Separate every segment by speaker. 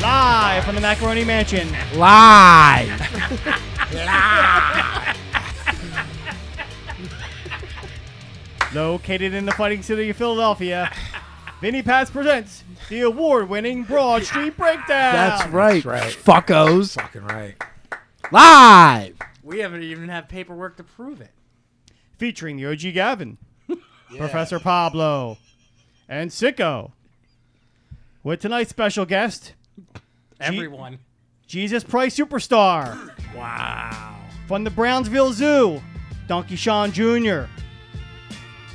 Speaker 1: live from the Macaroni Mansion.
Speaker 2: Live.
Speaker 1: Located in the fighting city of Philadelphia, Vinny Paz presents the award-winning Broad Street Breakdown.
Speaker 2: That's right.
Speaker 3: right.
Speaker 2: Fuckos.
Speaker 3: Fucking right.
Speaker 2: Live.
Speaker 4: We haven't even have paperwork to prove it.
Speaker 1: Featuring the OG Gavin, Professor Pablo, and Sicko. With tonight's special guest,
Speaker 4: Everyone.
Speaker 1: Jesus Price Superstar
Speaker 4: Wow.
Speaker 1: from the Brownsville Zoo, Donkey Sean Jr.,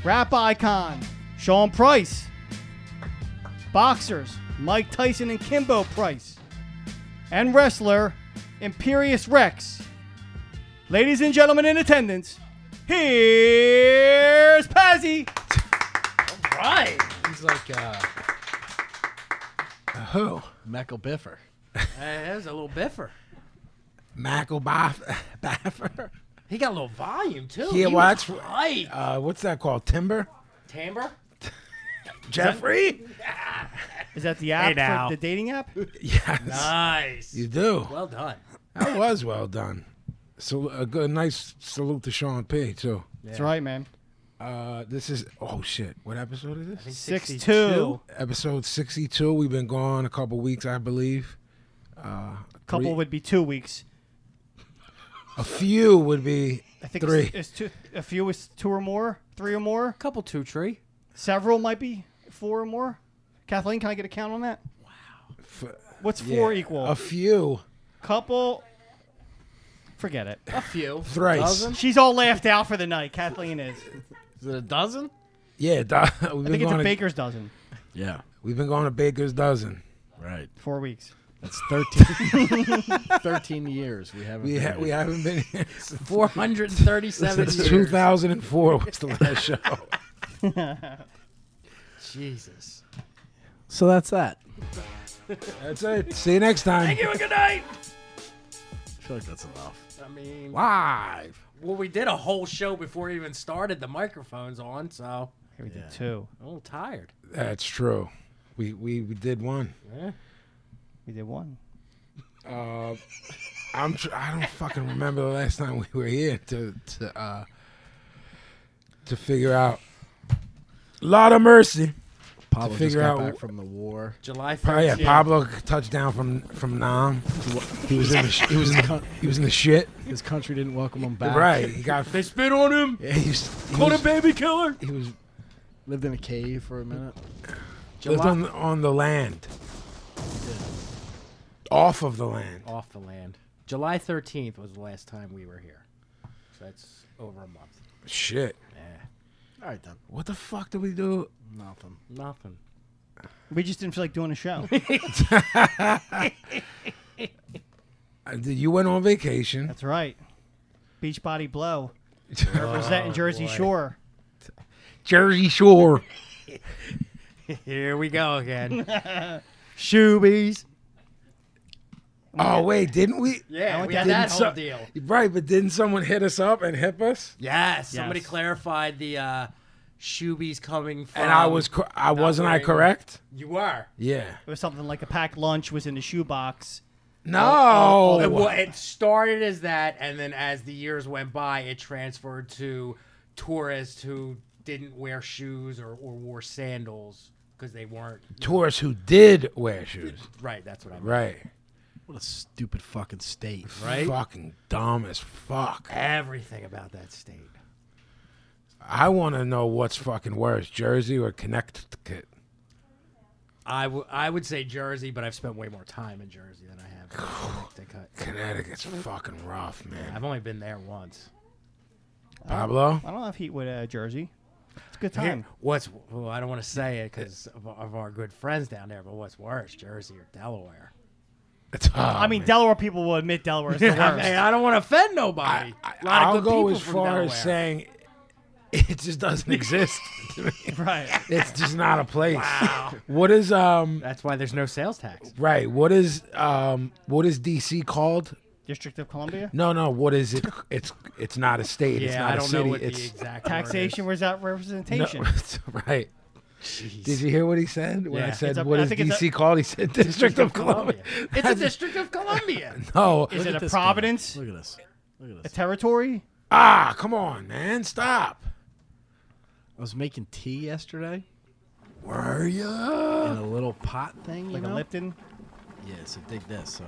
Speaker 1: rap icon Sean Price, boxers Mike Tyson and Kimbo Price, and wrestler Imperious Rex. Ladies and gentlemen in attendance, here's Pazzy.
Speaker 4: Right.
Speaker 5: He's like uh,
Speaker 3: Who?
Speaker 5: Michael Biffer.
Speaker 4: that was a little biffer.
Speaker 3: Michael Baff- Baffer.
Speaker 4: He got a little volume too.
Speaker 3: Yeah,
Speaker 4: he
Speaker 3: well,
Speaker 4: was
Speaker 3: that's-
Speaker 4: right.
Speaker 3: Uh, what's that called? Timber?
Speaker 4: Timbre.
Speaker 3: Jeffrey?
Speaker 1: Is that the app?
Speaker 4: now.
Speaker 1: for the dating app?
Speaker 3: Yes.
Speaker 4: Nice.
Speaker 3: You do.
Speaker 4: Well done.
Speaker 3: That was well done. So a good, nice salute to Sean P too.
Speaker 1: That's right, man.
Speaker 3: Uh, this is oh shit. What episode is this?
Speaker 1: Six two.
Speaker 3: Episode sixty-two. We've been gone a couple weeks, I believe.
Speaker 1: Couple
Speaker 3: Three.
Speaker 1: would be two weeks.
Speaker 3: A few would be
Speaker 1: I think
Speaker 3: three.
Speaker 1: It's, it's two. A few is two or more, three or more.
Speaker 4: Couple two tree.
Speaker 1: Several might be four or more. Kathleen, can I get a count on that? Wow. What's
Speaker 3: Yeah.
Speaker 1: four equal?
Speaker 3: A few.
Speaker 1: Couple. Forget it.
Speaker 4: A few.
Speaker 3: Thrice.
Speaker 4: Dozen.
Speaker 1: She's all laughed out for the night. Kathleen is.
Speaker 4: Is it a dozen?
Speaker 3: Yeah, do- we've
Speaker 1: I
Speaker 3: been
Speaker 1: think it's
Speaker 3: going.
Speaker 1: a
Speaker 3: to-
Speaker 1: baker's dozen.
Speaker 5: Yeah.
Speaker 3: we've been going to Baker's dozen.
Speaker 5: Right.
Speaker 1: Four weeks.
Speaker 5: That's 13, 13 years we haven't
Speaker 3: We
Speaker 5: been
Speaker 3: ha- we
Speaker 5: here.
Speaker 3: haven't been here since
Speaker 4: 437 years.
Speaker 3: 2004 was the last show.
Speaker 4: Jesus.
Speaker 5: So that's that.
Speaker 3: That's it. See you next time.
Speaker 4: Give a good night.
Speaker 5: I feel like that's enough.
Speaker 4: I mean,
Speaker 3: Live.
Speaker 4: well, we did a whole show before we even started the microphones on, so
Speaker 1: Here we did two.
Speaker 4: I'm a little tired.
Speaker 3: That's true. We we did one.
Speaker 1: We did one.
Speaker 3: I'm tr- I don't fucking remember the last time we were here to to uh, to figure out. Lot of mercy.
Speaker 5: Pablo just
Speaker 3: figure
Speaker 5: got
Speaker 3: out
Speaker 5: back
Speaker 3: wh-
Speaker 5: from the war.
Speaker 4: July 1st.
Speaker 3: Oh yeah, Pablo touchdown from from Nam. He was in the sh- he was in the, he was in the shit.
Speaker 5: His country didn't welcome him back.
Speaker 3: Right. He got
Speaker 4: They spit on him.
Speaker 3: yeah, he was, he
Speaker 4: Called
Speaker 3: was,
Speaker 4: him baby killer.
Speaker 3: he was
Speaker 5: Lived in a cave for a minute.
Speaker 3: lived on on the land. Off of the land.
Speaker 4: Off the land. July 13th was the last time we were here. So that's over a month.
Speaker 3: Shit.
Speaker 5: All right, then.
Speaker 3: What the fuck did we do?
Speaker 5: Nothing.
Speaker 4: Nothing.
Speaker 1: We just didn't feel like doing a show.
Speaker 3: I Uh, did- You went on vacation.
Speaker 1: That's right. Beachbody Blow.
Speaker 3: Uh,
Speaker 1: Representing
Speaker 3: Oh,
Speaker 1: Jersey Shore.
Speaker 3: Jersey Shore.
Speaker 4: Here we go again. Shoebies.
Speaker 3: Oh wait, didn't we?
Speaker 4: Yeah,
Speaker 1: I went
Speaker 4: we
Speaker 1: down
Speaker 4: had
Speaker 1: to
Speaker 4: that
Speaker 3: So-
Speaker 4: whole deal.
Speaker 3: Right, but didn't someone hit us up and hip us?
Speaker 4: Yes. Somebody
Speaker 1: Yes.
Speaker 4: clarified the uh, shoebies coming from.
Speaker 3: And I was, cor- I wasn't I
Speaker 4: wearing-
Speaker 3: correct?
Speaker 4: You were.
Speaker 3: Um, Yeah.
Speaker 1: It was something like a packed lunch was in a shoebox.
Speaker 3: Oh, No.
Speaker 4: It, well, it started as that, and then as the years went by, it transferred to tourists who didn't wear shoes or, or wore sandals because they weren't.
Speaker 3: Tourists who did wear shoes.
Speaker 4: Right, that's what I meant.
Speaker 3: Right.
Speaker 5: What a stupid fucking state.
Speaker 4: Right?
Speaker 3: Fucking dumb as fuck.
Speaker 4: Everything about that state.
Speaker 3: I want to know what's fucking worse, Jersey or Connecticut.
Speaker 4: I, w- I would say Jersey, but I've spent way more time in Jersey than I have in Connecticut.
Speaker 3: Connecticut's
Speaker 4: Mm-hmm.
Speaker 3: fucking rough, man.
Speaker 4: I've only been there once.
Speaker 3: Pablo,
Speaker 1: I don't know if heat would uh, Jersey. It's a good time.
Speaker 4: What's well, I don't want to say it because of, of our good friends down there, but what's worse, Jersey or Delaware?
Speaker 3: it's oh, hard.
Speaker 1: I mean, Delaware people will admit Delaware is the
Speaker 4: I,
Speaker 1: worst.
Speaker 4: mean, I don't want to offend nobody.
Speaker 3: I,
Speaker 4: A lot of
Speaker 3: I'll
Speaker 4: good
Speaker 3: go
Speaker 4: people
Speaker 3: as
Speaker 4: from
Speaker 3: far as
Speaker 4: Delaware.
Speaker 3: saying it just doesn't exist. to me.
Speaker 1: right.
Speaker 3: it's just not a place. What is um
Speaker 4: That's why there's no sales tax.
Speaker 3: right? What is um what is DC called?
Speaker 1: District of Columbia.
Speaker 3: No, no. What is it? It's it's not a state. it's
Speaker 4: Yeah,
Speaker 3: not
Speaker 4: I don't
Speaker 3: a city.
Speaker 4: know what
Speaker 3: it's
Speaker 4: the exact word
Speaker 1: Taxation
Speaker 4: is.
Speaker 1: without representation.
Speaker 3: no, right. Did you hear what he said? When I
Speaker 4: Yeah.
Speaker 3: said,
Speaker 1: It's a-
Speaker 3: "What
Speaker 1: I
Speaker 3: is
Speaker 1: think it's
Speaker 3: DC called?" He said, "District of Columbia."
Speaker 4: It's a District of Columbia.
Speaker 3: No,
Speaker 1: Is
Speaker 5: Look
Speaker 1: it
Speaker 5: at
Speaker 1: a
Speaker 5: this
Speaker 1: providence?
Speaker 5: guy. Look at this. Look at
Speaker 1: A
Speaker 5: this.
Speaker 1: territory?
Speaker 3: ah, come on, man, stop.
Speaker 5: I was making tea yesterday
Speaker 3: Were you?
Speaker 5: in a little pot thing, you
Speaker 1: Like a
Speaker 5: know?
Speaker 1: Lipton?
Speaker 5: Yeah, so dig this. So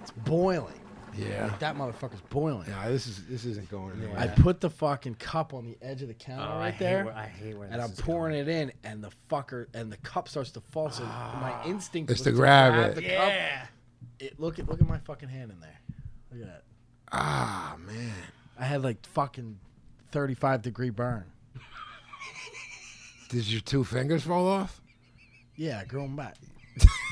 Speaker 5: it's boiling.
Speaker 3: Yeah.
Speaker 5: Like that motherfucker's boiling.
Speaker 3: Yeah, this is this isn't going anywhere.
Speaker 5: I put the fucking cup on the edge of the counter
Speaker 4: Oh, I
Speaker 5: right
Speaker 4: hate
Speaker 5: there.
Speaker 4: where- I hate where
Speaker 5: and
Speaker 4: this
Speaker 5: I'm
Speaker 4: is
Speaker 5: pouring it in, and the fucker and the cup starts to fall. So my instinct
Speaker 3: It's
Speaker 5: was
Speaker 3: Ah. to grab it.
Speaker 5: the cup.
Speaker 4: Yeah.
Speaker 5: It, look at look at my fucking hand in there. Look at that.
Speaker 3: ah, man.
Speaker 5: I had like fucking 35 degree burn.
Speaker 3: Did your two fingers fall off?
Speaker 5: Yeah, I grew 'em back.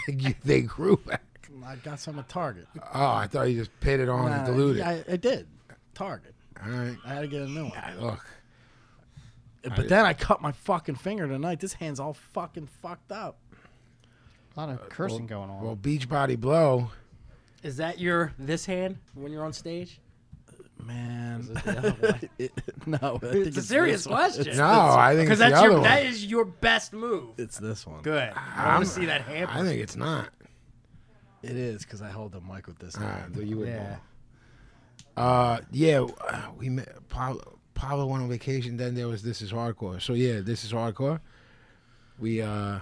Speaker 3: You- they grew back.
Speaker 5: I got some at Target.
Speaker 3: Oh, I thought you just pitted on and
Speaker 5: Nah,
Speaker 3: diluted.
Speaker 5: I, I did. Target.
Speaker 3: All right.
Speaker 5: I had to get a new one.
Speaker 3: Look.
Speaker 5: But then I cut my fucking finger tonight. This hand's all fucking fucked up.
Speaker 1: A lot of cursing going on.
Speaker 3: Well, beach body blow.
Speaker 4: Is that your this hand when you're on stage?
Speaker 5: Man. It- no, I think
Speaker 4: It's a serious
Speaker 5: this one.
Speaker 4: question.
Speaker 3: No, I think
Speaker 4: Because
Speaker 3: it's the
Speaker 4: that's
Speaker 3: other
Speaker 4: your
Speaker 3: one.
Speaker 4: that is your best move.
Speaker 5: It's this one.
Speaker 4: Good. I want to see that hand.
Speaker 3: I think it's not.
Speaker 5: It is because I hold the mic with this.
Speaker 3: All
Speaker 5: hand.
Speaker 3: right, though you would
Speaker 4: Yeah.
Speaker 3: know. Uh, yeah, uh, we met. Pablo, Pablo went on vacation. Then there was this is hardcore. So yeah, this is hardcore. We uh,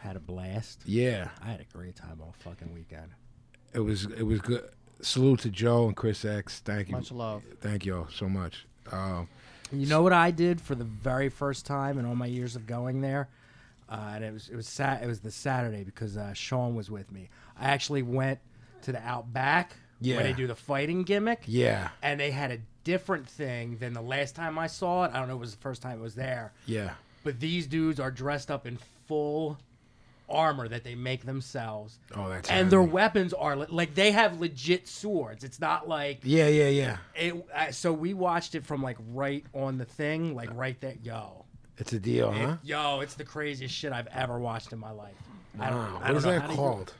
Speaker 4: Had a blast.
Speaker 3: yeah,
Speaker 4: I had a great time all fucking weekend.
Speaker 3: it was it was good. Salute to Joe and Chris X. Thank you,
Speaker 1: Much love.
Speaker 3: thank y'all so much. Um,
Speaker 4: You know what I did for the very first time in all my years of going there, uh, and it was it was sat it was the Saturday because uh, Sean was with me. I actually went to the Outback
Speaker 3: Yeah.
Speaker 4: where they do the fighting gimmick,
Speaker 3: yeah,
Speaker 4: and they had a different thing than the last time I saw it. I don't know if it was the first time it was there,
Speaker 3: yeah,
Speaker 4: but these dudes are dressed up in full armor that they make themselves.
Speaker 3: Oh, that's
Speaker 4: and their
Speaker 3: heavy.
Speaker 4: weapons are le- like they have legit swords. It's not like
Speaker 3: yeah, yeah, yeah.
Speaker 4: it, I, so we watched it from like right on the thing, like right there. Yo,
Speaker 3: It's a deal,
Speaker 4: It-
Speaker 3: Uh-huh. huh?
Speaker 4: yo, it's the craziest shit I've ever watched in my life. I don't,
Speaker 3: Wow,
Speaker 4: I
Speaker 3: what
Speaker 4: don't
Speaker 3: is
Speaker 4: know
Speaker 3: that
Speaker 4: how to-
Speaker 3: called?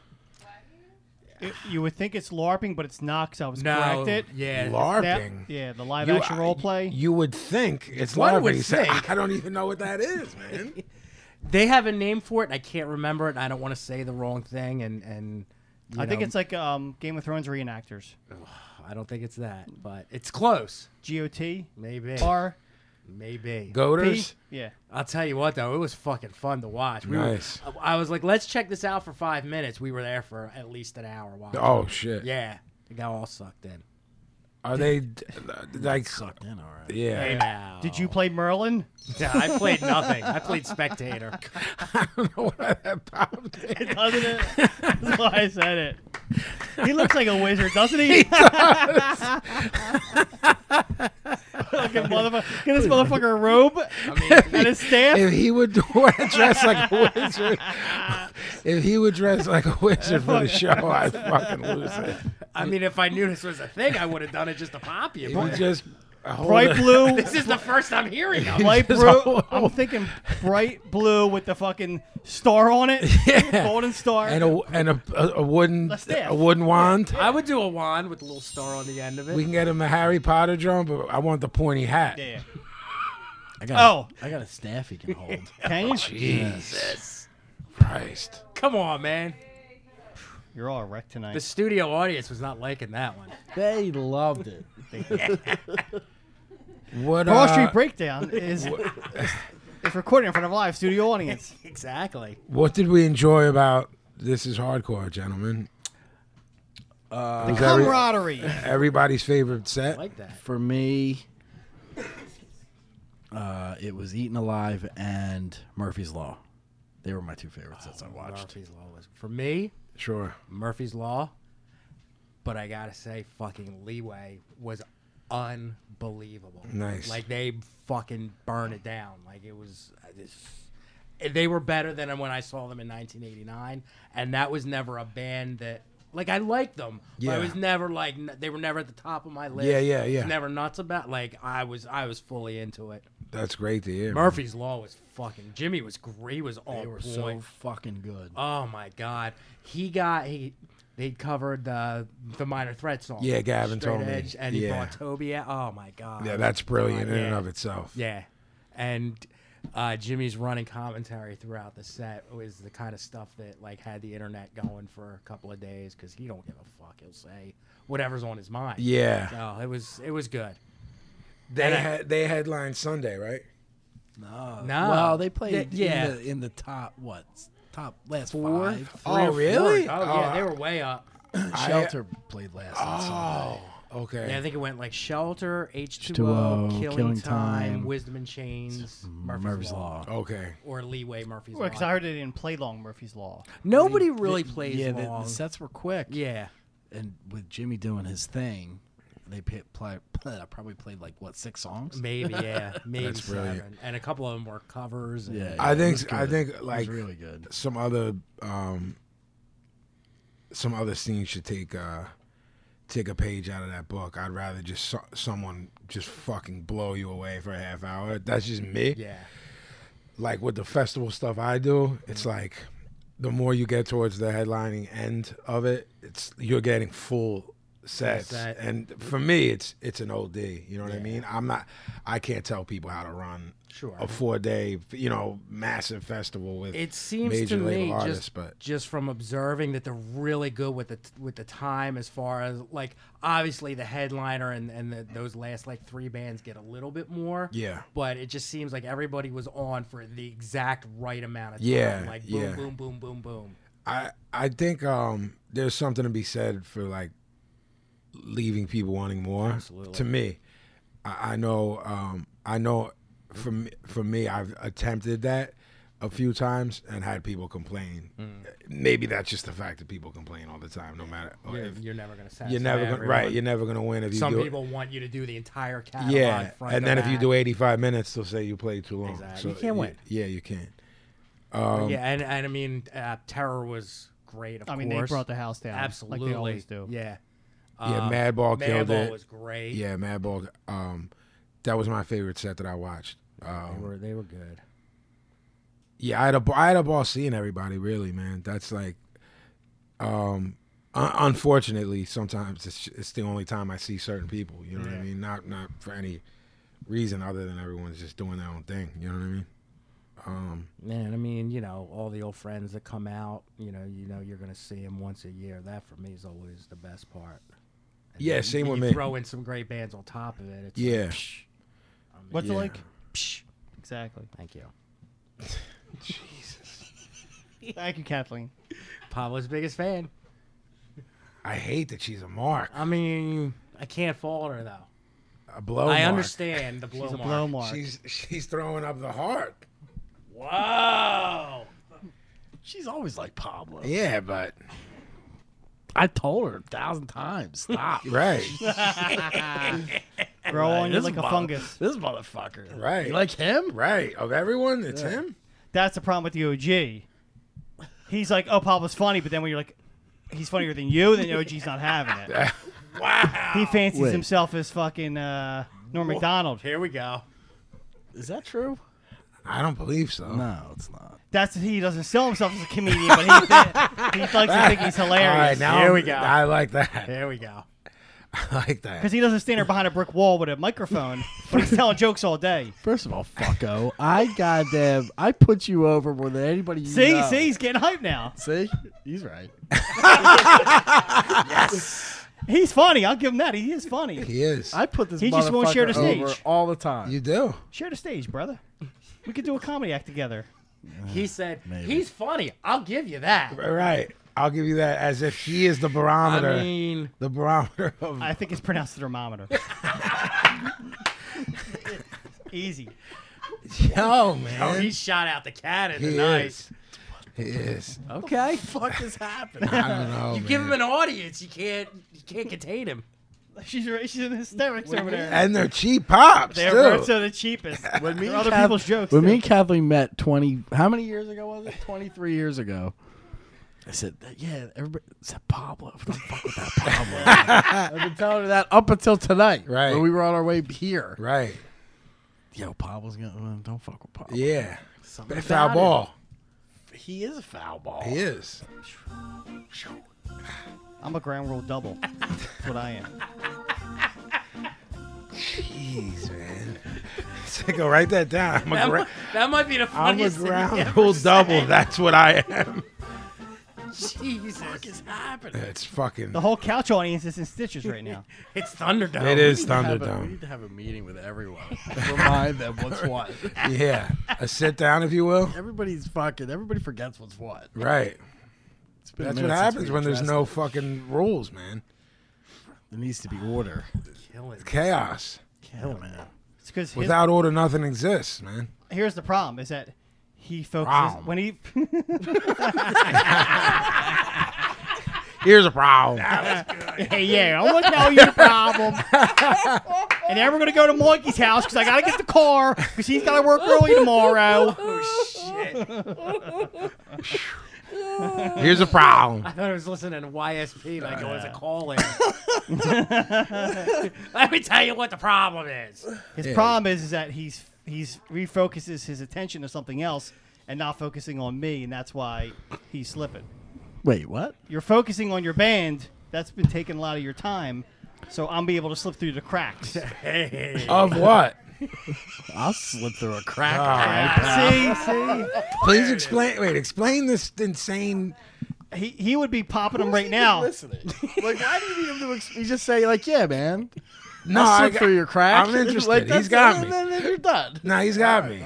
Speaker 1: It- you would think it's LARPing, but it's not 'cause I was
Speaker 4: No,
Speaker 1: corrected.
Speaker 4: yeah,
Speaker 1: That-
Speaker 3: LARPing.
Speaker 1: yeah, the live
Speaker 3: You-
Speaker 1: action role play.
Speaker 3: You would think it's
Speaker 4: One
Speaker 3: LARPing.
Speaker 4: would
Speaker 3: He said,
Speaker 4: think.
Speaker 3: I don't even know what that is, man.
Speaker 4: they have a name for it. And I can't remember it. And I don't want to say the wrong thing, and and you
Speaker 1: I think
Speaker 4: know,
Speaker 1: it's like um, Game of Thrones reenactors.
Speaker 4: I don't think it's that, but it's close.
Speaker 1: GOT,
Speaker 4: Maybe,
Speaker 1: R,
Speaker 4: maybe.
Speaker 1: P.
Speaker 3: Goaters.
Speaker 1: Yeah.
Speaker 4: I'll tell you what though, it was fucking fun to watch. We
Speaker 3: Nice.
Speaker 4: Were, I was like, let's check this out for five minutes. We were there for at least an hour. Watching.
Speaker 3: Oh shit.
Speaker 4: yeah, it got all sucked in.
Speaker 3: Are they d- like?
Speaker 5: Sucked in, all right.
Speaker 3: Yeah.
Speaker 4: Wow.
Speaker 1: Did you play Merlin?
Speaker 4: Yeah, I played nothing. I played spectator.
Speaker 3: I don't know what that popped in.
Speaker 1: Doesn't it? That's why I said it. He looks like a wizard, doesn't he? Look at motherfucker. Get this motherfucker a robe and a staff.
Speaker 3: If he would dress like a wizard, if he would dress like a wizard for the show, I'd fucking lose it.
Speaker 4: I mean, if I knew this was a thing, I would have done it just to pop you.
Speaker 3: If
Speaker 4: But
Speaker 3: he just hold
Speaker 1: bright
Speaker 3: it-
Speaker 1: blue.
Speaker 4: this is the first I'm hearing of. it.
Speaker 1: Light
Speaker 3: Just
Speaker 1: blue.
Speaker 3: all-
Speaker 1: I'm thinking bright blue with the fucking star on it. Golden star.
Speaker 3: and a and a, a, a wooden
Speaker 1: A staff.
Speaker 3: a wooden wand.
Speaker 4: I would do a wand with a little star on the end of it.
Speaker 3: We can get him a Harry Potter drum, but I want the pointy hat.
Speaker 1: yeah.
Speaker 5: I got,
Speaker 1: Oh.
Speaker 5: I got a staff he can hold.
Speaker 1: Can
Speaker 3: Oh,
Speaker 1: you?
Speaker 3: Jesus Christ!
Speaker 4: Come on, man.
Speaker 1: You're all wrecked tonight.
Speaker 4: The studio audience was not liking that one.
Speaker 5: they loved it.
Speaker 3: What?
Speaker 1: Broad
Speaker 3: uh,
Speaker 1: Street Breakdown is it's recorded in front of a live studio audience.
Speaker 4: Exactly.
Speaker 3: What did we enjoy about this? Is hardcore, gentlemen. Uh,
Speaker 1: Camaraderie.
Speaker 3: everybody's favorite set.
Speaker 4: Like that.
Speaker 5: For me, uh, it was Eaten Alive and Murphy's Law. They were my two favorites sets I watched.
Speaker 4: Murphy's Law was for me.
Speaker 3: Sure.
Speaker 4: Murphy's Law, but I gotta say, fucking Leeway was unbelievable.
Speaker 3: Nice.
Speaker 4: Like they fucking burn it down. Like it was. uh, This, they were better than when I saw them in 1989, and that was never a band that. Like I liked them, but
Speaker 3: Yeah.
Speaker 4: I was never like n- they were never at the top of my list.
Speaker 3: Yeah, yeah, yeah.
Speaker 4: Was never nuts about. Like I was, I was fully into it.
Speaker 3: That's great to hear. man.
Speaker 4: Murphy's Law was fucking. Jimmy was great. He was on
Speaker 5: They were
Speaker 4: point.
Speaker 5: so fucking good.
Speaker 4: Oh my God, he got he. They covered the the minor threat song.
Speaker 3: Yeah, Gavin
Speaker 4: Straight
Speaker 3: told me.
Speaker 4: Edge, and he
Speaker 3: Yeah.
Speaker 4: brought Toby out. Oh my God.
Speaker 3: Yeah, that's brilliant in and
Speaker 4: Yeah.
Speaker 3: of itself.
Speaker 4: yeah, and uh, Jimmy's running commentary throughout the set was the kind of stuff that like had the internet going for a couple of days because he don't give a fuck. He'll say whatever's on his mind.
Speaker 3: Yeah.
Speaker 4: So it was it was good.
Speaker 3: They
Speaker 4: And I-
Speaker 3: had they headlined Sunday, right?
Speaker 5: No.
Speaker 4: No.
Speaker 5: Uh, Well, they played
Speaker 4: They- yeah.
Speaker 5: in, the, in the top what? Top last
Speaker 4: Four?
Speaker 5: five. Three
Speaker 3: Oh,
Speaker 5: or four.
Speaker 3: really?
Speaker 4: Oh,
Speaker 3: Oh,
Speaker 4: yeah, they were way up.
Speaker 5: Shelter played last. on Sunday.
Speaker 3: Oh, okay.
Speaker 4: Yeah, I think it went like Shelter, H2O,
Speaker 5: H2O,
Speaker 4: Killing,
Speaker 5: Killing
Speaker 4: Time,
Speaker 5: Time,
Speaker 4: Wisdom in Chains, Murphy's,
Speaker 5: Murphy's
Speaker 4: Law.
Speaker 5: Law.
Speaker 3: okay.
Speaker 4: Or Leeway Murphy's
Speaker 1: Well, 'cause I
Speaker 4: Law.
Speaker 1: heard they didn't play long Murphy's Law.
Speaker 4: Nobody really plays
Speaker 5: yeah, the-
Speaker 4: long.
Speaker 5: The, sets were quick.
Speaker 4: yeah.
Speaker 5: And with Jimmy doing his thing, they pi- play, play, probably played like what six songs?
Speaker 4: Maybe, yeah. Maybe
Speaker 3: That's
Speaker 4: seven.
Speaker 3: brilliant.
Speaker 4: And a couple of them were covers. And,
Speaker 5: Yeah.
Speaker 3: I
Speaker 5: it was
Speaker 3: think I
Speaker 5: good.
Speaker 3: think
Speaker 5: It
Speaker 3: like
Speaker 5: was really good.
Speaker 3: some other um some other scenes should take uh take a page out of that book. I'd rather just so- someone just fucking blow you away for a half hour. That's just me.
Speaker 4: Yeah.
Speaker 3: Like with the festival stuff I do, it's
Speaker 4: Mm.
Speaker 3: like the more you get towards the headlining end of it, it's you're getting full sets.
Speaker 4: set.
Speaker 3: And for me it's it's an OD, you know what I mean? I'm not I can't tell people how to run
Speaker 4: Sure.
Speaker 3: a four day, you know, massive festival with
Speaker 4: It seems
Speaker 3: major
Speaker 4: to
Speaker 3: label
Speaker 4: me
Speaker 3: artists,
Speaker 4: just
Speaker 3: but
Speaker 4: just from observing that they're really good with the with the time as far as like obviously the headliner and and the, those last like three bands get a little bit more.
Speaker 3: Yeah.
Speaker 4: But it just seems like everybody was on for the exact right amount of time.
Speaker 3: Yeah,
Speaker 4: Like boom,
Speaker 3: yeah.
Speaker 4: boom, boom, boom, boom.
Speaker 3: I I think um there's something to be said for like leaving people wanting more.
Speaker 4: Absolutely.
Speaker 3: To me, I, I know um I know for me, for me I've attempted that a few times and had people complain.
Speaker 4: Mm.
Speaker 3: Maybe that's just the fact that people complain all the time, no matter.
Speaker 4: You're,
Speaker 3: Oh, if-
Speaker 4: you're never gonna satisfy
Speaker 3: you're never gonna, right.
Speaker 4: everyone.
Speaker 3: You're never gonna win if you
Speaker 4: Some
Speaker 3: do. it.
Speaker 4: people want you to do the entire catalog.
Speaker 3: yeah,
Speaker 4: front
Speaker 3: and
Speaker 4: to
Speaker 3: then if you
Speaker 4: back.
Speaker 3: do 85 minutes, they'll say you played too long.
Speaker 4: Exactly.
Speaker 3: So
Speaker 4: You can't win.
Speaker 3: Yeah, you can't. Um,
Speaker 4: yeah, and, and I mean, uh, Terror was great. Of
Speaker 1: I mean,
Speaker 4: course.
Speaker 1: they brought the house down.
Speaker 4: absolutely
Speaker 1: Like they always do.
Speaker 4: Yeah, Uh,
Speaker 3: yeah, Madball killed
Speaker 4: Madball
Speaker 3: it.
Speaker 4: was great.
Speaker 3: Yeah, Madball. Um, that was my favorite set that I watched.
Speaker 4: they
Speaker 3: Um,
Speaker 4: were they were good.
Speaker 3: yeah, I had a b- I had a ball seeing everybody. Really, man, that's like, um, un- unfortunately, sometimes it's it's the only time I see certain people. You know what I
Speaker 4: Yeah.
Speaker 3: mean? Not not for any reason other than everyone's just doing their own thing. You know what I mean? Um,
Speaker 4: Man, I mean, you know, all the old friends that come out, you know, you know, you're gonna see them once a year. That for me is always the best part. And
Speaker 3: Yeah,
Speaker 4: then
Speaker 3: same
Speaker 4: you
Speaker 3: with me.
Speaker 4: Throw in some great bands on top of it. It's like,
Speaker 3: Yeah.
Speaker 1: What's
Speaker 3: Yeah.
Speaker 1: it like?
Speaker 4: psh,
Speaker 1: Exactly.
Speaker 4: thank you.
Speaker 1: Thank you, Kathleen.
Speaker 4: Pablo's biggest fan.
Speaker 3: I hate that she's a mark,
Speaker 4: I mean, I can't fault her though.
Speaker 3: a blow.
Speaker 4: I
Speaker 3: Oh, mark.
Speaker 4: understand the blow
Speaker 1: She's a
Speaker 4: mark.
Speaker 1: blow mark.
Speaker 3: She's she's throwing up the heart.
Speaker 4: Wow.
Speaker 5: She's always like Pablo.
Speaker 3: Yeah, but
Speaker 5: I told her a thousand times. Stop.
Speaker 3: right,
Speaker 1: Grow on you
Speaker 5: This
Speaker 1: like a
Speaker 5: mother-
Speaker 1: fungus.
Speaker 5: This motherfucker.
Speaker 3: Right.
Speaker 5: You like him?
Speaker 3: right. Of everyone, it's him.
Speaker 1: That's the problem with the OG. He's like, oh, Pablo's funny, but then when you're like, he's funnier than you, then OG's not having it.
Speaker 3: Wow.
Speaker 1: He fancies
Speaker 5: Wait.
Speaker 1: himself as fucking uh, Norm McDonald.
Speaker 4: Here we go.
Speaker 5: Is that true?
Speaker 3: I don't believe so.
Speaker 5: No, it's not.
Speaker 1: That's he doesn't sell himself as a comedian, but he, he likes to think he's
Speaker 3: All right,
Speaker 1: hilarious
Speaker 3: now
Speaker 4: Here
Speaker 3: I'm-
Speaker 4: we go.
Speaker 3: I like that.
Speaker 4: There we go.
Speaker 3: I like that.
Speaker 1: because he doesn't stand there behind a brick wall with a microphone, but he's telling jokes all day.
Speaker 5: First of all, fucko, I goddamn, I put you over more than anybody. You
Speaker 1: See,
Speaker 5: know.
Speaker 1: see, he's getting hyped now.
Speaker 5: see, he's right.
Speaker 1: He's funny. I'll give him that. He is funny.
Speaker 3: He is.
Speaker 5: I put this.
Speaker 1: He just won't share the stage.
Speaker 5: motherfucker over all the time.
Speaker 3: you do.
Speaker 1: Share the stage, brother. We could do a comedy act together.
Speaker 4: He said,
Speaker 5: Maybe.
Speaker 4: he's funny. I'll give you that.
Speaker 3: Right. I'll give you that as if he is the barometer.
Speaker 4: I mean,
Speaker 3: the barometer of.
Speaker 1: I think it's pronounced thermometer. Easy.
Speaker 3: Yo,
Speaker 4: oh,
Speaker 3: man.
Speaker 4: he shot out the cannon
Speaker 3: He
Speaker 4: tonight.
Speaker 3: is. He is.
Speaker 5: okay? Fuck this happened.
Speaker 3: I don't know.
Speaker 4: You
Speaker 3: man.
Speaker 4: give him an audience, you can't you can't contain him.
Speaker 1: She's ra- she's in hysterics over there.
Speaker 3: And they're cheap pops
Speaker 1: They're
Speaker 3: too.
Speaker 1: both so the cheapest.
Speaker 5: When me
Speaker 1: They're
Speaker 5: and
Speaker 1: other
Speaker 5: Kath-
Speaker 1: people's jokes.
Speaker 5: When me
Speaker 1: too.
Speaker 5: and Kathleen met twenty, how many years ago was it? Twenty three years ago. I said, yeah, everybody said Pablo. What the fuck with that Pablo? I've been telling her that up until tonight,
Speaker 3: Right.
Speaker 5: When we were on our way here.
Speaker 3: right.
Speaker 5: Yo, Pablo's gonna uh, don't fuck with Pablo.
Speaker 3: Yeah.
Speaker 5: Something
Speaker 3: Foul
Speaker 5: about
Speaker 3: ball.
Speaker 5: him. He is a foul ball.
Speaker 3: He is.
Speaker 1: I'm a ground rule double. That's what I am.
Speaker 3: Jeez, man. Sicko, write that down. I'm a,
Speaker 4: That,
Speaker 3: gra-
Speaker 4: might, that might be the
Speaker 3: I'm a
Speaker 4: funniest thing you
Speaker 3: ground
Speaker 4: ever
Speaker 3: rule double.
Speaker 4: said.
Speaker 3: That's what I am.
Speaker 4: Jesus. is happening?
Speaker 3: It's fucking.
Speaker 1: The whole couch audience is in stitches right now.
Speaker 4: It's Thunderdome.
Speaker 3: It is
Speaker 5: Have a- we
Speaker 3: Thunderdome.
Speaker 5: need to have a meeting with everyone. Remind them what's what.
Speaker 3: Yeah, a sit down, if you will.
Speaker 5: Everybody's fucking. Everybody forgets what's what.
Speaker 3: Right.
Speaker 5: It's been a
Speaker 3: That's what
Speaker 5: minute since
Speaker 3: happens
Speaker 5: we
Speaker 3: when there's
Speaker 5: addressed
Speaker 3: no
Speaker 5: it.
Speaker 3: fucking rules, man.
Speaker 5: There needs to be order.
Speaker 4: Killing.
Speaker 3: Chaos.
Speaker 5: Hell, man.
Speaker 1: It's because
Speaker 3: Without order, nothing exists, man.
Speaker 1: here's the problem: is that he focuses
Speaker 3: Wrong.
Speaker 1: when he
Speaker 3: Here's a problem.
Speaker 1: Hey, yeah, I want to know your problem. and then we're gonna go to Mikey's house because I gotta get the car because he's gotta work early tomorrow.
Speaker 4: Oh, shit. I
Speaker 3: Here's a problem.
Speaker 4: thought I was listening to YSP like it was a call in. Let me tell you what the problem is.
Speaker 1: His problem is, is that he's he's refocuses his attention to something else and not focusing on me, and that's why he's slipping.
Speaker 5: Wait, what?
Speaker 1: You're focusing on your band. That's been taking a lot of your time. So I'm be able to slip through the cracks.
Speaker 4: Hey.
Speaker 3: Of what?
Speaker 5: I'll slip through
Speaker 3: Ah.
Speaker 5: a crack.
Speaker 1: See, see,
Speaker 3: Please explain. Wait, explain this insane.
Speaker 1: he he would be popping them right now.
Speaker 5: listening. like, why do you need him to? Ex- you just say, like, yeah, man.
Speaker 3: No,
Speaker 5: I'll
Speaker 3: I
Speaker 5: slip
Speaker 3: got-
Speaker 5: through your crack.
Speaker 3: I'm interested.
Speaker 5: like,
Speaker 3: he's got
Speaker 5: that's- then-
Speaker 3: me.
Speaker 5: Then, then you're done.
Speaker 3: No, he's got me.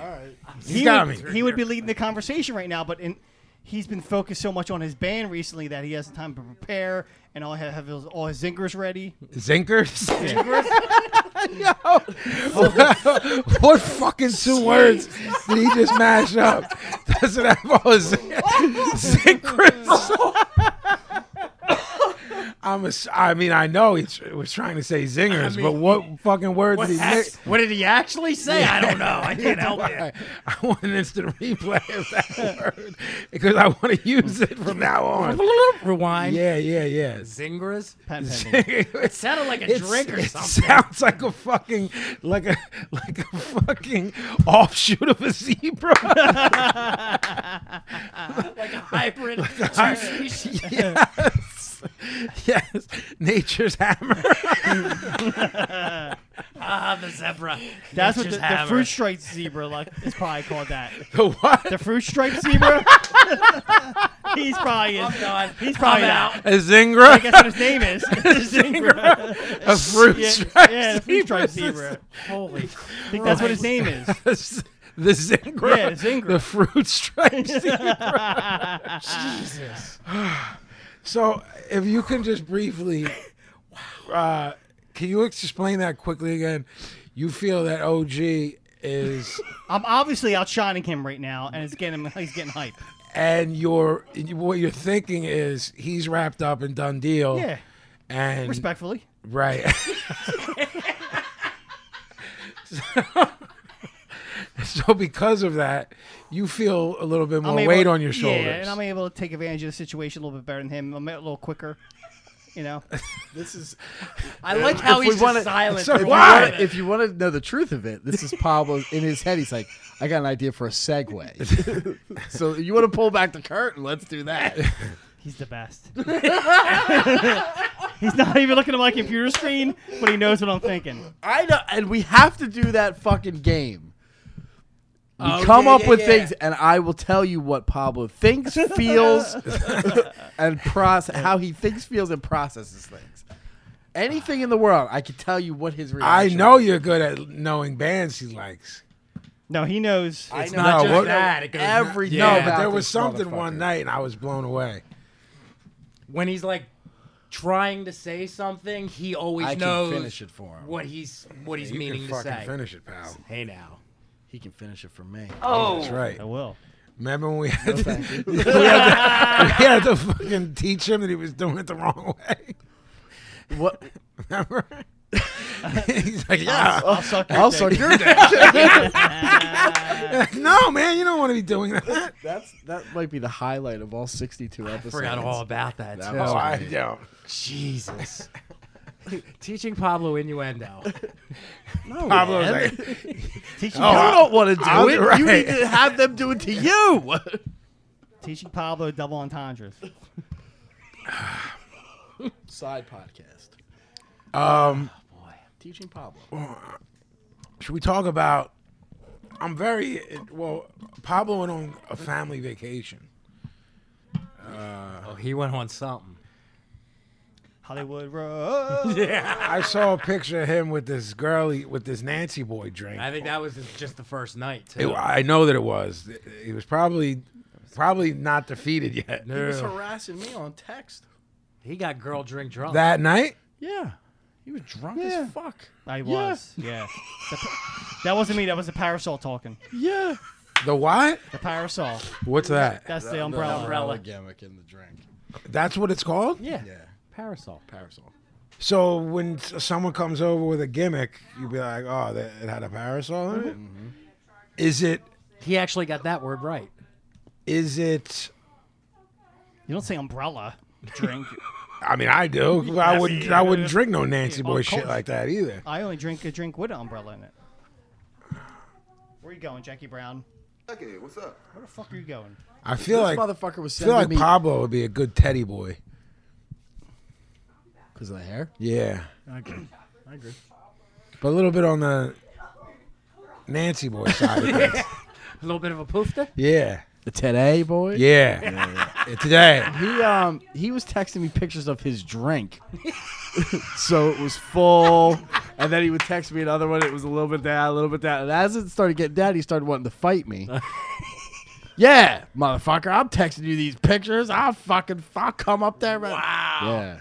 Speaker 1: he
Speaker 3: He's got
Speaker 1: would,
Speaker 3: me.
Speaker 1: he would be leading the conversation right now, but in, he's been focused so much on his band recently that he hasn't time to prepare and all have, have his, all his zingers ready.
Speaker 3: Zinkers.
Speaker 1: Zingers?
Speaker 3: what fucking two words did he just mash up? Doesn't have all his zinkers. I'm a, s- I mean, I know he tr- was trying to say zingers, but what fucking words
Speaker 4: What,
Speaker 3: did he mix?
Speaker 4: act- what did he actually say? I don't know. I can't help it.
Speaker 3: I, I want an instant replay of that word because I want to use it from now on.
Speaker 4: Rewind.
Speaker 3: Yeah, yeah, yeah.
Speaker 4: Zingras?
Speaker 1: Patent pending.
Speaker 4: It
Speaker 3: It's-
Speaker 4: sounded like a drink or
Speaker 3: it
Speaker 4: something.
Speaker 3: sounds like a fucking like a like a fucking offshoot of a zebra.
Speaker 4: like a hybrid of the two species.
Speaker 3: yes. Yes. Nature's hammer.
Speaker 4: Ah, the zebra.
Speaker 1: That's what the,
Speaker 4: Nature's
Speaker 1: the
Speaker 4: hammer.
Speaker 1: fruit striped zebra like is probably called that.
Speaker 3: The what?
Speaker 1: The fruit striped zebra. he's probably
Speaker 4: I'm done.
Speaker 1: he's probably
Speaker 4: I'm
Speaker 1: out.
Speaker 4: out.
Speaker 3: A zingra?
Speaker 1: I guess what his name is. Zingra.
Speaker 3: a fruit
Speaker 1: Yeah,
Speaker 3: striped
Speaker 1: yeah, the fruit striped
Speaker 3: zebra.
Speaker 1: zebra.
Speaker 4: Holy
Speaker 1: I think that's what his name is.
Speaker 3: The z- the zingra.
Speaker 1: Yeah, the zingra.
Speaker 3: The fruit striped zebra.
Speaker 4: Jesus.
Speaker 3: So, if you can just briefly, uh, can you explain that quickly again? You feel that OG is,
Speaker 1: I'm obviously outshining him right now, and it's getting him. He's getting hype.
Speaker 3: and your what you're thinking is he's wrapped up in done deal.
Speaker 1: Yeah.
Speaker 3: And
Speaker 1: Respectfully,
Speaker 3: right. so, so because of that, you feel a little bit more
Speaker 1: able-
Speaker 3: weight on your shoulders.
Speaker 1: Yeah, and I'm able to take advantage of the situation a little bit better than him. I'm a little quicker. You know,
Speaker 5: This is
Speaker 4: I like how he's
Speaker 5: If we
Speaker 4: just
Speaker 5: wanna-
Speaker 4: silent.
Speaker 3: So
Speaker 4: for a
Speaker 3: why?
Speaker 4: minute.
Speaker 5: But if you want to know the truth of it, this is Pablo in his head. He's like, I got an idea for a segue. so you want to pull back the curtain? Let's do that.
Speaker 1: he's the best. he's not even looking at my computer screen, but he knows what I'm thinking.
Speaker 5: I know, and we have to do that fucking game. We
Speaker 4: Oh,
Speaker 5: come
Speaker 4: yeah,
Speaker 5: up
Speaker 4: yeah,
Speaker 5: with
Speaker 4: yeah.
Speaker 5: things, and I will tell you what Pablo thinks, feels, and process how he thinks, feels, and processes things. Anything in the world, I could tell you what his
Speaker 3: I
Speaker 5: reaction.
Speaker 3: know
Speaker 5: is.
Speaker 3: you're good at knowing bands he likes.
Speaker 1: No, he knows.
Speaker 5: I know.
Speaker 3: not just
Speaker 4: that, it goes-
Speaker 5: everything.
Speaker 4: No,
Speaker 3: No, but
Speaker 5: about
Speaker 3: there was
Speaker 5: this
Speaker 3: something
Speaker 5: motherfucker.
Speaker 3: one night and I was blown away.
Speaker 4: when he's like trying to say something, he always
Speaker 5: I
Speaker 4: knows
Speaker 5: can finish it for him.
Speaker 4: what he's what he's
Speaker 3: You
Speaker 4: meaning
Speaker 3: can
Speaker 4: to
Speaker 3: fucking
Speaker 4: say.
Speaker 3: finish it, pal.
Speaker 4: Hey now.
Speaker 5: He can finish it for me.
Speaker 3: That's right.
Speaker 1: I will.
Speaker 3: Remember when we had, to, we, had to, we had to fucking teach him that he was doing it the wrong way?
Speaker 5: What?
Speaker 3: Remember? He's like, yeah,
Speaker 1: I'll suck. Your
Speaker 5: Also,
Speaker 1: dick.
Speaker 5: you're
Speaker 3: no, man, you don't want to be doing that.
Speaker 5: That's that might be the highlight of all 62 episodes.
Speaker 4: Forgot all about that.
Speaker 5: That
Speaker 4: too.
Speaker 5: was
Speaker 3: Oh, I
Speaker 5: great.
Speaker 3: don't.
Speaker 4: Jesus. Teaching Pablo innuendo.
Speaker 5: No,
Speaker 3: Pablo's
Speaker 5: man.
Speaker 3: like,
Speaker 1: teaching,
Speaker 5: you
Speaker 1: Pablo,
Speaker 3: I-
Speaker 5: don't want to do
Speaker 3: I'll-
Speaker 5: it.
Speaker 3: right.
Speaker 5: You need to have them do it to you.
Speaker 1: teaching Pablo double entendres.
Speaker 5: Side podcast. Oh,
Speaker 3: um,
Speaker 5: Teaching Pablo.
Speaker 3: should we talk about I'm very well. Pablo went on a family vacation.
Speaker 4: Oh, he went on something.
Speaker 1: Hollywood Road.
Speaker 4: Yeah.
Speaker 3: I saw a picture of him with this girlie with this Nancy boy drink.
Speaker 4: I think that was his- just the first night,
Speaker 3: It-
Speaker 4: too.
Speaker 3: I know that it was. He was probably probably not defeated yet.
Speaker 5: He was
Speaker 4: Yeah.
Speaker 5: harassing me on text.
Speaker 4: He got girl drink drunk.
Speaker 3: That night,
Speaker 5: Yeah. He was drunk
Speaker 2: Yeah.
Speaker 5: as fuck.
Speaker 1: I was. Yeah. The pa- that wasn't me. That was the parasol talking.
Speaker 5: Yeah.
Speaker 3: the what?
Speaker 1: The parasol.
Speaker 3: What's that?
Speaker 1: That's the umbrella.
Speaker 4: umbrella.
Speaker 5: gimmick in the drink.
Speaker 3: That's what it's called.
Speaker 4: yeah.
Speaker 5: Yeah.
Speaker 4: Parasol.
Speaker 5: Parasol.
Speaker 3: So when s- someone comes over with a gimmick, you'd be like, "Oh, that, it had a parasol in it." Is it?
Speaker 4: He actually got that word right.
Speaker 3: Is it?
Speaker 1: You don't say umbrella. Drink.
Speaker 3: I mean, I do. I wouldn't. I wouldn't drink no Nancy boy
Speaker 5: Oh,
Speaker 1: Of
Speaker 3: shit
Speaker 1: course.
Speaker 3: like that either.
Speaker 1: I only drink a drink with an umbrella in it. Where you going, Jackie Brown?
Speaker 6: Okay, what's up?
Speaker 1: Where the fuck are you going?
Speaker 3: I feel
Speaker 5: This
Speaker 3: like I
Speaker 5: motherfucker was
Speaker 3: feel
Speaker 5: sending
Speaker 3: like
Speaker 5: me
Speaker 3: Pablo would be a good teddy boy.
Speaker 5: because of the hair.
Speaker 3: Yeah,
Speaker 5: I agree. I agree.
Speaker 3: but a little bit on the Nancy boy side. of things.
Speaker 4: A little bit of a poofta.
Speaker 3: Yeah,
Speaker 5: The today boy.
Speaker 3: yeah. Yeah, Today,
Speaker 5: He um he was texting me pictures of his drink. so it was full. And then he would text me another one. It was a little bit down, a little bit down. And as it started getting down, he started wanting to fight me. yeah, motherfucker, I'm texting you these pictures. I'll fucking I'll come up there. Right wow. Yeah.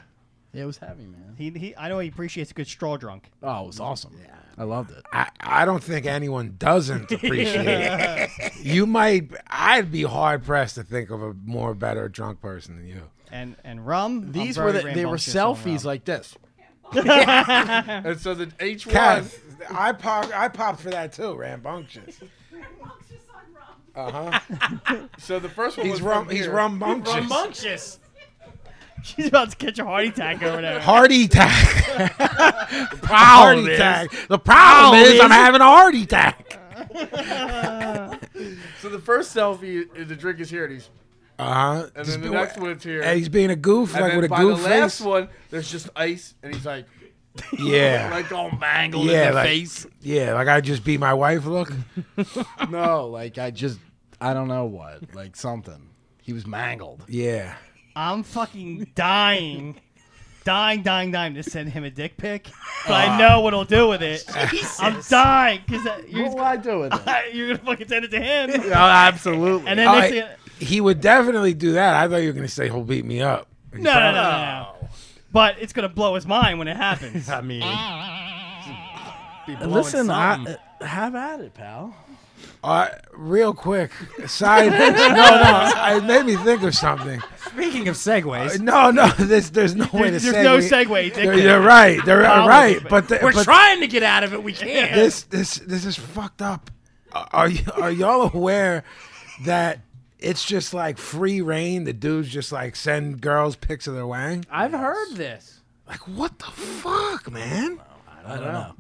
Speaker 5: Yeah, it was heavy, man.
Speaker 1: He, he I know he appreciates a good straw drunk.
Speaker 5: Oh, it was awesome. I loved it.
Speaker 3: I, I don't think anyone doesn't appreciate it. You might. I'd be hard pressed to think of a more better drunk person than you.
Speaker 1: And and rum.
Speaker 5: These
Speaker 1: I'm
Speaker 5: were the,
Speaker 1: very
Speaker 5: they were
Speaker 1: rambunctious on
Speaker 5: selfies
Speaker 1: rum.
Speaker 5: like this. and so the each one
Speaker 3: Kath, I popped. I popped for that too. Rambunctious. Uh huh.
Speaker 5: so the first one
Speaker 3: He's
Speaker 5: was
Speaker 3: rum.
Speaker 5: from
Speaker 3: He's
Speaker 5: here.
Speaker 3: rumbunctious.
Speaker 4: Rambunctious.
Speaker 1: She's about to catch a heart attack over there.
Speaker 3: Heart attack.
Speaker 2: Problem
Speaker 3: heart
Speaker 2: is-
Speaker 3: attack. The problem is, I'm having a heart attack.
Speaker 5: So the first selfie the drink is here and he's
Speaker 3: Uh huh.
Speaker 5: and then the next one's here.
Speaker 3: Hey, he's being a goof,
Speaker 5: And
Speaker 3: like
Speaker 5: then
Speaker 3: with a
Speaker 5: by
Speaker 3: goof
Speaker 5: the last
Speaker 3: face.
Speaker 5: one, there's just ice, and he's like,
Speaker 3: Yeah,
Speaker 5: like oh, all mangled
Speaker 3: yeah,
Speaker 5: in the
Speaker 3: like,
Speaker 5: face.
Speaker 3: yeah, like I just beat my wife. Look,
Speaker 5: No, Oh, like I just, I don't know what, like something. He was mangled.
Speaker 3: yeah.
Speaker 1: I'm fucking dying. Dying, dying, dying to send him a dick pic, but
Speaker 5: Ah.
Speaker 1: I know what he'll do with it. I'm dying because you're,
Speaker 5: What will I do with it?
Speaker 1: you're gonna fucking send it to him,
Speaker 5: oh, absolutely.
Speaker 1: and then
Speaker 3: Oh,
Speaker 1: next
Speaker 3: I-
Speaker 1: thing,
Speaker 3: He would definitely do that. I thought you were gonna say he'll beat me up.
Speaker 1: no, no, no, no, no, no. But it's gonna blow his mind when it happens.
Speaker 4: I mean, be blowing
Speaker 5: Listen,
Speaker 4: something.
Speaker 5: I, uh, have at it, pal.
Speaker 3: Uh, real quick, side. no, no, it made me think of something.
Speaker 4: speaking of segues,
Speaker 3: No, no, there's there's no way to
Speaker 1: There's,
Speaker 3: segue.
Speaker 1: there's no segue. Dick
Speaker 3: You're,
Speaker 1: pic.
Speaker 3: you're right. They're right, but the,
Speaker 4: we're
Speaker 3: but
Speaker 4: trying to get out of it. We can't.
Speaker 3: this this this is fucked up. Are you are y'all aware that it's just like free reign? The dudes just like send girls pics of their wang.
Speaker 4: I've heard this.
Speaker 3: Like what the fuck, man?
Speaker 5: I don't know.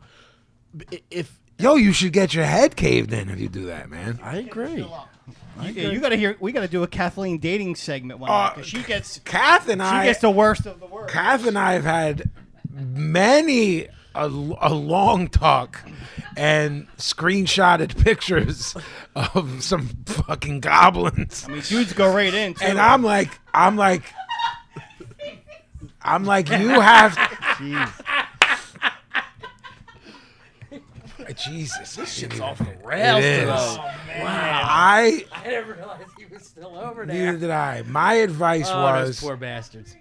Speaker 5: I- If
Speaker 3: Yo, you should get your head caved in if you do that, man.
Speaker 5: I agree,
Speaker 1: Yeah, you gotta hear. We gotta do a Kathleen dating segment one
Speaker 3: Uh,
Speaker 1: because she gets she
Speaker 3: Kath and I
Speaker 1: gets the worst of the worst.
Speaker 3: Kath and I have had many a, a long talk and screenshotted pictures of some fucking goblins.
Speaker 1: I mean, dudes go right in. Too.
Speaker 3: And I'm like, I'm like, I'm like, you have. Jesus, this shit's off the rails. It is. I
Speaker 4: Oh, I didn't realize he was still over
Speaker 3: neither did I. My advice
Speaker 4: Oh, those
Speaker 3: was
Speaker 4: poor bastards.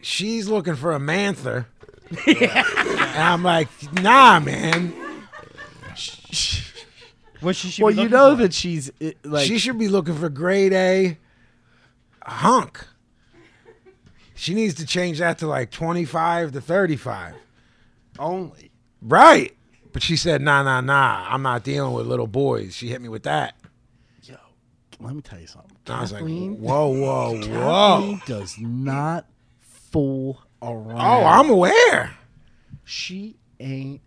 Speaker 3: she's looking for a manther. and I'm like, nah, man.
Speaker 1: What she should
Speaker 5: well,
Speaker 1: be
Speaker 5: you
Speaker 1: looking
Speaker 5: know
Speaker 1: for.
Speaker 5: that she's i- like
Speaker 3: she should be looking for grade A hunk. She needs to change that to like 25 to 35.
Speaker 5: only.
Speaker 3: Right. But she said, nah, nah, nah. I'm not dealing with little boys. She hit me with that.
Speaker 5: Yo, let me tell you something.
Speaker 3: And I was like,
Speaker 5: Kathleen-
Speaker 3: whoa, whoa,
Speaker 5: Kathleen
Speaker 3: whoa.
Speaker 5: does not fool around.
Speaker 3: Oh, I'm aware.
Speaker 5: She ain't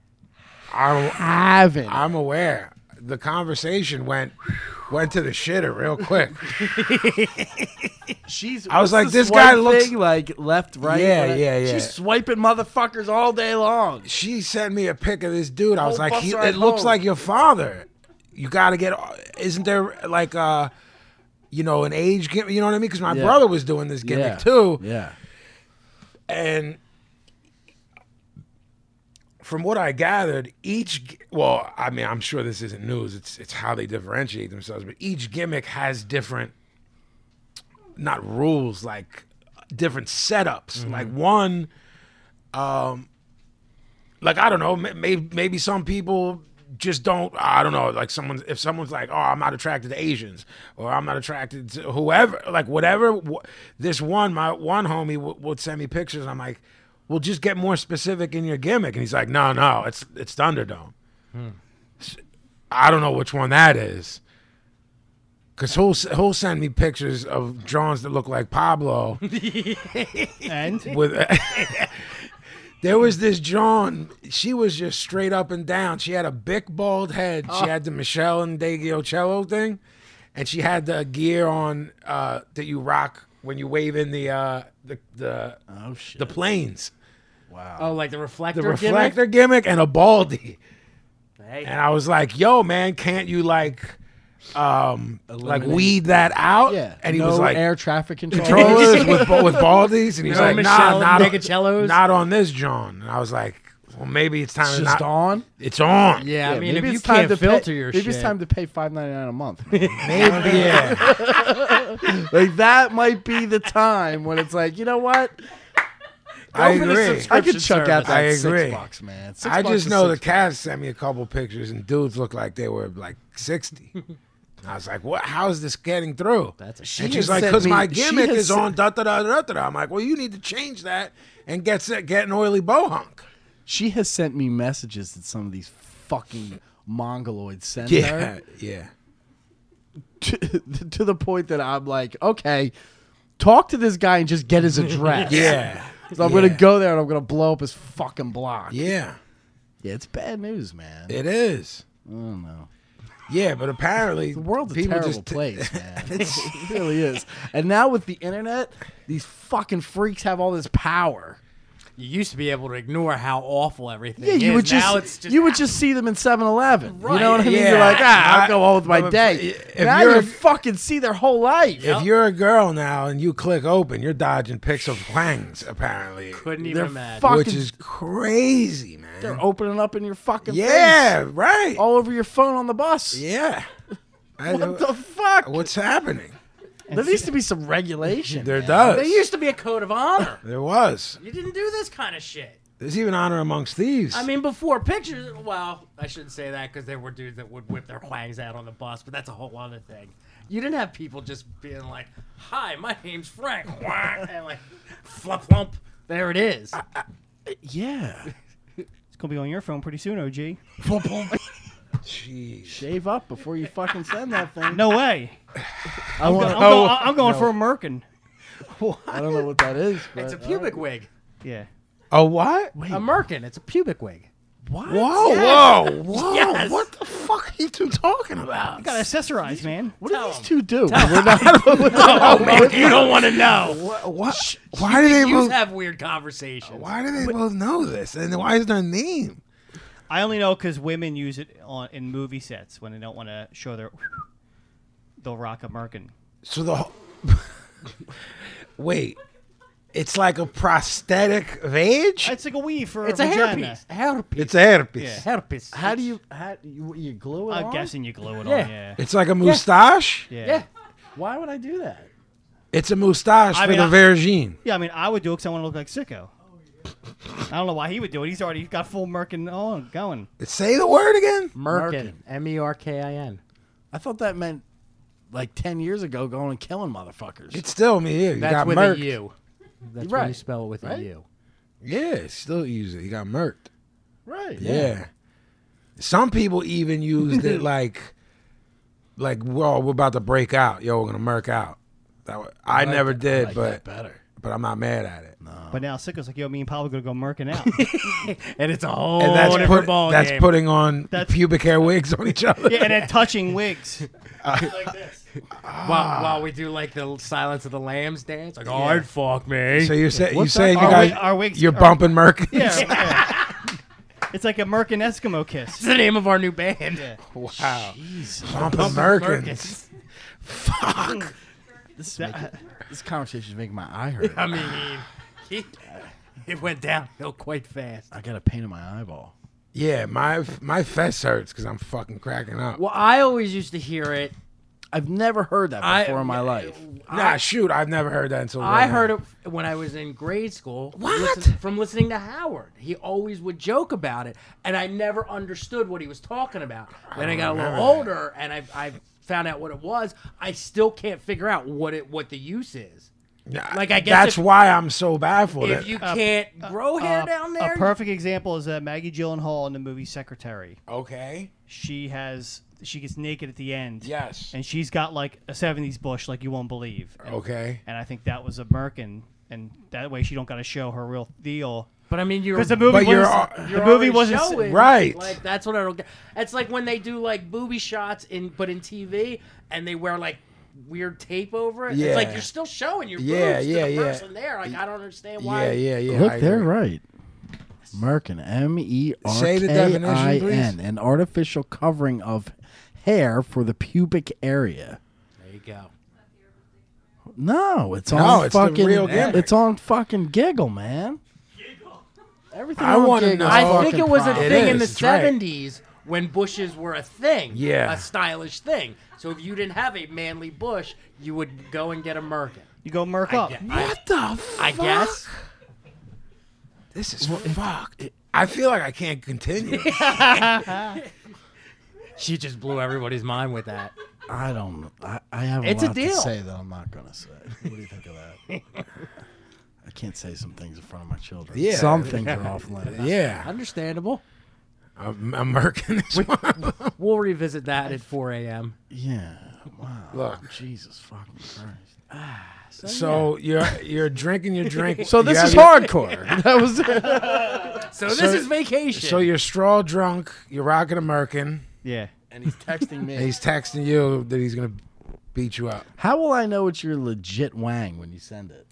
Speaker 3: I'm,
Speaker 5: having. it.
Speaker 3: I'm aware. The conversation went went to the shitter real quick.
Speaker 5: She's.
Speaker 3: I was
Speaker 5: what's
Speaker 3: like,
Speaker 5: the
Speaker 3: this guy
Speaker 5: swipe
Speaker 3: looks-
Speaker 5: thing? like left, right.
Speaker 3: Yeah,
Speaker 5: left?
Speaker 3: yeah, yeah.
Speaker 5: She's swiping motherfuckers all day long.
Speaker 3: She sent me a pic of this dude. I was
Speaker 5: Whole
Speaker 3: like,
Speaker 5: bus
Speaker 3: he,
Speaker 5: ride
Speaker 3: it looks
Speaker 5: home.
Speaker 3: like your father. you got to get. Isn't there like uh, you know, an age gimmick? You know what I mean? Because my
Speaker 5: Yeah.
Speaker 3: brother was doing this gimmick
Speaker 5: yeah.
Speaker 3: too,
Speaker 5: Yeah.
Speaker 3: and from what I gathered, each g- well, I mean, I'm sure this isn't news. It's it's how they differentiate themselves, but each gimmick has different, not rules, like different setups.
Speaker 5: Mm-hmm.
Speaker 3: Like one, um, like I don't know, maybe maybe some people just don't. I don't know. Like someone, if someone's like, oh, I'm not attracted to Asians, or I'm not attracted to whoever, like whatever. Wh- this one, my one homie w- would send me pictures. I'm like. Well, just get more specific in your gimmick. And he's like, no, no, it's it's Thunderdome. I don't know which one that is. Cause he'll s- he'll send me pictures of drawings that look like Pablo.
Speaker 1: And
Speaker 3: With there was this John, she was just straight up and down. She had a big bald head.
Speaker 5: Oh.
Speaker 3: She had the Michelle and Daggio cello thing, and she had the gear on uh, that you rock when you wave in the uh, the the
Speaker 5: Oh shit.
Speaker 3: the planes.
Speaker 4: Oh, like the reflector.
Speaker 3: The
Speaker 4: gimmick?
Speaker 3: reflector gimmick and a baldy.
Speaker 4: Hey.
Speaker 3: And I was like, "Yo, man, can't you like, um, like
Speaker 5: Eliminate.
Speaker 3: weed that out?"
Speaker 5: Yeah.
Speaker 3: And he
Speaker 5: no
Speaker 3: was like,
Speaker 5: air traffic control.
Speaker 3: "Controllers with ba- with baldies," and he's
Speaker 4: No
Speaker 3: like, "Nah,
Speaker 4: Michelle
Speaker 3: not on,
Speaker 4: Nicocellos?
Speaker 3: not on this, John." And I was like, "Well, maybe it's time
Speaker 5: It's
Speaker 3: to
Speaker 5: just
Speaker 3: not-
Speaker 5: on.
Speaker 3: It's on.
Speaker 4: yeah, I mean,
Speaker 5: maybe
Speaker 4: if you
Speaker 5: it's time
Speaker 4: can't
Speaker 5: to pay-
Speaker 4: filter your
Speaker 5: maybe
Speaker 4: shit,
Speaker 5: it's time to pay five ninety nine a month.
Speaker 3: maybe yeah.
Speaker 5: like that might be the time when it's like, you know what?
Speaker 3: I
Speaker 5: Go for the
Speaker 3: agree.
Speaker 5: subscription
Speaker 2: I could chuck out
Speaker 5: service.
Speaker 3: that I six agree.
Speaker 5: Six bucks, man. Six
Speaker 3: I
Speaker 5: bucks
Speaker 3: just
Speaker 5: is
Speaker 3: know the
Speaker 5: six-
Speaker 3: Cavs sent me a couple pictures, and dudes looked like they were like sixty. And I was like, "What? How is this getting through?"
Speaker 4: That's a
Speaker 3: she
Speaker 4: shame.
Speaker 3: and
Speaker 5: has
Speaker 3: she's like,
Speaker 5: sent
Speaker 3: "Cause
Speaker 5: me-
Speaker 3: my
Speaker 5: she
Speaker 3: gimmick
Speaker 5: has
Speaker 3: is
Speaker 5: sent-
Speaker 3: on da da da da da da." I'm like, "Well, you need to change that and get se- get an oily bohunk."
Speaker 5: She has sent me messages that some of these fucking mongoloids send her.
Speaker 3: yeah.
Speaker 5: to, to the point that I'm like, okay, talk to this guy and just get his address.
Speaker 3: Yeah.
Speaker 5: So I'm
Speaker 3: Yeah.
Speaker 5: gonna go there and I'm gonna blow up his fucking block. Yeah,
Speaker 3: Yeah,
Speaker 5: it's bad news, man.
Speaker 3: it is.
Speaker 5: I don't know.
Speaker 3: Yeah, but apparently
Speaker 5: The world's a terrible place, man. it really is. And now with the internet, these fucking freaks have all this power.
Speaker 4: you used to be able to ignore how awful everything
Speaker 5: Yeah, you
Speaker 4: is.
Speaker 5: would just,
Speaker 4: now it's just
Speaker 5: you would just see them in 7-Eleven. You
Speaker 4: Right,
Speaker 5: know what I mean?
Speaker 3: yeah.
Speaker 5: You're like, ah,
Speaker 3: I-
Speaker 5: I'll go on with my
Speaker 3: if-
Speaker 5: day.
Speaker 3: if
Speaker 5: now
Speaker 3: you're
Speaker 5: you
Speaker 3: a-
Speaker 5: fucking see their whole life.
Speaker 3: If you're a girl now and you click open, you're dodging pics of wangs apparently,
Speaker 4: couldn't even
Speaker 5: They're
Speaker 4: imagine.
Speaker 5: fucking
Speaker 3: which is crazy, man.
Speaker 5: they're opening up in your fucking face.
Speaker 3: yeah, right.
Speaker 5: all over your phone on the bus.
Speaker 3: Yeah. I-
Speaker 5: What the fuck?
Speaker 3: what's happening?
Speaker 5: There needs to be some regulation.
Speaker 3: There does.
Speaker 4: there used to be a code of honor.
Speaker 3: there was.
Speaker 4: you didn't do this kind of shit.
Speaker 3: There's even honor amongst thieves.
Speaker 4: I mean, before pictures. Well, I shouldn't say that because there were dudes that would whip their wangs out on the bus, but that's a whole other thing. You didn't have people just being like, "Hi, my name's Frank," Wah, and like, flump flump. There it is.
Speaker 5: yeah.
Speaker 1: it's gonna be on your phone pretty soon, OG.
Speaker 3: Jeez.
Speaker 5: Shave up before you fucking send that thing.
Speaker 1: No way.
Speaker 5: I,
Speaker 1: I'm,
Speaker 5: want
Speaker 1: go-
Speaker 3: Oh,
Speaker 5: no.
Speaker 1: I'm going for a merkin.
Speaker 5: I don't know what that is. But uh,
Speaker 4: It's a pubic wig.
Speaker 1: Yeah.
Speaker 3: Oh what?
Speaker 4: A merkin. It's a pubic wig.
Speaker 5: What?
Speaker 3: Whoa, whoa, whoa!
Speaker 4: Yes.
Speaker 3: What the fuck are you two talking about?
Speaker 1: You gotta accessorize, man.
Speaker 5: What do
Speaker 4: Tell
Speaker 5: these
Speaker 4: 'em.
Speaker 5: two do? We're not-
Speaker 4: you don't want to know.
Speaker 3: Wha- what? Why do they
Speaker 4: You
Speaker 3: both?
Speaker 4: have weird conversations.
Speaker 3: Why do they both know this? And why is their name?
Speaker 1: I only know because women use it on in movie sets when they don't want to show their. They'll rock a merkin.
Speaker 3: So the whole- wait, it's like a prosthetic of age.
Speaker 1: It's like a weave for
Speaker 4: It's
Speaker 1: a
Speaker 4: a
Speaker 1: vagina.
Speaker 4: hairpiece. Hairpiece.
Speaker 3: It's a herpes.
Speaker 1: Yeah.
Speaker 4: hairpiece.
Speaker 5: how do you? How you, you glue it
Speaker 1: I'm
Speaker 5: on?
Speaker 1: guessing you glue it
Speaker 4: Yeah.
Speaker 1: on. Yeah.
Speaker 3: It's like a moustache.
Speaker 1: Yeah.
Speaker 4: Yeah.
Speaker 1: yeah.
Speaker 5: Why would I do that?
Speaker 3: It's a moustache
Speaker 1: I
Speaker 3: for
Speaker 1: mean,
Speaker 3: the
Speaker 1: I-
Speaker 3: virgin.
Speaker 1: I mean, I would do it because I want to look like Sicko. I don't know why he would do it. He's already got full merkin on going.
Speaker 3: Say the word again.
Speaker 4: Mm-hmm. Merkin. M e r k i n.
Speaker 5: I thought that meant like ten years ago, going and killing motherfuckers.
Speaker 3: It's still me here. You
Speaker 4: That's
Speaker 3: got
Speaker 4: with
Speaker 3: murked.
Speaker 4: a U. That's
Speaker 5: Right.
Speaker 4: why you spell it with
Speaker 5: Right?
Speaker 4: a U.
Speaker 3: Yeah, it's still use it. You got murked.
Speaker 5: right.
Speaker 3: Yeah. Some people even used it like, like, well, we're about to break out. Yo, we're gonna murk out. That wa- I,
Speaker 5: like
Speaker 3: never
Speaker 5: that- I
Speaker 3: did,
Speaker 5: like
Speaker 3: but
Speaker 5: that better.
Speaker 3: but I'm not mad at it.
Speaker 1: But now Sicko's like, yo, me and Pablo gonna go merkin out.
Speaker 4: And it's a whole
Speaker 3: And that's
Speaker 4: different
Speaker 3: put,
Speaker 4: ball
Speaker 3: that's
Speaker 4: game.
Speaker 3: putting on
Speaker 1: That's-
Speaker 3: pubic hair wigs on each other.
Speaker 1: yeah, and then touching wigs. like this.
Speaker 3: ah.
Speaker 4: while, while we do like the Silence of the Lambs dance, like I'd fuck me.
Speaker 3: So you're saying you
Speaker 5: What's
Speaker 3: saying
Speaker 5: that?
Speaker 3: you
Speaker 5: Our
Speaker 3: guys
Speaker 1: wi- our wigs
Speaker 3: you're
Speaker 1: are-
Speaker 3: bumping murk?
Speaker 1: Yeah. yeah. It's like a Merkin Eskimo kiss.
Speaker 4: It's the name of our new band.
Speaker 3: Wow. Pump Americans.
Speaker 4: Merkins.
Speaker 3: Fuck.
Speaker 5: This, is making, this conversation is making my eye hurt.
Speaker 4: I mean, he, it went downhill quite fast.
Speaker 5: I got a pain in my eyeball.
Speaker 3: Yeah, my my fest hurts because I'm fucking cracking up.
Speaker 4: Well, I always used to hear it.
Speaker 5: I've never heard that
Speaker 4: I-
Speaker 5: before in my life.
Speaker 3: nah, shoot, I've never heard that until
Speaker 4: I
Speaker 3: right now.
Speaker 4: heard it when I was in grade school. from
Speaker 3: What?
Speaker 4: listen- from listening to Howard. He always would joke about it, and I never understood what he was talking about. Then I got a little
Speaker 3: remember that.
Speaker 4: older, and I, I found out what it was. I still can't figure out what it what the use is.
Speaker 3: Nah,
Speaker 4: like, I guess
Speaker 3: that's
Speaker 4: if-
Speaker 3: why I'm so baffled.
Speaker 4: If
Speaker 3: At,
Speaker 4: you can't grow hair
Speaker 1: Uh,
Speaker 4: down
Speaker 1: A
Speaker 4: there,
Speaker 1: perfect example is uh, Maggie Gyllenhaal in the movie Secretary.
Speaker 3: okay,
Speaker 1: She has she gets naked at the end.
Speaker 3: Yes.
Speaker 1: And she's got like a '70s bush, like you won't believe. And,
Speaker 3: okay,
Speaker 1: And I think that was a Merkin, and that way she don't got to show her real deal.
Speaker 4: but I mean, you're
Speaker 1: Because the movie
Speaker 3: But you're
Speaker 1: wasn't-
Speaker 3: al-
Speaker 1: the
Speaker 4: you're
Speaker 1: movie
Speaker 4: already
Speaker 1: wasn't
Speaker 4: showing,
Speaker 3: right.
Speaker 4: Like that's what I don't get. It's like when they do like booby shots in but in TV, and they wear like weird tape over it.
Speaker 3: Yeah.
Speaker 4: It's like you're still showing your
Speaker 3: Yeah,
Speaker 4: boobs
Speaker 3: yeah,
Speaker 4: to the
Speaker 3: yeah.
Speaker 4: person there. Like I don't understand why.
Speaker 3: yeah, yeah, yeah. I
Speaker 5: Look, they're
Speaker 3: agree.
Speaker 5: right. Merkin, M E R
Speaker 3: Say the
Speaker 5: K
Speaker 3: definition,
Speaker 5: I N,
Speaker 3: please.
Speaker 5: an artificial covering of hair for the pubic area.
Speaker 4: There you go.
Speaker 5: No, it's on
Speaker 3: No, it's the
Speaker 5: fucking.
Speaker 3: real gimmick.
Speaker 5: It's on fucking giggle, man. Everything
Speaker 3: I
Speaker 5: on
Speaker 3: wanna
Speaker 5: Giggle
Speaker 3: know-
Speaker 5: is
Speaker 4: I
Speaker 5: fucking
Speaker 4: think it was a
Speaker 5: private.
Speaker 3: It
Speaker 4: thing in the
Speaker 3: is, it's right.
Speaker 4: '70s when bushes were a thing.
Speaker 3: Yeah.
Speaker 4: a stylish thing. So if you didn't have a manly bush, you would go and get a merkin.
Speaker 1: You go Merk up.
Speaker 3: Oh, What the? Fuck?
Speaker 4: I guess.
Speaker 3: this is fucked. I feel like I can't continue.
Speaker 4: She just blew everybody's mind with that.
Speaker 5: I don't. I, I have a
Speaker 4: It's a
Speaker 5: lot to
Speaker 4: deal.
Speaker 5: say that I'm not gonna say. What do you think of that? I can't say some things in front of my children.
Speaker 3: Yeah.
Speaker 5: Some things are off limits.
Speaker 3: yeah,
Speaker 4: Understandable.
Speaker 3: I'm, I'm murking this one.
Speaker 4: We'll revisit that at 4 a.m.
Speaker 5: Yeah. Wow.
Speaker 3: Look.
Speaker 5: Jesus fucking Christ.
Speaker 3: So you're you're drinking your drink.
Speaker 5: So
Speaker 3: you
Speaker 5: this
Speaker 3: have
Speaker 5: is
Speaker 3: your-
Speaker 5: hardcore. that was it.
Speaker 4: So, this is vacation.
Speaker 3: So you're straw drunk. You're rocking a merkin.
Speaker 1: Yeah.
Speaker 5: And he's texting me.
Speaker 3: And he's texting you that he's gonna beat you up.
Speaker 5: How will I know it's your legit wang when you send it?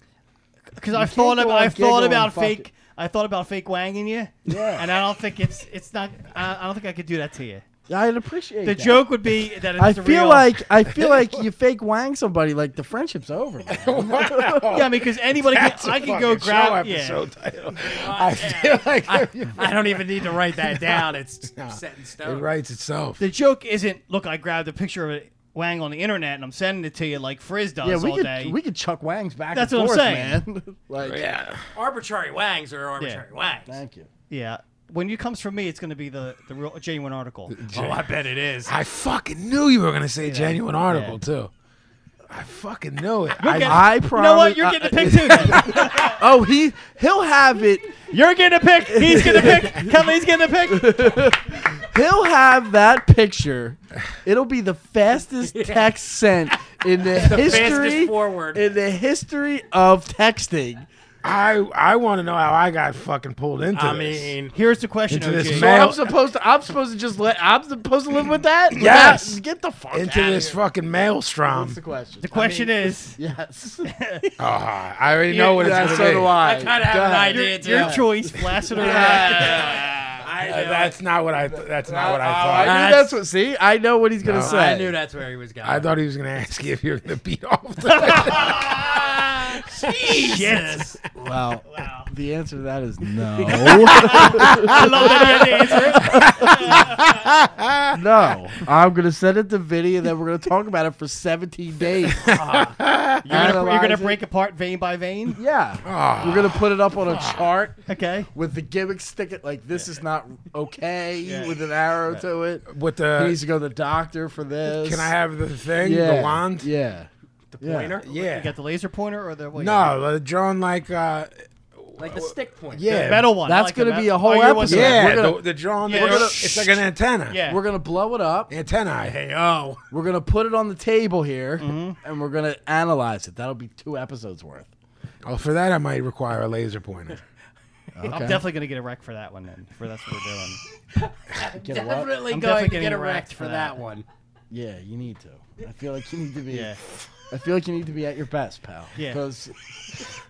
Speaker 1: Because I've thought
Speaker 5: go
Speaker 1: about
Speaker 5: on
Speaker 1: I've
Speaker 5: Giggle
Speaker 1: thought
Speaker 5: and
Speaker 1: about
Speaker 5: fuck
Speaker 1: fake
Speaker 5: it.
Speaker 1: I thought about fake wanging you.
Speaker 5: Yeah.
Speaker 1: And I don't think it's it's not I, I don't think I could do that to you.
Speaker 5: I'd appreciate
Speaker 1: The
Speaker 5: that.
Speaker 1: joke would be that it's
Speaker 5: I
Speaker 1: the
Speaker 5: feel
Speaker 1: real-
Speaker 5: like I feel like you fake wang somebody like the friendship's over. man.
Speaker 1: yeah because anybody can,
Speaker 3: That's a
Speaker 1: I could go
Speaker 3: fucking show
Speaker 1: grab yeah.
Speaker 3: episode title. I feel like it
Speaker 4: I don't even need to write that down. It's set in stone.
Speaker 3: writes itself.
Speaker 1: The joke isn't look I grabbed a picture of it wang on the internet and I'm sending it to you like Frizz does
Speaker 5: Yeah, we
Speaker 1: all
Speaker 5: could
Speaker 1: day.
Speaker 5: we could chuck wangs back
Speaker 1: That's
Speaker 5: and
Speaker 1: what I'm
Speaker 5: forth,
Speaker 1: saying.
Speaker 5: man. like,
Speaker 3: Yeah.
Speaker 4: Arbitrary wangs are arbitrary wangs.
Speaker 5: thank you.
Speaker 1: yeah. When it comes from me it's going to be the the real genuine article.
Speaker 4: Oh, I bet it is.
Speaker 3: I fucking knew you were gonna say genuine article too. I fucking knew it. I,
Speaker 1: Okay.
Speaker 5: I uh,
Speaker 1: You know what?
Speaker 5: promise.
Speaker 1: You're getting a pick too. Then.
Speaker 5: oh, he he'll have it.
Speaker 1: You're getting a pick. He's getting a pick. Kelly's getting a pick.
Speaker 5: He'll have that picture. It'll be the fastest text sent in the, history
Speaker 4: Fastest forward.
Speaker 5: in the history of texting.
Speaker 3: I, I want to know how I got fucking pulled into
Speaker 4: I
Speaker 3: this.
Speaker 4: mean,
Speaker 1: Here's the question.
Speaker 3: Into this
Speaker 1: OJ.
Speaker 5: So
Speaker 3: man- Mail-
Speaker 5: I'm supposed to. I'm supposed to just let. I'm supposed to live with that.
Speaker 3: Yes.
Speaker 5: Without- get the fuck
Speaker 3: into
Speaker 5: outta
Speaker 3: this
Speaker 5: here.
Speaker 3: fucking maelstrom.
Speaker 5: What's the question?
Speaker 1: the question is
Speaker 5: Yes.
Speaker 3: Oh, I already know what it's
Speaker 5: yeah,
Speaker 3: gonna
Speaker 5: so
Speaker 3: be.
Speaker 5: do I.
Speaker 4: I kind of have an idea too.
Speaker 1: your choice, flaccid or not.
Speaker 4: I,
Speaker 3: Uh,
Speaker 4: knew
Speaker 3: that's not what I. th- that's not what I
Speaker 5: Oh, I
Speaker 3: thought.
Speaker 5: knew that's what. See, I know what he's gonna
Speaker 3: No.
Speaker 5: say.
Speaker 4: I knew that's where he was going.
Speaker 3: I thought he was gonna ask you if you're gonna beat off. The-
Speaker 4: Jesus.
Speaker 5: Well, the answer to that is no.
Speaker 1: I love that you had to answer it.
Speaker 5: no. I'm gonna send it to Vinny, and then we're gonna talk about it for 17 days.
Speaker 1: You're gonna, you're gonna
Speaker 5: Analyze it.
Speaker 1: break apart vein by vein.
Speaker 5: Yeah.
Speaker 3: Ah.
Speaker 5: We're gonna put it up on a chart
Speaker 1: Okay.
Speaker 5: with the gimmick stick it like this is not okay with an arrow to it.
Speaker 3: With
Speaker 5: He
Speaker 3: the
Speaker 5: needs to go to the doctor for this.
Speaker 3: Uh, can I have the thing?
Speaker 5: yeah.
Speaker 3: The wand?
Speaker 5: Yeah. The
Speaker 4: Pointer?
Speaker 1: You
Speaker 3: Yeah.
Speaker 1: got the laser pointer or the what
Speaker 3: No, uh, drawn like uh,
Speaker 4: Like the stick point.
Speaker 1: you got?
Speaker 3: yeah,
Speaker 1: The metal one. I
Speaker 5: That's
Speaker 1: like the
Speaker 5: gonna be
Speaker 1: metal-
Speaker 5: a whole
Speaker 1: oh, you want the-
Speaker 5: episode.
Speaker 3: Yeah,
Speaker 5: We're gonna-
Speaker 3: the, the drawn.
Speaker 1: Yeah. We're gonna-
Speaker 3: it's like an antenna.
Speaker 1: Yeah.
Speaker 5: We're gonna blow it up.
Speaker 3: Antennae.
Speaker 4: Hey, oh.
Speaker 5: We're gonna put it on the table here, and we're gonna analyze it. That'll be two episodes worth.
Speaker 3: Oh, for that I might require a laser pointer.
Speaker 1: I'm definitely gonna get a wreck for that one then. For that's what we're doing.
Speaker 5: Get a what?
Speaker 4: Definitely
Speaker 1: I'm
Speaker 4: going
Speaker 1: definitely
Speaker 4: to
Speaker 1: getting
Speaker 4: get
Speaker 1: wrecked
Speaker 4: erect
Speaker 1: for
Speaker 4: for
Speaker 1: that.
Speaker 4: that one.
Speaker 5: Yeah, you need to. I feel like you need to be.
Speaker 1: Yeah.
Speaker 5: I feel like you need to be at your best, pal.
Speaker 1: Yeah.
Speaker 5: Because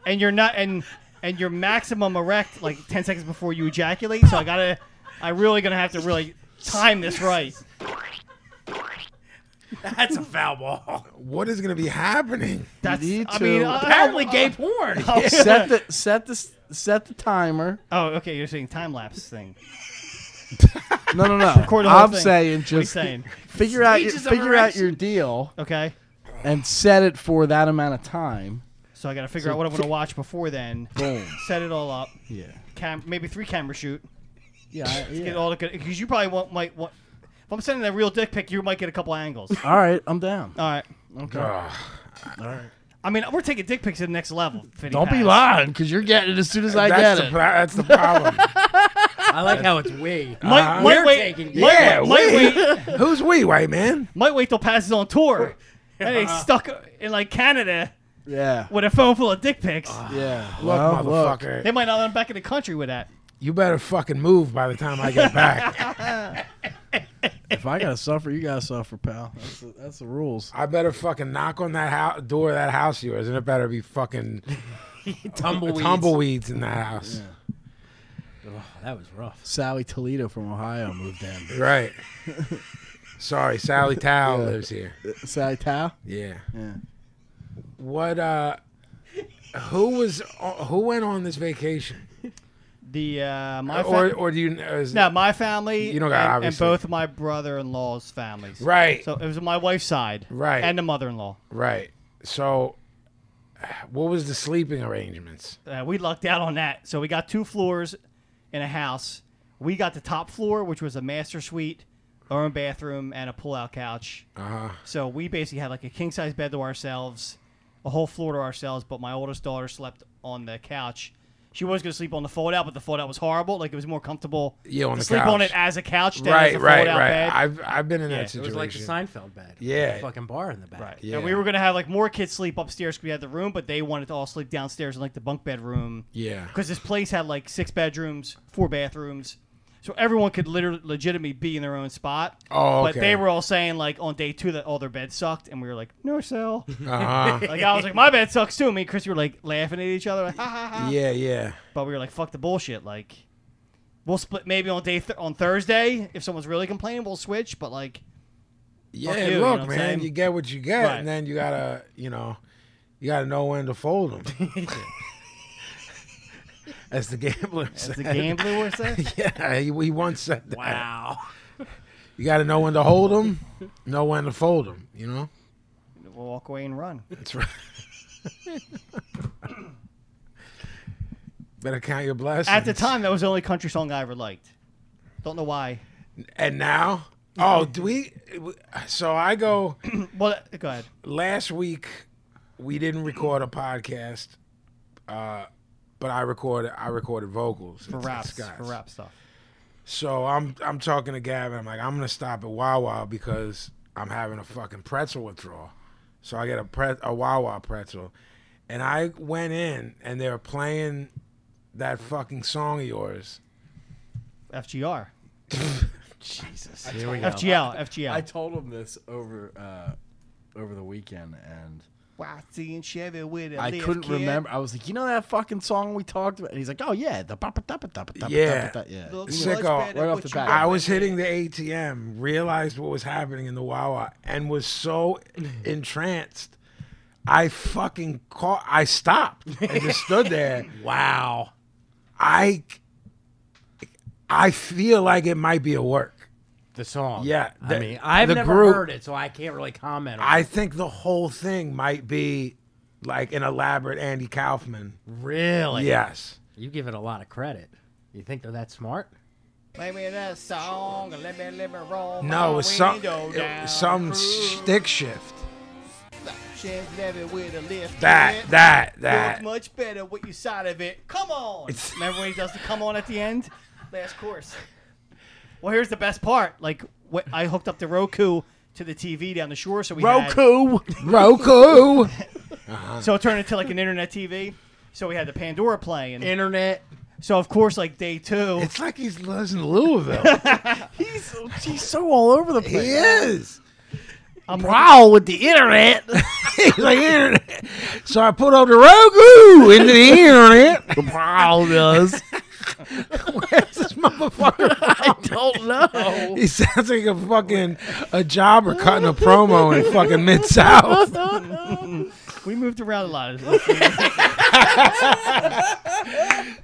Speaker 1: And you're not and and your maximum erect like ten seconds before you ejaculate. So I gotta I really gonna have to really time this right.
Speaker 4: That's a foul ball.
Speaker 3: Oh. What is going to be happening?
Speaker 1: That's.
Speaker 5: need
Speaker 1: I mean,
Speaker 5: to-
Speaker 1: I- I-
Speaker 4: Apparently, gay porn.
Speaker 1: I'll-
Speaker 5: set the set the s- set the timer.
Speaker 1: oh, okay. You're saying time lapse thing.
Speaker 5: No, no, no.
Speaker 1: Record the whole
Speaker 5: I'm
Speaker 1: thing.
Speaker 5: saying
Speaker 1: What are you
Speaker 5: just
Speaker 1: saying?
Speaker 5: figure out your,
Speaker 4: Stages of
Speaker 5: figure out
Speaker 4: erection.
Speaker 5: your deal
Speaker 1: Okay.
Speaker 5: and set it for that amount of time.
Speaker 1: So I gotta figure out what I'm gonna watch before then.
Speaker 5: Boom.
Speaker 1: Set it all up.
Speaker 5: Yeah.
Speaker 1: Cam- maybe three camera shoot.
Speaker 5: Yeah. I-
Speaker 1: Get
Speaker 5: yeah.
Speaker 1: all the good because you probably won't might want. If I'm sending that real dick pic, you might get a couple angles. all
Speaker 5: All right, I'm down.
Speaker 1: right.
Speaker 5: Okay.
Speaker 3: Ugh.
Speaker 5: All right.
Speaker 1: I mean, we're taking dick pics to the next level. Fitty
Speaker 5: Don't be
Speaker 1: Pats.
Speaker 5: lying, because you're getting it as soon as I
Speaker 3: that's,
Speaker 5: get
Speaker 3: the
Speaker 5: it.
Speaker 3: pro- that's the problem.
Speaker 4: I like how it's we.
Speaker 1: Might,
Speaker 3: Uh-huh.
Speaker 1: might
Speaker 4: We're
Speaker 1: wait,
Speaker 4: taking-
Speaker 1: might,
Speaker 3: yeah,
Speaker 1: wait, might wait,
Speaker 3: we. Who's we, white man?
Speaker 1: might wait till Paz is on tour. And he's stuck in like Canada
Speaker 5: yeah.
Speaker 1: with a phone full of dick pics.
Speaker 5: Yeah.
Speaker 3: Look,
Speaker 5: Well, look.
Speaker 3: motherfucker.
Speaker 1: They might not let him back in the country with that.
Speaker 3: You better fucking move by the time I get back.
Speaker 5: If I gotta suffer, you gotta suffer, pal. That's the, that's the rules.
Speaker 3: I better fucking knock on that house, door of that house of yours, and it better be fucking
Speaker 4: Tumbleweeds.
Speaker 3: tumbleweeds in that house.
Speaker 4: That was rough.
Speaker 5: Sally Toledo from Ohio moved in.
Speaker 3: Right. Sorry, Sally Tao lives here.
Speaker 5: Sally Tao?
Speaker 3: Yeah.
Speaker 5: Yeah.
Speaker 3: What? uh Who was? Who went on this vacation?
Speaker 1: The uh, my fa-
Speaker 3: Or, or do you? uh, Is,
Speaker 1: no, my family
Speaker 3: You don't gotta
Speaker 1: and, and
Speaker 3: obviously.
Speaker 1: both of my brother-in-law's families.
Speaker 3: Right.
Speaker 1: So it was my wife's side.
Speaker 3: Right.
Speaker 1: And the mother-in-law.
Speaker 3: Right. So, what was the sleeping arrangements?
Speaker 1: uh, we lucked out on that. So we got two floors in a house. We got the top floor, which was a master suite, our own bathroom, and a pull-out couch.
Speaker 3: Uh huh.
Speaker 1: So we basically had like a king size bed to ourselves, a whole floor to ourselves. But my oldest daughter slept on the couch. She was gonna sleep on the fold out, but the fold out was horrible. Like it was more comfortable
Speaker 3: Yeah, on
Speaker 1: to
Speaker 3: the
Speaker 1: sleep on
Speaker 3: couch.
Speaker 1: it as a couch than as
Speaker 3: Right.
Speaker 1: a
Speaker 3: Right.
Speaker 1: fold out
Speaker 3: Right.
Speaker 1: bed.
Speaker 3: I've I've been in
Speaker 4: Yeah,
Speaker 3: that
Speaker 4: it
Speaker 3: situation.
Speaker 4: was like the Seinfeld bed. with
Speaker 3: Yeah.
Speaker 4: the fucking bar in the back.
Speaker 1: Right.
Speaker 3: Yeah.
Speaker 1: And we were gonna have like more kids sleep upstairs because we had the room, but they wanted to all sleep downstairs in like the bunk bedroom.
Speaker 3: Yeah.
Speaker 1: Because this place had like six bedrooms, four bathrooms, so everyone could literally legitimately be in their own spot.
Speaker 3: Oh,
Speaker 1: But they
Speaker 3: okay.
Speaker 1: were all saying like on day two that all their beds sucked, and we were like, no, Sal.
Speaker 3: Uh
Speaker 1: like I was like, my bed sucks too. And me and Chris were like laughing at each other, like, ha ha ha.
Speaker 3: huh. yeah. Yeah.
Speaker 1: But we were like, fuck the bullshit. Like, we'll split maybe on day th- on Thursday if someone's really complaining, we'll switch. But like,
Speaker 3: Yeah,
Speaker 1: you, you know
Speaker 3: look,
Speaker 1: what I'm
Speaker 3: man,
Speaker 1: saying?
Speaker 3: you get what you get,
Speaker 1: Right.
Speaker 3: and then you gotta, you know, you gotta know when to fold them. As the gambler
Speaker 1: as
Speaker 3: said.
Speaker 1: the gambler was there.
Speaker 3: yeah, he, he once said that.
Speaker 4: Wow.
Speaker 3: You gotta know when to hold them, know when to fold them. You know,
Speaker 1: We'll walk away and run.
Speaker 3: that's right. Better count your blessings.
Speaker 1: At the time, that was the only country song I ever liked. Don't know why.
Speaker 3: and now,
Speaker 1: Mm-hmm.
Speaker 3: oh, do we? So I go.
Speaker 1: Well, go ahead.
Speaker 3: last week we didn't record a podcast, uh, but I recorded I recorded vocals
Speaker 1: For
Speaker 3: It's like
Speaker 1: raps,
Speaker 3: Scott's.
Speaker 1: for rap stuff.
Speaker 3: So I'm I'm talking to Gavin. I'm like I'm gonna stop at Wawa because I'm having a fucking pretzel withdrawal. So I get a pre- a Wawa pretzel, and I went in and they were playing that fucking song of yours.
Speaker 1: FGR,
Speaker 5: Jesus.
Speaker 4: Here we go.
Speaker 1: FGL, FGL.
Speaker 5: I told him this over uh, over the weekend, and
Speaker 1: Watson and Chevy with a
Speaker 5: I
Speaker 1: lift
Speaker 5: couldn't
Speaker 1: kit.
Speaker 5: remember. I was like, you know that fucking song we talked about? And he's like, oh yeah, the ba- ba- da- ba- da- ba- da- ba-
Speaker 3: Yeah.
Speaker 5: da- ba- da- yeah.
Speaker 1: Look
Speaker 3: Sicko.
Speaker 1: much better,
Speaker 5: Right
Speaker 1: but
Speaker 5: off the
Speaker 1: you got
Speaker 5: bat.
Speaker 3: I was hitting the ATM, realized what was happening in the Wawa, and was so entranced. I fucking caught. I stopped and just stood there.
Speaker 4: Wow.
Speaker 3: I, I feel like it might be a work.
Speaker 4: The song.
Speaker 3: Yeah,
Speaker 4: I
Speaker 3: the-
Speaker 4: mean, I've
Speaker 3: the
Speaker 4: never
Speaker 3: group-
Speaker 4: heard it, so I can't really comment on
Speaker 3: I
Speaker 4: it.
Speaker 3: think the whole thing might be like an elaborate Andy Kaufman.
Speaker 4: Really?
Speaker 3: Yes.
Speaker 4: You give it a lot of credit. You think they're that smart?
Speaker 1: Play me that song and let me live it roll.
Speaker 3: No, it was some, it was some
Speaker 1: stick.
Speaker 3: stick shift. That, that, that.
Speaker 1: Looks much better with you side of it. Come on.
Speaker 3: It's-
Speaker 1: Remember when he does the come on at the end? Last course. Well, here's the best part. Like, wh- I hooked up the Roku to the TV down the shore, so we had-
Speaker 5: Roku.
Speaker 3: Roku.
Speaker 1: so it turned into like an internet TV. So we had the Pandora playing.
Speaker 4: Internet.
Speaker 1: so of course, like day two,
Speaker 3: It's like he's lives in Louisville.
Speaker 5: he's he's so all over the
Speaker 3: he
Speaker 5: place.
Speaker 3: is.
Speaker 1: I'm
Speaker 5: Wow, with the internet.
Speaker 3: He's like, "Internet." so I put up the Roku into the internet.
Speaker 5: wow, does.
Speaker 3: Where's this motherfucker?
Speaker 5: I don't know.
Speaker 3: He sounds like a fucking a jobber cutting a promo in fucking mid south.
Speaker 1: We moved around a lot.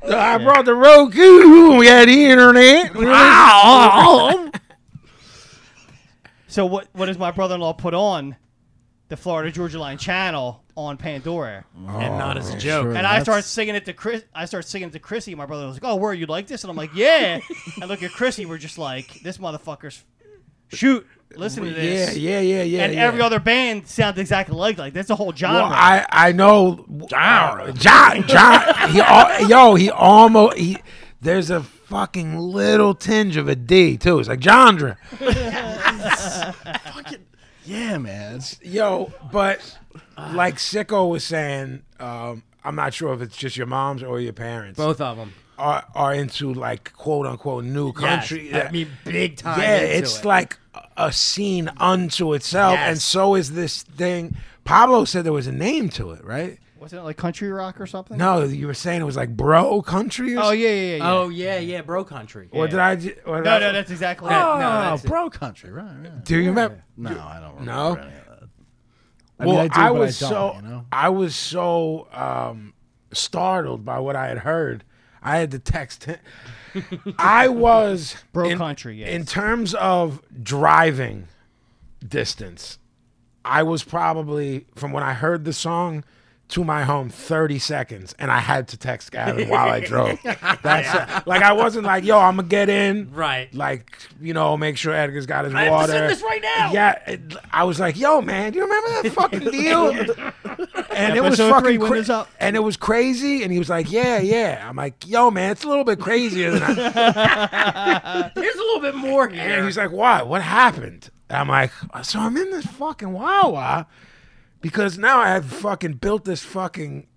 Speaker 3: I brought the Roku. We had the internet. Wow.
Speaker 1: so what? What does my brother-in-law put on the Florida Georgia Line channel on Pandora?
Speaker 4: and not as a joke.
Speaker 1: And I start singing it to Chris. I start singing it to Chrissy. My brother was like, "Oh, where you like this?" And I'm like, "Yeah." and look at Chrissy. We're just like, "This motherfucker's shoot." Listen to
Speaker 3: yeah,
Speaker 1: this.
Speaker 3: yeah, yeah, yeah.
Speaker 1: and
Speaker 3: yeah.
Speaker 1: every other band sounds exactly like like that's a whole genre.
Speaker 3: Well, I I know John John John. He al- yo he almost he. There's a fucking little tinge of a D too. It's like Jandra.
Speaker 5: Yeah, man. It's-
Speaker 3: Yo, but like Sicko was saying, um, I'm not sure if it's just your mom's or your parents
Speaker 4: Both of them.
Speaker 3: are are into like quote unquote new country.
Speaker 4: I mean, big time.
Speaker 3: yeah,
Speaker 4: into
Speaker 3: it's
Speaker 4: it.
Speaker 3: like a scene unto itself, and
Speaker 4: Yes.
Speaker 3: so is this thing. Pablo said there was a name to it, right?
Speaker 1: Wasn't it like country rock or something?
Speaker 3: No, you were saying it was like bro country. Or
Speaker 1: Oh
Speaker 3: something?
Speaker 1: yeah, yeah, yeah. yeah.
Speaker 4: Oh yeah, yeah, bro country.
Speaker 3: Or did I? ju- Or did
Speaker 1: no,
Speaker 3: I-
Speaker 1: no, that's exactly
Speaker 4: Oh.
Speaker 1: it.
Speaker 4: no,
Speaker 5: Oh,
Speaker 4: that's it.
Speaker 5: bro country, right? right.
Speaker 3: Do you remember?
Speaker 5: No, I don't remember.
Speaker 3: No?
Speaker 5: any of that. I
Speaker 3: Well,
Speaker 5: mean,
Speaker 3: I,
Speaker 5: I do, but
Speaker 3: was
Speaker 5: I
Speaker 3: so
Speaker 5: don't, you know?
Speaker 3: I was so um, startled by what I had heard. I had to text him. I was
Speaker 1: Bro
Speaker 3: in-
Speaker 1: country, yes.
Speaker 3: In terms of driving distance, I was probably from when I heard the song to my home 30 seconds and I had to text Gavin while I drove. That's it. like I wasn't like, yo, I'm gonna get in.
Speaker 4: Right.
Speaker 3: Like, you know, make sure Edgar's got his
Speaker 4: I have
Speaker 3: water.
Speaker 4: to send this right now.
Speaker 3: Yeah, it, I was like, "Yo, man, do you remember that fucking deal?" and it was
Speaker 1: Episode three,
Speaker 3: fucking
Speaker 1: windows
Speaker 3: cra-
Speaker 1: up.
Speaker 3: and it was crazy. And he was like, "Yeah, yeah." I'm like, "Yo, man, it's a little bit crazier than I."
Speaker 4: There's a little bit more here.
Speaker 3: and he's like, "What? What happened?" And I'm like, "So I'm in this fucking Wawa because now I have fucking built this fucking."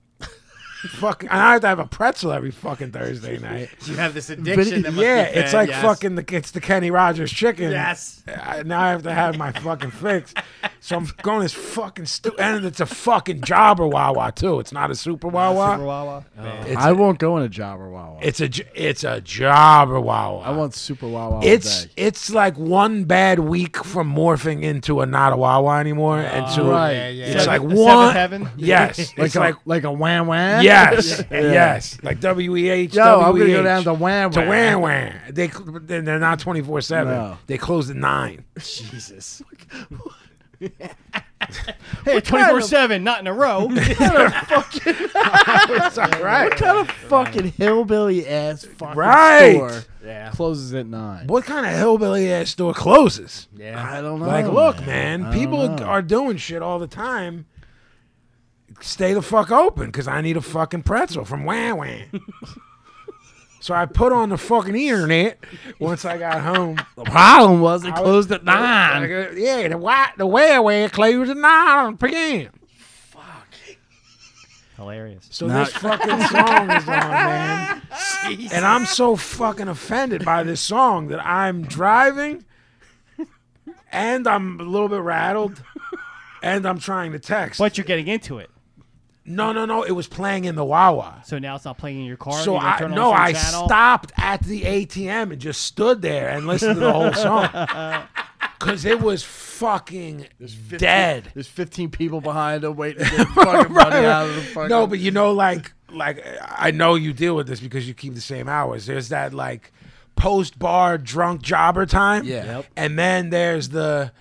Speaker 3: Fucking, and I have to have a pretzel every fucking Thursday night.
Speaker 4: you have this addiction. that must
Speaker 3: yeah,
Speaker 4: be fed,
Speaker 3: it's like
Speaker 4: yes.
Speaker 3: fucking the it's the Kenny Rogers chicken.
Speaker 4: Yes.
Speaker 3: I, now I have to have my fucking fix. So I'm going this fucking stupid, and it's a fucking jobber Wawa too. It's not a super Wawa.
Speaker 1: Super Wawa. Man.
Speaker 3: It's,
Speaker 5: I won't go in a job or Wawa.
Speaker 3: it's a j- it's a jobber Wawa.
Speaker 5: I want super Wawa. all
Speaker 3: it's
Speaker 5: day.
Speaker 3: it's like one bad week from morphing into a not a Wawa anymore, and to
Speaker 5: Right.
Speaker 4: Yeah, yeah.
Speaker 3: it's like
Speaker 1: Seventh-
Speaker 3: one
Speaker 1: Seventh heaven.
Speaker 3: Yes,
Speaker 5: like
Speaker 3: it's
Speaker 5: a,
Speaker 3: like.
Speaker 5: like a wham wham.
Speaker 3: Yes, yes, like E WEH.
Speaker 5: Yo, I'm gonna
Speaker 3: WEH.
Speaker 5: go down to wham
Speaker 3: to
Speaker 5: wham.
Speaker 3: Wan Wan. They cl- they're they're not twenty four seven.
Speaker 5: No.
Speaker 3: They close at nine.
Speaker 5: Jesus.
Speaker 1: Hey, twenty four seven, not in a row.
Speaker 3: That's all right.
Speaker 5: kind of fucking hillbilly ass fucking
Speaker 3: Right.
Speaker 5: store
Speaker 4: Yeah.
Speaker 5: closes at nine?
Speaker 3: What kind of hillbilly ass store closes?
Speaker 4: Yeah.
Speaker 5: I don't know.
Speaker 3: Like, look, man,
Speaker 5: I don't
Speaker 3: people
Speaker 5: know.
Speaker 3: are doing shit all the time. Stay the fuck open, cause I need a fucking pretzel from Wan Wan. so I put on the fucking internet once I got home.
Speaker 5: The problem was it closed at
Speaker 3: Like,
Speaker 5: nine.
Speaker 3: uh, yeah, the white, the Wan Wan closed at nine p.m.
Speaker 1: Hilarious.
Speaker 3: So this fucking song is on, man. And I'm so fucking offended by this song that I'm driving and I'm a little bit rattled and I'm trying to text.
Speaker 1: But you're getting into it,
Speaker 3: no, no, no, it was playing in the Wawa.
Speaker 1: so now it's not playing in your car.
Speaker 3: So
Speaker 1: you gotta
Speaker 3: I
Speaker 1: turn on
Speaker 3: no,
Speaker 1: some
Speaker 3: I
Speaker 1: channel.
Speaker 3: stopped at the ATM and just stood there and listened to the whole song. Cause it was fucking dead.
Speaker 5: There's 15 people behind him waiting to get fucking money out of the fucking.
Speaker 3: No, but you know, like, like I know you deal with this because you keep the same hours. There's that like post bar drunk jobber time.
Speaker 5: Yeah. Yep.
Speaker 3: And then there's the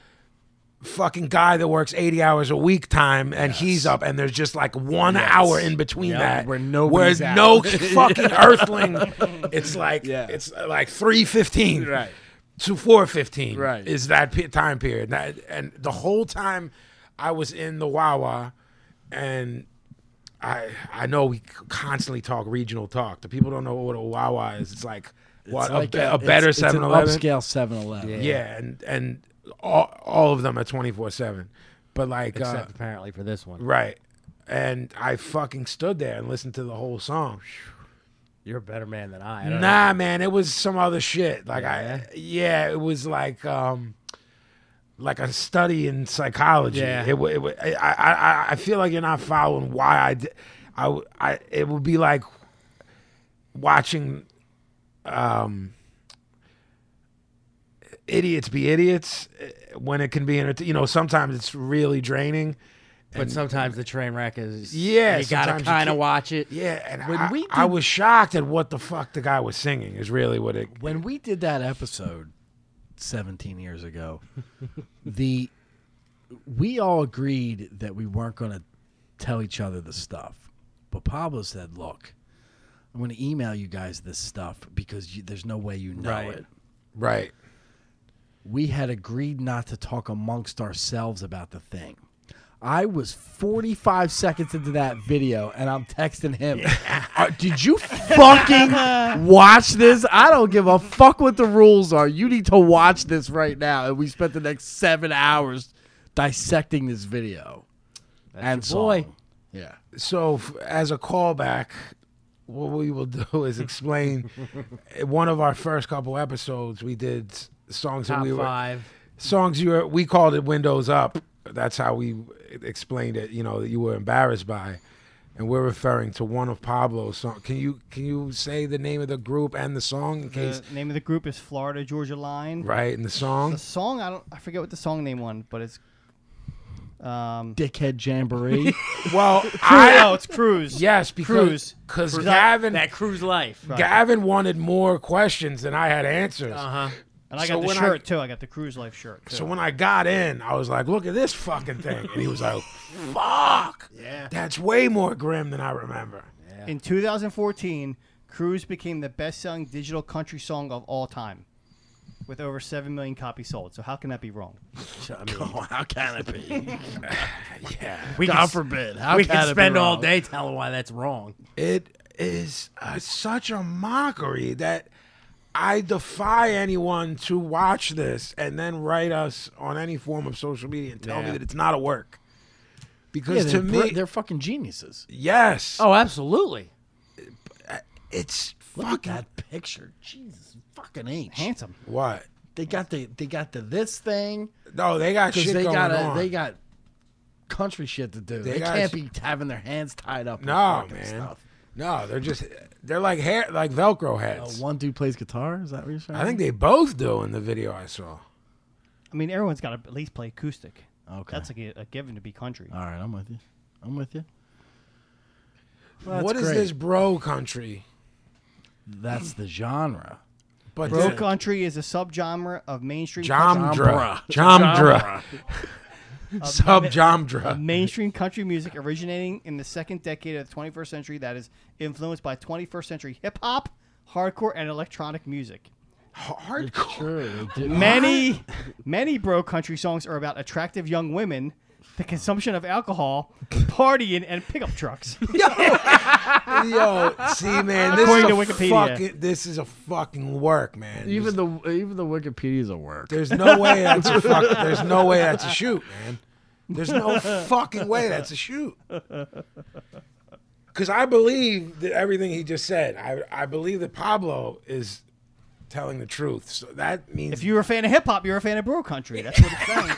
Speaker 3: fucking guy that works 80 hours a week time and he's up and there's just like one hour in between that
Speaker 5: where nobody's
Speaker 3: where
Speaker 5: out.
Speaker 3: no fucking earthling it's like
Speaker 5: Yeah.
Speaker 3: it's uh, like 315
Speaker 5: Right.
Speaker 3: to 415
Speaker 5: Right.
Speaker 3: is that pe- time period That- and the whole time i was in the wawa and I I know we constantly talk regional talk. The people don't know what a Wawa is. It's like what a,
Speaker 5: Like
Speaker 3: be- a better
Speaker 5: it's- it's an
Speaker 3: Seven Eleven.
Speaker 5: upscale 7-Eleven.
Speaker 3: Yeah. and and all, all of them are twenty four seven. But like uh,
Speaker 4: Except apparently for this one.
Speaker 3: right, and I fucking stood there and listened to the whole song.
Speaker 4: You're a better man than I. I don't
Speaker 3: Nah, man, it was some other shit. Like I yeah, it was like um like a study in psychology.
Speaker 4: Yeah.
Speaker 3: It, wa- it, wa- I, I I- I feel like you're not following why I did. I w- I- it would be like watching um, idiots be idiots eh, when it can be enter- you know sometimes it's really draining
Speaker 4: But sometimes the train wreck is.
Speaker 3: Yeah,
Speaker 4: You gotta
Speaker 3: sometimes you
Speaker 4: kind of
Speaker 3: can't-
Speaker 4: watch it.
Speaker 3: yeah and
Speaker 5: When
Speaker 3: I,
Speaker 5: we
Speaker 3: I
Speaker 5: did-
Speaker 3: was shocked at what the fuck the guy was singing is really what it
Speaker 5: when we did that episode 17 years ago the we all agreed that we weren't going to tell each other the stuff but pablo said look i'm going to email you guys this stuff because you, there's no way you know
Speaker 4: Right.
Speaker 5: it
Speaker 3: right
Speaker 5: we had agreed not to talk amongst ourselves about the thing I was 45 seconds into that video and I'm texting him. "Uh, Did you fucking watch this? I don't give a fuck what the rules are. You need to watch this right now. And we spent the next seven hours dissecting this video and
Speaker 4: your boy.
Speaker 5: song. Yeah.
Speaker 3: so f- as a callback what we will do is explain eh, one of our first couple episodes we did s- songs
Speaker 4: Top
Speaker 3: that we were
Speaker 4: five.
Speaker 3: songs you were we called it windows up that's how we explained it you know that you were embarrassed by and we're referring to one of pablo's song can you can you say the name of the group and the song in case
Speaker 1: The name of the group is Florida Georgia Line.
Speaker 3: right and the
Speaker 1: The
Speaker 3: song
Speaker 1: song I don't I forget what the song name was, but it's um
Speaker 5: Dickhead Jamboree.
Speaker 3: well
Speaker 1: I
Speaker 3: i
Speaker 1: know it's Cruise.
Speaker 3: yes because
Speaker 1: Cruise.
Speaker 3: because
Speaker 1: I-
Speaker 3: gavin
Speaker 4: That cruise life.
Speaker 3: gavin wanted more questions than i had answers
Speaker 4: Uh huh.
Speaker 1: And I
Speaker 3: So
Speaker 1: got the
Speaker 3: when I-
Speaker 1: shirt too. I got the Cruise Life shirt. Too.
Speaker 3: so when i got in i was like look at this fucking thing and he was like fuck
Speaker 4: Yeah.
Speaker 3: that's way more grim than i remember
Speaker 1: In 2014, Cruise became the best-selling digital country song of all time, with over seven million copies sold. So how can that be wrong?
Speaker 5: I mean, how can it be?
Speaker 3: yeah
Speaker 4: We
Speaker 5: God
Speaker 4: can,
Speaker 5: forbid. How
Speaker 4: we
Speaker 5: can
Speaker 4: can
Speaker 5: it be
Speaker 4: spend all
Speaker 5: wrong?
Speaker 4: day telling why that's wrong.
Speaker 3: It is uh, such a mockery that I defy anyone to watch this and then write us on any form of social media and tell me
Speaker 4: Yeah.
Speaker 3: that it's not a work.
Speaker 5: Yeah,
Speaker 3: Because to
Speaker 5: they're, br-
Speaker 3: me,
Speaker 5: they're fucking genius.
Speaker 3: yes,
Speaker 4: Oh, absolutely.
Speaker 3: it's
Speaker 5: Look
Speaker 3: fucking
Speaker 5: at that picture. Jesus fucking H.
Speaker 1: Handsome.
Speaker 3: what?
Speaker 5: They got the they got the this thing
Speaker 3: No, they got
Speaker 5: because
Speaker 3: shit
Speaker 5: they
Speaker 3: going
Speaker 5: got a,
Speaker 3: on.
Speaker 5: they got country shit to do. They,
Speaker 3: They got
Speaker 5: can't
Speaker 3: sh-
Speaker 5: be having their hands tied up. in
Speaker 3: no,
Speaker 5: fucking
Speaker 3: man.
Speaker 5: Stuff.
Speaker 3: No, they're just they're like hair like Velcro
Speaker 5: Uh,
Speaker 3: heads.
Speaker 5: one dude plays guitar. Is that what you're saying?
Speaker 3: I think they both do in the video I saw.
Speaker 1: I mean, everyone's got to at least play acoustic.
Speaker 5: Okay.
Speaker 1: That's like a, a given to be country.
Speaker 5: All right, I'm with you. I'm with you.
Speaker 3: What
Speaker 5: Well,
Speaker 3: is
Speaker 5: that's great.
Speaker 3: this bro country?
Speaker 5: That's the genre.
Speaker 3: But
Speaker 1: Bro
Speaker 3: the-
Speaker 1: country is a subgenre of mainstream
Speaker 3: Jomdra. Jomdra. Sub Jomdra.
Speaker 1: mainstream country music originating in the second decade of the 21st century that is influenced by 21st century hip hop, hardcore, and electronic music.
Speaker 3: Hardcore.
Speaker 5: Sure. they do.
Speaker 1: Many, many bro country songs are about attractive young women, the consumption of alcohol, partying, and pickup trucks.
Speaker 3: Yo, see, man, this
Speaker 1: According
Speaker 3: is
Speaker 1: to
Speaker 3: a
Speaker 1: Wikipedia.
Speaker 3: fucking this is a fucking work, man.
Speaker 5: Even
Speaker 3: Even
Speaker 5: the even the Wikipedia's a work.
Speaker 3: there's no way that's a fuck. There's no way that's a shoot, man. There's no fucking way that's a shoot. Because I believe that everything he just said. I I believe that Pablo is telling the truth. So that means
Speaker 1: if you were a fan of hip hop, you're a fan of bro country. That's what it's saying.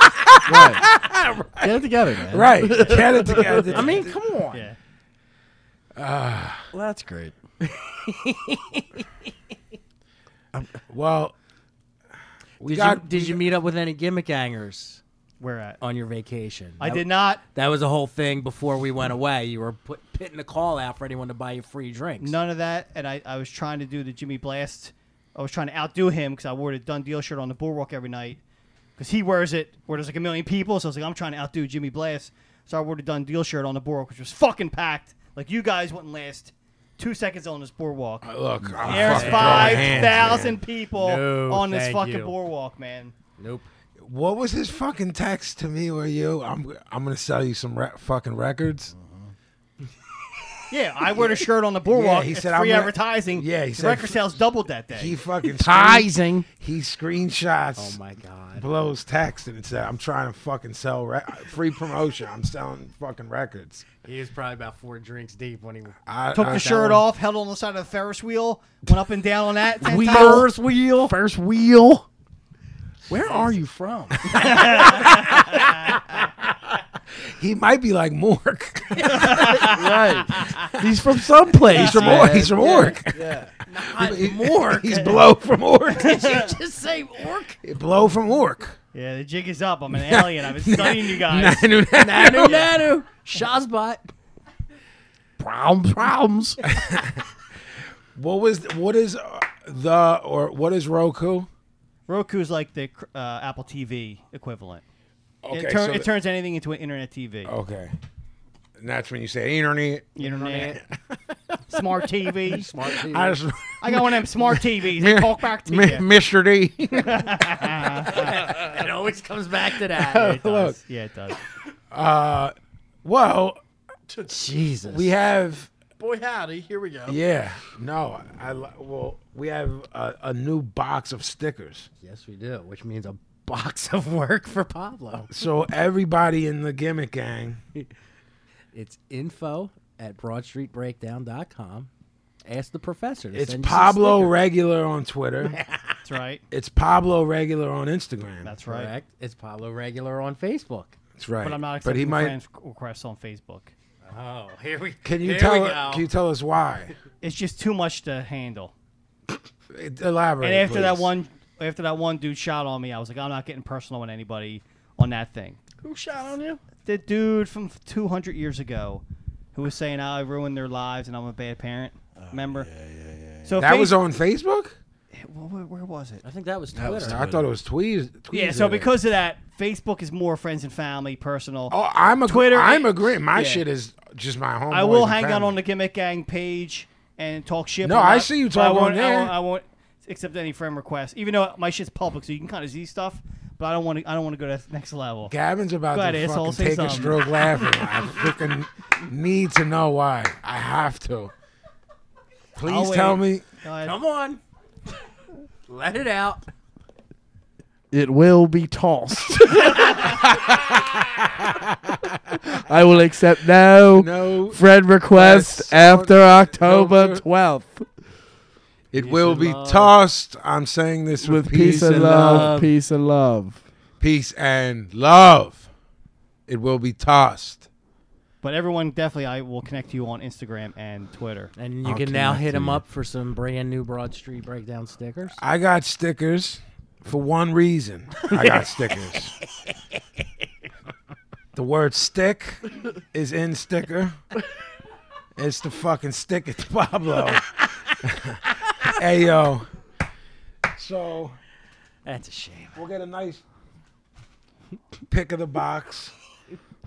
Speaker 5: Right. Get it together, man.
Speaker 3: right, get it together.
Speaker 4: I mean, come on.
Speaker 1: Yeah.
Speaker 5: Well, that's great.
Speaker 3: well, we
Speaker 4: Did,
Speaker 3: got.
Speaker 4: you, did you meet up with any gimmick hangers
Speaker 1: Where at?
Speaker 4: on your vacation?
Speaker 1: I
Speaker 4: That-
Speaker 1: did not.
Speaker 4: That was a whole thing before we went away. You were put, pitting a call out for anyone to buy you free drinks.
Speaker 1: None of that. And I, I was trying to do the Jimmy Blast. I was trying to outdo him because I wore the Done Deal shirt on the boardwalk every night because he wears it where there's like a million people. So I was like, I'm trying to outdo Jimmy Blast. So I wore the Done Deal shirt on the boardwalk, which was fucking packed. Like, you guys wouldn't last two seconds on this boardwalk.
Speaker 3: Look, I'm
Speaker 1: There's
Speaker 3: fucking throwing hands, man.
Speaker 1: 5,000 people
Speaker 4: No,
Speaker 1: on this
Speaker 4: thank
Speaker 1: fucking
Speaker 4: you.
Speaker 1: boardwalk, man.
Speaker 4: Nope.
Speaker 3: What was his fucking text to me or you? I'm I'm gonna sell you some re- fucking records.
Speaker 1: Yeah, I wear the shirt on the boardwalk.
Speaker 3: he
Speaker 1: It's
Speaker 3: said, "I'm
Speaker 1: free
Speaker 3: gonna-"
Speaker 1: advertising.
Speaker 3: Yeah, he
Speaker 1: The
Speaker 3: said-
Speaker 1: record sales doubled that day.
Speaker 3: He fucking screen-
Speaker 5: Tizing.
Speaker 3: he
Speaker 4: Oh
Speaker 3: screenshots
Speaker 4: my god.
Speaker 3: blows text and it said, "I'm trying to fucking sell re- free promotion. I'm selling fucking records."
Speaker 4: He was probably about four drinks deep when he.
Speaker 3: I,
Speaker 1: Took
Speaker 3: I-
Speaker 1: the shirt
Speaker 3: that one-
Speaker 1: off, held on the side of the Ferris wheel, went up and down on that. ten
Speaker 5: Wheel.
Speaker 1: times.
Speaker 5: wheel. First wheel. Where are you from?
Speaker 3: He might be like Mork.
Speaker 5: right. He's from someplace.
Speaker 3: he's from
Speaker 5: man.
Speaker 3: Ork. He's from Ork.
Speaker 4: Not more.
Speaker 3: He's blow from Ork.
Speaker 4: Just say orc.
Speaker 3: blow from Ork.
Speaker 1: Yeah, the jig is up. I'm an alien. I've been studying you guys.
Speaker 3: Nanu, nanu.
Speaker 4: Nanu nanu. Shazbot.
Speaker 5: Problems. Problems.
Speaker 3: What was what is uh, the or what is Roku?
Speaker 1: Roku's like the cr- uh, Apple TV equivalent.
Speaker 3: Okay,
Speaker 1: it, tur-
Speaker 3: so
Speaker 1: it
Speaker 3: the-
Speaker 1: turns anything into an internet TV.
Speaker 3: okay. And that's when you say internet.
Speaker 1: Internet, smart TV.
Speaker 5: Smart TV.
Speaker 3: I just
Speaker 1: I got one of them smart TVs. They talk back to
Speaker 3: Mi-
Speaker 1: you.
Speaker 3: Mr. D.
Speaker 4: It always comes back to that.
Speaker 1: It does.
Speaker 3: Look.
Speaker 1: Yeah, it does.
Speaker 3: well,
Speaker 4: Jesus.
Speaker 3: we have
Speaker 5: Boy, howdy. Here we go.
Speaker 3: yeah. No, I li- well we have a, a new box of stickers.
Speaker 4: yes, we do. Which means a box of work for Pablo.
Speaker 3: So everybody in the gimmick gang,
Speaker 4: It's info at broadstreetbreakdown.com. Ask the professor. To
Speaker 3: it's
Speaker 4: send you some
Speaker 3: Pablo
Speaker 4: stickers.
Speaker 3: Regular on Twitter.
Speaker 1: That's right.
Speaker 3: it's Pablo Regular on Instagram.
Speaker 1: That's right.
Speaker 4: Correct. It's Pablo Regular on Facebook.
Speaker 3: That's right.
Speaker 1: But I'm not
Speaker 3: But
Speaker 1: accepting
Speaker 3: he might.
Speaker 1: friends requests on Facebook.
Speaker 4: Oh, here we
Speaker 3: Can you
Speaker 4: here
Speaker 3: tell?
Speaker 4: we go.
Speaker 3: Can you tell us why?
Speaker 1: It's just too much to handle.
Speaker 3: Elaborate.
Speaker 1: And after that
Speaker 3: please.
Speaker 1: one, after that one dude shot on me, I was like, I'm not getting personal with anybody on that thing.
Speaker 5: Who shot on you?
Speaker 1: The dude from 200 years ago, who was saying how I ruined their lives and I'm a bad parent. Remember? Yeah, yeah, yeah. So
Speaker 3: that was
Speaker 1: Face-
Speaker 3: on Facebook.
Speaker 1: where, where was it?
Speaker 4: I think that was Twitter.
Speaker 3: I thought it was tweez.
Speaker 1: Yeah.
Speaker 3: Tweezer.
Speaker 1: So because of that, Facebook is more friends and family, personal.
Speaker 3: Oh, I'm a
Speaker 1: Twitter-
Speaker 3: Twitter. I'm agreeing. My
Speaker 1: Yeah.
Speaker 3: shit is just my home.
Speaker 1: I will hang out on the Gimmick Gang page and talk shit.
Speaker 3: No,
Speaker 1: but I'm
Speaker 3: I
Speaker 1: not-
Speaker 3: see you
Speaker 1: but I
Speaker 3: talk on
Speaker 1: won't- I
Speaker 3: there.
Speaker 1: won't, I won't accept any friend requests, even though my shit's public, so you can kind of see stuff. But I don't want to. I don't want to go to the next level.
Speaker 3: Gavin's about
Speaker 1: Go ahead,
Speaker 3: to
Speaker 1: asshole,
Speaker 3: fucking
Speaker 1: say
Speaker 3: take a
Speaker 1: something.
Speaker 3: stroke laughing. I freaking need to know why. I have to. Please
Speaker 1: I'll
Speaker 3: tell
Speaker 1: wait.
Speaker 3: me.
Speaker 1: Go ahead.
Speaker 4: Come on. Let it out.
Speaker 5: It will be tossed. I will accept no,
Speaker 3: No,
Speaker 5: friend request
Speaker 3: Yes.
Speaker 5: after October
Speaker 3: October.
Speaker 5: 12th
Speaker 3: it will
Speaker 4: and
Speaker 3: be
Speaker 4: love.
Speaker 3: tossed. I'm saying this with,
Speaker 5: with peace and love,
Speaker 3: love.
Speaker 5: peace and love.
Speaker 3: Peace and love. It will be tossed.
Speaker 1: But everyone, definitely, I will connect you on Instagram and Twitter.
Speaker 4: And you
Speaker 3: I'll
Speaker 4: can now
Speaker 3: connect
Speaker 4: hit
Speaker 3: to
Speaker 4: him
Speaker 3: you.
Speaker 4: up for some brand new Broad Street Breakdown stickers.
Speaker 3: I got stickers for one reason. I got stickers. The word stick is in sticker. It's the fucking stick it's Pablo. hey yo. So
Speaker 4: That's a shame.
Speaker 3: we'll get a nice pick of the box.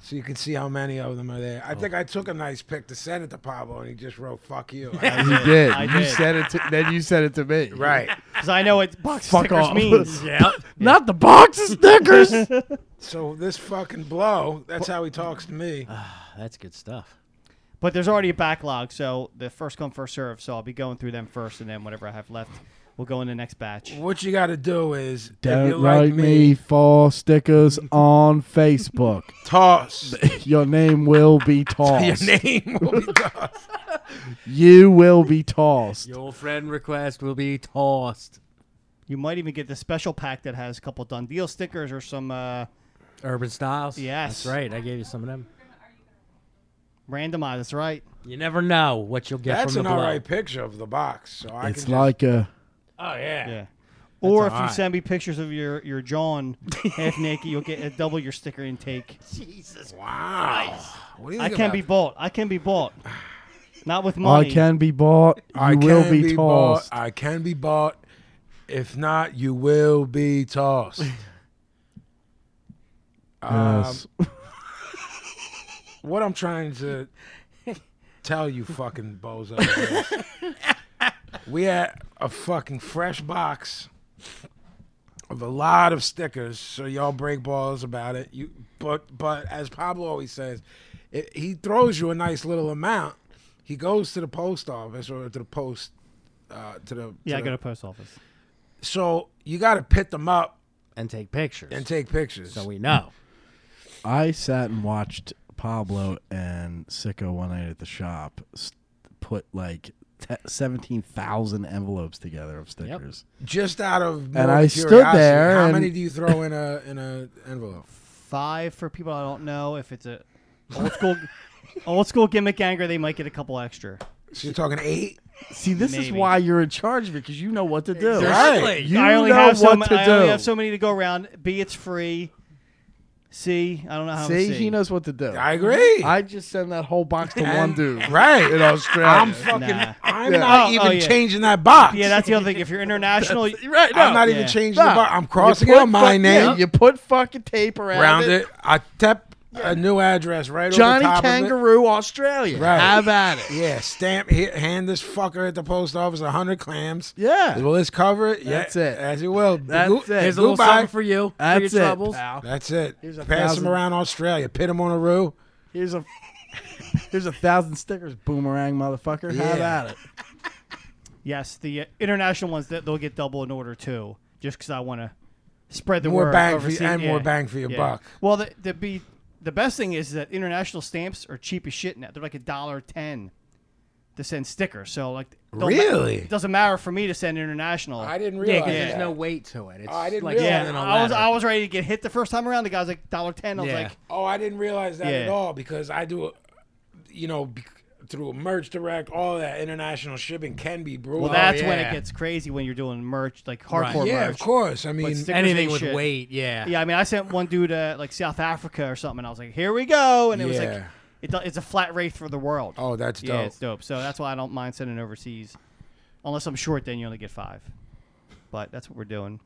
Speaker 3: So you can see how many of them are there. I think I took a nice pick to send it to Pablo and he just wrote fuck you.
Speaker 5: You did.
Speaker 1: I
Speaker 5: you
Speaker 1: did.
Speaker 5: said it. To, then you said it to me.
Speaker 3: right.
Speaker 1: Because I know what box
Speaker 5: Fuck
Speaker 1: stickers
Speaker 5: off.
Speaker 1: means.
Speaker 4: Yeah.
Speaker 5: Not the box of Snickers.
Speaker 3: So this fucking blow, that's how he talks to me.
Speaker 4: That's good stuff.
Speaker 1: But there's already a backlog, so the first come, first serve. So I'll be going through them first, and then whatever I have left, we'll go in the next batch.
Speaker 3: What you got to do is if you like,
Speaker 5: Don't write
Speaker 3: me,
Speaker 5: me for stickers on Facebook.
Speaker 3: toss.
Speaker 5: Your name will be tossed.
Speaker 3: Your name will be tossed.
Speaker 5: you will be tossed.
Speaker 4: Your friend request will be tossed.
Speaker 1: You might even get the special pack that has a couple done deal stickers or some uh,
Speaker 4: Urban Styles.
Speaker 1: Yes.
Speaker 4: That's right. I gave you some of them.
Speaker 1: randomized. That's right.
Speaker 4: You never know what you'll get
Speaker 3: That's
Speaker 4: from
Speaker 3: an
Speaker 4: the blow.
Speaker 3: all right picture of the box. So I
Speaker 5: It's
Speaker 3: can
Speaker 5: like a
Speaker 3: just, oh yeah.
Speaker 1: Yeah. Or if you
Speaker 3: alright.
Speaker 1: send me pictures of your your John half naked, you'll get a double your sticker intake.
Speaker 4: Jesus.
Speaker 3: Wow. What do you
Speaker 1: I
Speaker 3: think
Speaker 1: can
Speaker 3: about
Speaker 1: be
Speaker 3: that?
Speaker 1: bought. I can be bought. Not with
Speaker 5: I
Speaker 1: money.
Speaker 5: can be bought. You
Speaker 3: I
Speaker 5: will
Speaker 3: can
Speaker 5: be,
Speaker 3: bought.
Speaker 5: tossed.
Speaker 3: I can be bought. If not, you will be tossed. um,
Speaker 5: Yes.
Speaker 3: what I'm trying to tell you, fucking bozo, is we had a fucking fresh box of a lot of stickers, so y'all break balls about it. You, but but as Pablo always says, it, he throws you a nice little amount. He goes to the post office or to the post uh, to the
Speaker 1: Yeah, I
Speaker 3: to
Speaker 1: go
Speaker 3: the-
Speaker 1: to post office.
Speaker 3: so you got to pit them up
Speaker 4: And take pictures.
Speaker 3: and take pictures.
Speaker 4: so we know.
Speaker 5: I sat and watched Pablo and Sicko one night at the shop s- put like te- 17,000 envelopes together of stickers.
Speaker 3: just out of
Speaker 5: And
Speaker 3: more
Speaker 5: I stood
Speaker 3: curiosity,
Speaker 5: there
Speaker 3: How
Speaker 5: and-
Speaker 3: many do you throw in a in a envelope?
Speaker 1: five for people I don't know. If it's a old school, old school gimmick anger, they might get a couple extra.
Speaker 3: So you're talking eight?
Speaker 5: See, this is
Speaker 1: Maybe.
Speaker 5: why you're in charge of it because you know what to do.
Speaker 4: Exactly.
Speaker 5: You
Speaker 1: I only
Speaker 5: know
Speaker 1: have
Speaker 5: what
Speaker 1: so ma-
Speaker 5: to
Speaker 1: I
Speaker 5: do.
Speaker 1: only have so many to go around. B, it's free. C, I don't know how. to
Speaker 5: See, he knows what to do.
Speaker 3: I agree.
Speaker 5: I just send that whole box to one dude.
Speaker 3: right.
Speaker 5: In Australia.
Speaker 3: I'm fucking.
Speaker 1: Nah.
Speaker 3: I'm
Speaker 5: Yeah.
Speaker 3: not
Speaker 1: Oh,
Speaker 3: even
Speaker 1: oh, yeah.
Speaker 3: changing that box.
Speaker 1: Yeah, that's the other thing. If you're international,
Speaker 5: right.
Speaker 3: I'm not
Speaker 1: yeah.
Speaker 3: even changing
Speaker 5: No.
Speaker 3: the box. I'm crossing
Speaker 5: You put
Speaker 3: out my
Speaker 5: fuck-
Speaker 3: name.
Speaker 5: yeah, you put fucking tape around,
Speaker 3: round it. I tap a new address right
Speaker 5: Johnny
Speaker 3: over the top of it.
Speaker 5: Kangaroo, Australia.
Speaker 3: Right.
Speaker 5: Have at it.
Speaker 3: Yeah, stamp. Hit, hand this fucker at the post office a hundred clams.
Speaker 5: Yeah.
Speaker 3: Will this cover it?
Speaker 5: That's it.
Speaker 3: As you will.
Speaker 5: That's
Speaker 3: Goo-
Speaker 5: it.
Speaker 4: Here's a little
Speaker 3: Goodbye.
Speaker 4: something for you. for your
Speaker 5: That's it,
Speaker 4: troubles.
Speaker 5: pal.
Speaker 3: That's it.
Speaker 5: Here's a
Speaker 3: Pass
Speaker 5: thousand-
Speaker 3: them around Australia. Pit them on a row.
Speaker 5: Here's a here's a thousand stickers, boomerang motherfucker. Have
Speaker 3: Yeah.
Speaker 5: at it.
Speaker 1: yes, the uh, international ones that they'll get double in order too, just because I want to spread the
Speaker 3: More
Speaker 1: word
Speaker 3: bang for
Speaker 1: overseas.
Speaker 3: you, and more
Speaker 1: Yeah.
Speaker 3: bang for your
Speaker 1: Yeah.
Speaker 3: buck.
Speaker 1: Well, the, the be the best thing is that international stamps are cheap as shit now. They're like a dollar ten to send stickers. So like, don't ma-
Speaker 3: Really?
Speaker 1: it doesn't matter for me to send international.
Speaker 3: I didn't
Speaker 4: Yeah,
Speaker 3: realize.
Speaker 4: because
Speaker 1: Yeah.
Speaker 4: there's no weight to it. It's
Speaker 3: I didn't
Speaker 4: like
Speaker 3: realize-
Speaker 1: yeah,
Speaker 4: sending a
Speaker 1: I was
Speaker 4: letter.
Speaker 1: I was ready to get hit the first time around. The guy's like dollar ten. I was
Speaker 4: Yeah.
Speaker 1: like,
Speaker 3: Oh, I didn't realize that at
Speaker 1: Yeah.
Speaker 3: all because I do, a- you know, bec- through Merge Direct, all that international shipping can be brutal.
Speaker 1: well, that's when
Speaker 4: yeah.
Speaker 1: it gets crazy when you're doing merch like hardcore
Speaker 4: Right.
Speaker 3: Oh, yeah,
Speaker 1: merch.
Speaker 3: of course. I mean,
Speaker 1: stick-
Speaker 4: anything
Speaker 1: Stickers
Speaker 4: with
Speaker 1: and shit.
Speaker 4: weight. Yeah.
Speaker 1: Yeah, I mean, I sent one dude to like South Africa or something. And I was like, here we go, and it was like,
Speaker 3: Yeah.
Speaker 1: it, do- it's a flat rate for the world.
Speaker 3: oh, that's
Speaker 1: yeah,
Speaker 3: dope.
Speaker 1: it's dope. So that's why I don't mind sending overseas, unless I'm short. Then you only get five. But that's what we're doing,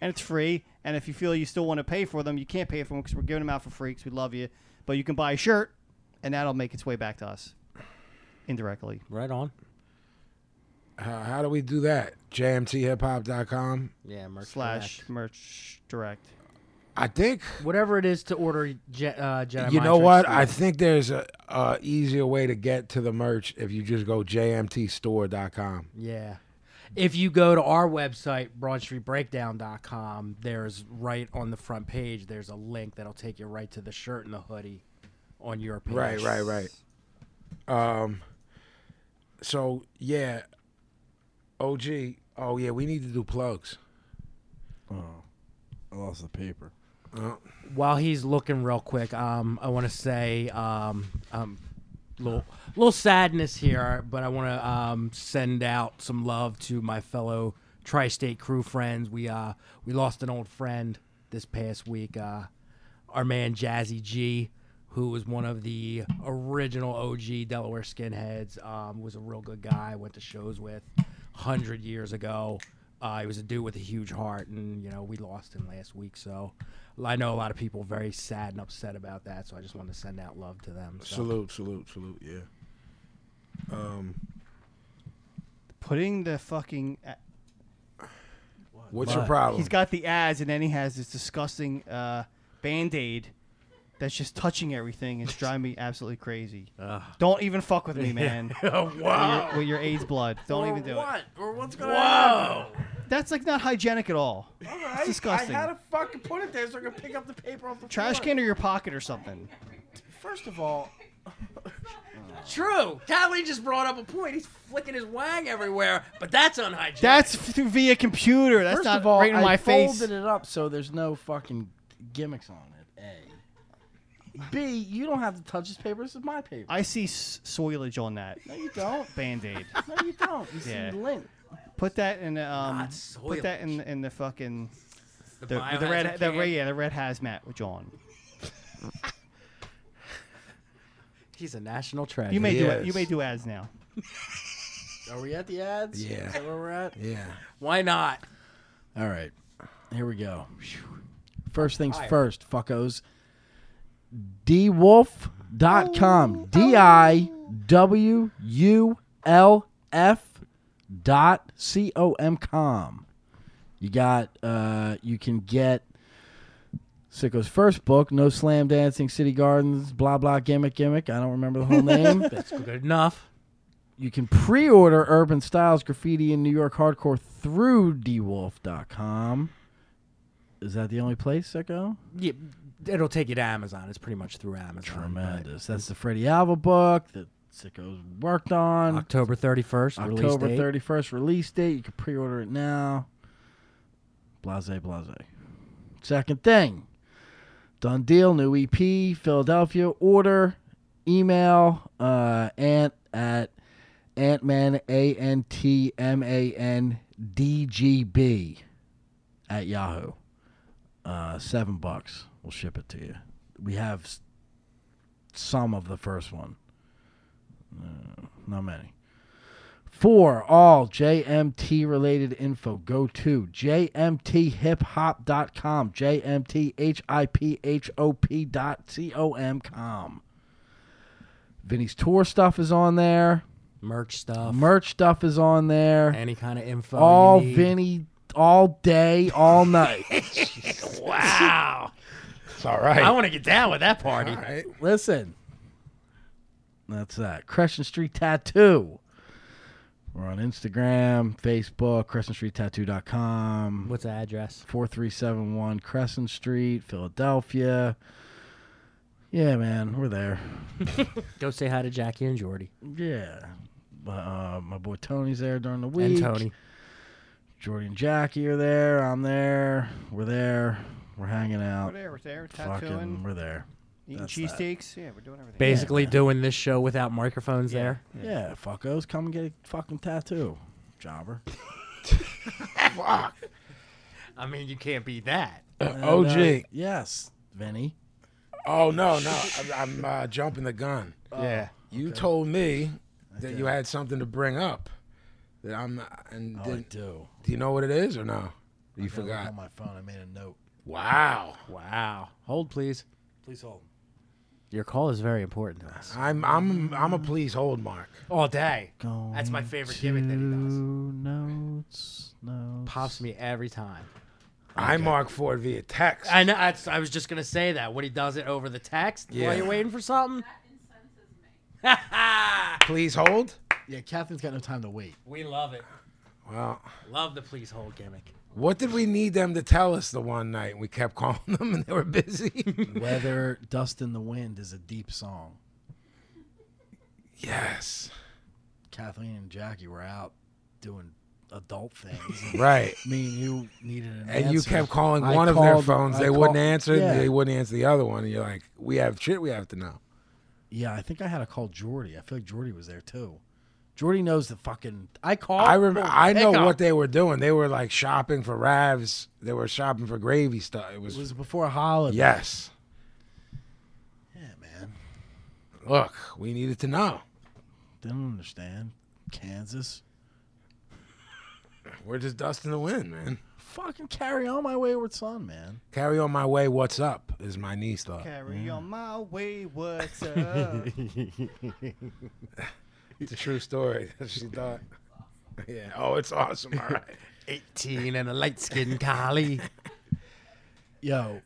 Speaker 1: and it's free. And if you feel you still want to pay for them, you can't pay for them because we're giving them out for free because we love you. But you can buy a shirt, and that'll make its way back to us indirectly.
Speaker 4: Right on.
Speaker 3: How, how do we do that? JMTHipHop.com.
Speaker 4: Yeah, merch
Speaker 1: slash
Speaker 4: direct.
Speaker 1: merch direct.
Speaker 3: I think.
Speaker 4: whatever it is to order. Je- uh, Jedi
Speaker 3: You
Speaker 4: Mind
Speaker 3: know
Speaker 4: Tricks
Speaker 3: what?
Speaker 4: through.
Speaker 3: I think there's a, a easier way to get to the merch if you just go jmtstore.com.
Speaker 4: Yeah. If you go to our website, BroadStreetBreakdown.com, there's right on the front page, there's a link that'll take you right to the shirt and the hoodie on your page.
Speaker 3: Right, right, right. Um. So yeah, OG. Oh yeah, we need to do plugs.
Speaker 5: I lost the paper.
Speaker 4: While he's looking real quick, um, I want to say um, um, little little sadness here, but I want to um, send out some love to my fellow tri-state crew friends. We uh we lost an old friend this past week. Uh, our man Jazzy G, who was one of the original OG Delaware skinheads, um, was a real good guy. I Went to shows with hundred years ago. Uh, he was a dude with a huge heart, and you know we lost him last week. So I know a lot of people very sad and upset about that. So I just wanted to send out love to them. So.
Speaker 3: Salute, salute, salute. Yeah. Um.
Speaker 1: Putting the fucking uh,
Speaker 3: What's your
Speaker 4: But-
Speaker 3: problem?
Speaker 1: he's got the ads and then he has this disgusting uh, band aid that's just touching everything. It's driving me absolutely crazy. Don't even fuck with me, man. With your, with your AIDS blood. Don't even do it.
Speaker 5: Or what's going Whoa.
Speaker 1: That's like not hygienic at all. It's disgusting.
Speaker 5: fucking put it there so I can pick up the paper off the
Speaker 1: Trash can or your pocket or something.
Speaker 5: First of all,
Speaker 4: True. Kathleen just brought up a point. He's flicking his wang everywhere, but that's unhygienic.
Speaker 1: That's f- via computer. That's
Speaker 5: first
Speaker 1: not
Speaker 5: of all,
Speaker 1: right in
Speaker 5: I
Speaker 1: my
Speaker 5: folded
Speaker 1: face.
Speaker 5: it up so there's no fucking gimmicks on it. A. B. You don't have to touch this paper. This is my paper.
Speaker 1: I see s- soilage on that
Speaker 5: no, you don't.
Speaker 1: band aid.
Speaker 5: No, you don't. You
Speaker 1: Yeah.
Speaker 5: see the link.
Speaker 1: Put that in the um.
Speaker 4: Not
Speaker 1: Put that in
Speaker 4: soilage.
Speaker 1: in the fucking
Speaker 4: the,
Speaker 1: the, the red the red yeah the red hazmat with John.
Speaker 4: He's a national treasure.
Speaker 1: You may do it. You
Speaker 3: Yes.
Speaker 1: may do ads now.
Speaker 5: Are we at the ads?
Speaker 3: Yeah.
Speaker 5: Is that where we're at?
Speaker 3: yeah.
Speaker 4: Why not?
Speaker 5: All right. Here we go. First things
Speaker 4: Fire.
Speaker 5: first, fuckos. dwolf.com. D I W U L F dot C O M com. You got, uh, you can get Sicko's first book, No Slam Dancing, City Gardens, blah, blah, gimmick, gimmick. I don't remember the whole name.
Speaker 4: That's good enough.
Speaker 5: you can pre-order Urban Styles Graffiti in New York Hardcore through dwolf.com. Is that the only place that go?
Speaker 4: Yeah, it'll take you to Amazon. It's pretty much through Amazon. but
Speaker 5: Tremendous. That's the Freddie Alva book that Sicko's worked on.
Speaker 4: October 31st.
Speaker 5: October
Speaker 4: release date.
Speaker 5: 31st release date. You can pre-order it now. Blase, blase. Second thing, Done deal, new EP, Philadelphia. Order, email, uh, ant at antman, A N T M A N D G B at Yahoo. Uh, seven bucks. We'll ship it to you. We have s- some of the first one. Uh, not many. For all JMT related info, go to jmthiphop.com, jmthiphop dot com. com. Vinny's tour stuff is on there.
Speaker 4: Merch stuff.
Speaker 5: Merch stuff is on there.
Speaker 4: Any kind of info.
Speaker 5: all
Speaker 4: you need.
Speaker 5: Vinny, all day, all night.
Speaker 4: Wow.
Speaker 3: It's all right.
Speaker 4: I want to get down with that party.
Speaker 3: all right.
Speaker 5: Listen. That's that. Crescent Street Tattoo. We're on Instagram, Facebook, crescentstreettattoo.com.
Speaker 4: What's the address?
Speaker 5: 4371 Crescent Street, Philadelphia. Yeah, man, we're there.
Speaker 4: Go say hi to Jackie and Jordy
Speaker 5: Yeah. My, uh, my boy Tony's there during the week.
Speaker 4: and Tony.
Speaker 5: Jordy and Jackie are there. I'm there. We're there. We're hanging
Speaker 1: We're
Speaker 5: out.
Speaker 1: there, we're there, tattooing,
Speaker 5: Fucking, we're there.
Speaker 1: eating
Speaker 5: that's
Speaker 1: cheesesteaks. Yeah, we're doing everything.
Speaker 4: Basically doing this show without microphones there.
Speaker 5: Yeah, fuckos, come and get a fucking tattoo. Jobber.
Speaker 3: Fuck.
Speaker 4: I mean, you can't beat that.
Speaker 5: And, uh,
Speaker 3: OG.
Speaker 5: yes, Vinny.
Speaker 3: Oh no, no. I'm, I'm uh, jumping the gun.
Speaker 4: yeah.
Speaker 3: You told me that you had something to bring up. That I'm and
Speaker 5: Oh, I
Speaker 3: did,
Speaker 5: do.
Speaker 3: do you know what it is or no? You
Speaker 5: I got it
Speaker 3: forgot.
Speaker 5: On my phone, I made a note.
Speaker 3: Wow.
Speaker 4: Wow. Hold, please.
Speaker 5: Please hold.
Speaker 4: Your call is very important to us.
Speaker 3: I'm I'm I'm a please hold mark.
Speaker 4: All day.
Speaker 5: Going
Speaker 4: That's my favorite gimmick that he does.
Speaker 5: to Notes, notes.
Speaker 4: Pops me every time.
Speaker 3: I mark Ford via text.
Speaker 4: I know. that's- I was just gonna say that when he does it over the text
Speaker 3: Yeah.
Speaker 4: while you're waiting for something.
Speaker 3: please hold.
Speaker 5: Yeah, Catherine's got no time to wait.
Speaker 4: we love it.
Speaker 3: Well,
Speaker 4: Love the please hold gimmick.
Speaker 3: what did we need them to tell us the one night? We kept calling them and they were busy.
Speaker 5: Whether Dust in the Wind is a deep song.
Speaker 3: yes.
Speaker 5: Kathleen and Jackie were out doing adult things. and
Speaker 3: Right.
Speaker 5: Me and you needed an
Speaker 3: And you
Speaker 5: answer.
Speaker 3: kept calling
Speaker 5: I
Speaker 3: one of their
Speaker 5: called-
Speaker 3: phones.
Speaker 5: I
Speaker 3: They
Speaker 5: called-
Speaker 3: wouldn't answer.
Speaker 5: Yeah.
Speaker 3: They wouldn't answer the other one. And you're like, we have shit we have to know.
Speaker 5: Yeah, I think I had to call Jordy. I feel like Jordy was there too. Jordy knows the fucking. I called.
Speaker 3: I remember.
Speaker 5: Boom,
Speaker 3: I know
Speaker 5: pick up.
Speaker 3: what they were doing. They were like shopping for ravs. They were shopping for gravy stuff. It was,
Speaker 5: It was before holiday.
Speaker 3: yes.
Speaker 5: Yeah, man.
Speaker 3: Look, we needed to know.
Speaker 5: Didn't understand. Kansas.
Speaker 3: We're just dusting the wind, man.
Speaker 5: Fucking carry on my wayward son, man.
Speaker 3: Carry on my way. What's up? Is my niece thought.
Speaker 1: Carry on my way, what's up?
Speaker 3: It's a true story. she thought. Yeah. Oh, it's awesome. All right.
Speaker 4: 18 and a light skinned collie.
Speaker 5: Yo,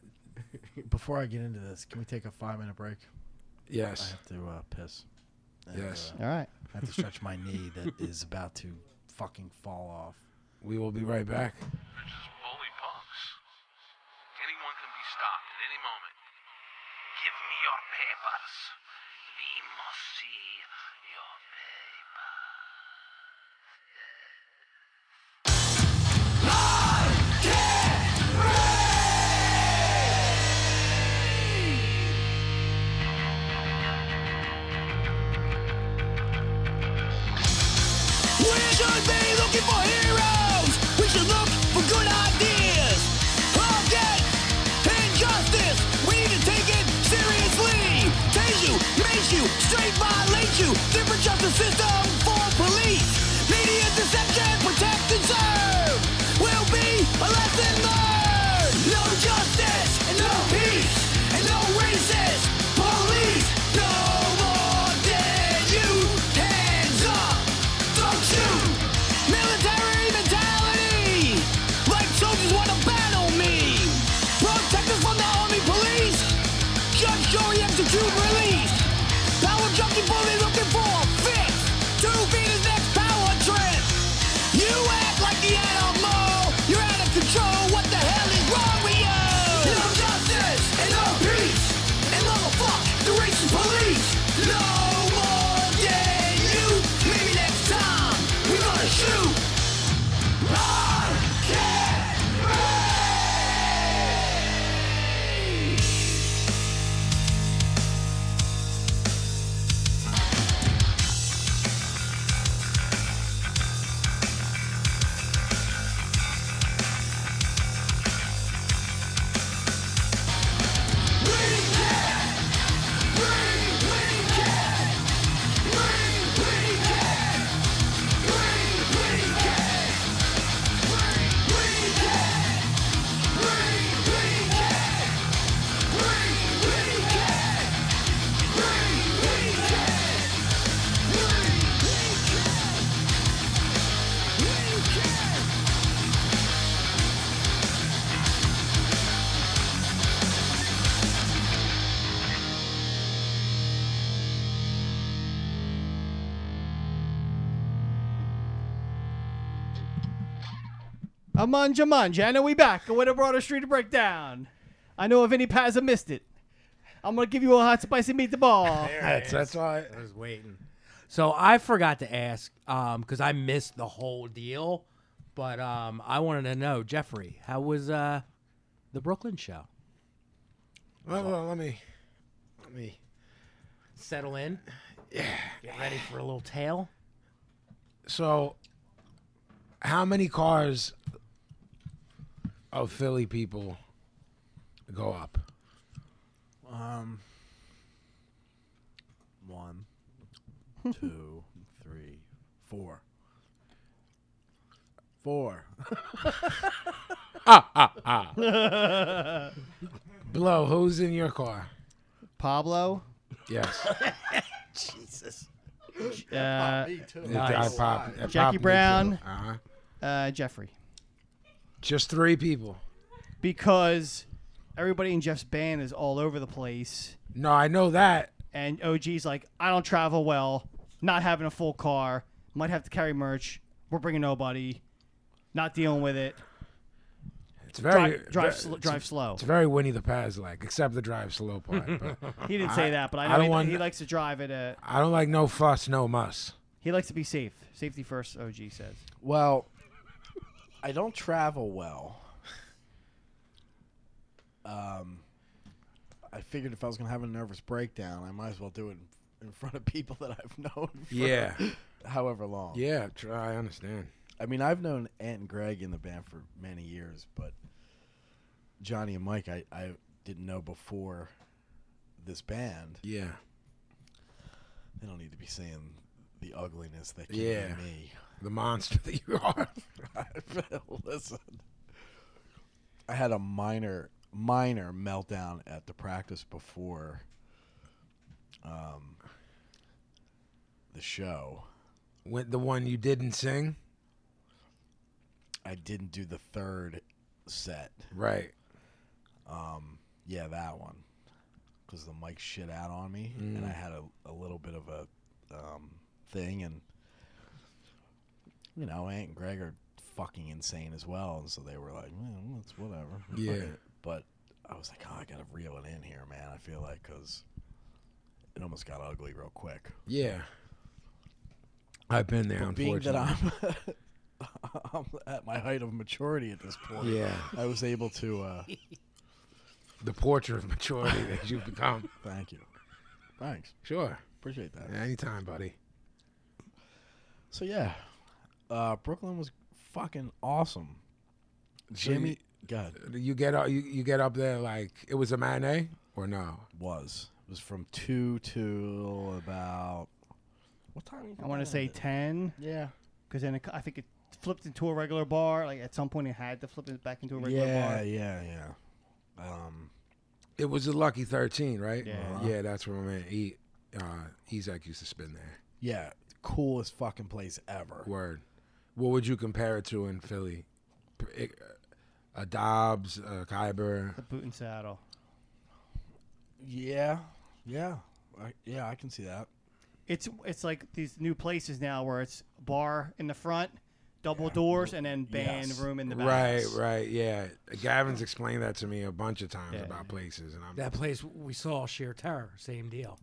Speaker 5: before I get into this, can we take a five minute break? I
Speaker 3: Yes.
Speaker 5: have to uh, piss. And,
Speaker 3: Yes.
Speaker 5: uh,
Speaker 1: All right.
Speaker 5: I have to stretch my knee that is about to fucking fall off.
Speaker 3: We will be right back.
Speaker 6: They're just bully punks. Anyone can be stopped at any moment. Give me your papers. We must see your papers.
Speaker 7: We should be looking for heroes. We should look
Speaker 1: Aman Jumanji, I know we back. I would have brought a street to break down. I know if any pies have missed it. I'm gonna give you a hot spicy meatball.
Speaker 3: That's that's all. I,
Speaker 4: I was waiting. So I forgot to ask because I missed the whole deal, but um, I wanted to know, Jeffrey, how was uh, the Brooklyn show?
Speaker 3: well, well, let me, let me.
Speaker 4: Settle in. Yeah. Get ready for a little tale.
Speaker 3: So, how many cars of Philly people go up?
Speaker 5: Um, one, two, three, four. Four.
Speaker 3: Blow. Who's in your car?
Speaker 1: Pablo,
Speaker 3: Yes.
Speaker 1: uh,
Speaker 4: Nice.
Speaker 3: I pop, I
Speaker 1: Jackie
Speaker 3: pop
Speaker 1: Brown.
Speaker 3: Uh huh.
Speaker 1: uh, Jeffrey,
Speaker 3: Just three people.
Speaker 1: because everybody in Jeff's band is all over the place,
Speaker 3: No, I know that.
Speaker 1: and OG's like, I don't travel well, not having a full car, might have to carry merch. We're bringing nobody, not dealing with it.
Speaker 3: It's very
Speaker 1: Drive, drive,
Speaker 3: ve-
Speaker 1: sl-
Speaker 3: it's-
Speaker 1: drive slow.
Speaker 3: It's very Winnie the Paz like, except the drive slow part. but
Speaker 1: He didn't say that, but I
Speaker 3: I
Speaker 1: know
Speaker 3: don't
Speaker 1: he,
Speaker 3: want-
Speaker 1: he likes to drive it. uh
Speaker 3: I don't like no fuss, no muss.
Speaker 1: he likes to be safe. Safety first, OG says.
Speaker 5: Well, I don't travel well. Um, I figured if I was going to have a nervous breakdown, I might as well do it in, in front of people that I've known for
Speaker 3: Yeah,
Speaker 5: however long.
Speaker 3: yeah. Try, I understand.
Speaker 5: I mean, I've known Ant and Greg in the band for many years, but Johnny and Mike, I, I didn't know before this band.
Speaker 3: Yeah,
Speaker 5: They don't need to be saying the ugliness that came
Speaker 3: Yeah.
Speaker 5: to me.
Speaker 3: the monster that you are.
Speaker 5: Listen, I had a minor, minor meltdown at the practice before um, the show.
Speaker 3: When the one you didn't sing,
Speaker 5: I didn't do the third set.
Speaker 3: right?
Speaker 5: Yeah, that one. Because the mic shit out on me, and
Speaker 3: Mm.
Speaker 5: I had a, a little bit of a um, thing, and you know, Aunt and Greg are fucking insane as well, and so they were like, well, it's whatever. Fuck
Speaker 3: Yeah.
Speaker 5: it." But I was like, oh, I gotta reel it in here, man. I feel like because it almost got ugly real quick.
Speaker 3: Yeah, I've been there.
Speaker 5: But being that
Speaker 3: unfortunately.
Speaker 5: I'm, I'm at my height of maturity at this point,
Speaker 3: yeah,
Speaker 5: I was able to. Uh,
Speaker 3: the portrait of maturity that you've become.
Speaker 5: thank you. Thanks.
Speaker 3: Sure,
Speaker 5: Appreciate that.
Speaker 3: anytime, buddy.
Speaker 5: So yeah, uh, Brooklyn was fucking awesome.
Speaker 3: So
Speaker 5: Jimmy, God,
Speaker 3: you, you get up. You, you get up there like it was a matinee or no?
Speaker 5: was It was from two till about what time? do you
Speaker 1: I
Speaker 5: think
Speaker 1: want to
Speaker 5: that
Speaker 1: say
Speaker 5: ended?
Speaker 1: ten,
Speaker 5: yeah,
Speaker 1: because then it, I think it flipped into a regular bar. Like at some point, it had to flip it back into a regular
Speaker 5: yeah,
Speaker 1: bar.
Speaker 5: yeah, yeah. Um,
Speaker 3: It was a lucky thirteen, right?
Speaker 1: Yeah.
Speaker 5: Uh-huh.
Speaker 3: yeah. That's where my man E, uh, Ezek used to spin there.
Speaker 5: yeah, coolest fucking place ever.
Speaker 3: Word. What would you compare it to in Philly? P- A Dobbs, a Kyber.
Speaker 1: The boot and saddle.
Speaker 5: Yeah, yeah, I, yeah. I can see that.
Speaker 1: It's it's like these new places now where it's bar in the front, double doors, and then band
Speaker 5: Yes.
Speaker 1: room in the back.
Speaker 3: Right, right, yeah. Gavin's explained that to me a bunch of times
Speaker 1: Yeah.
Speaker 3: about places, and I'm
Speaker 4: That place we saw sheer terror. Same deal.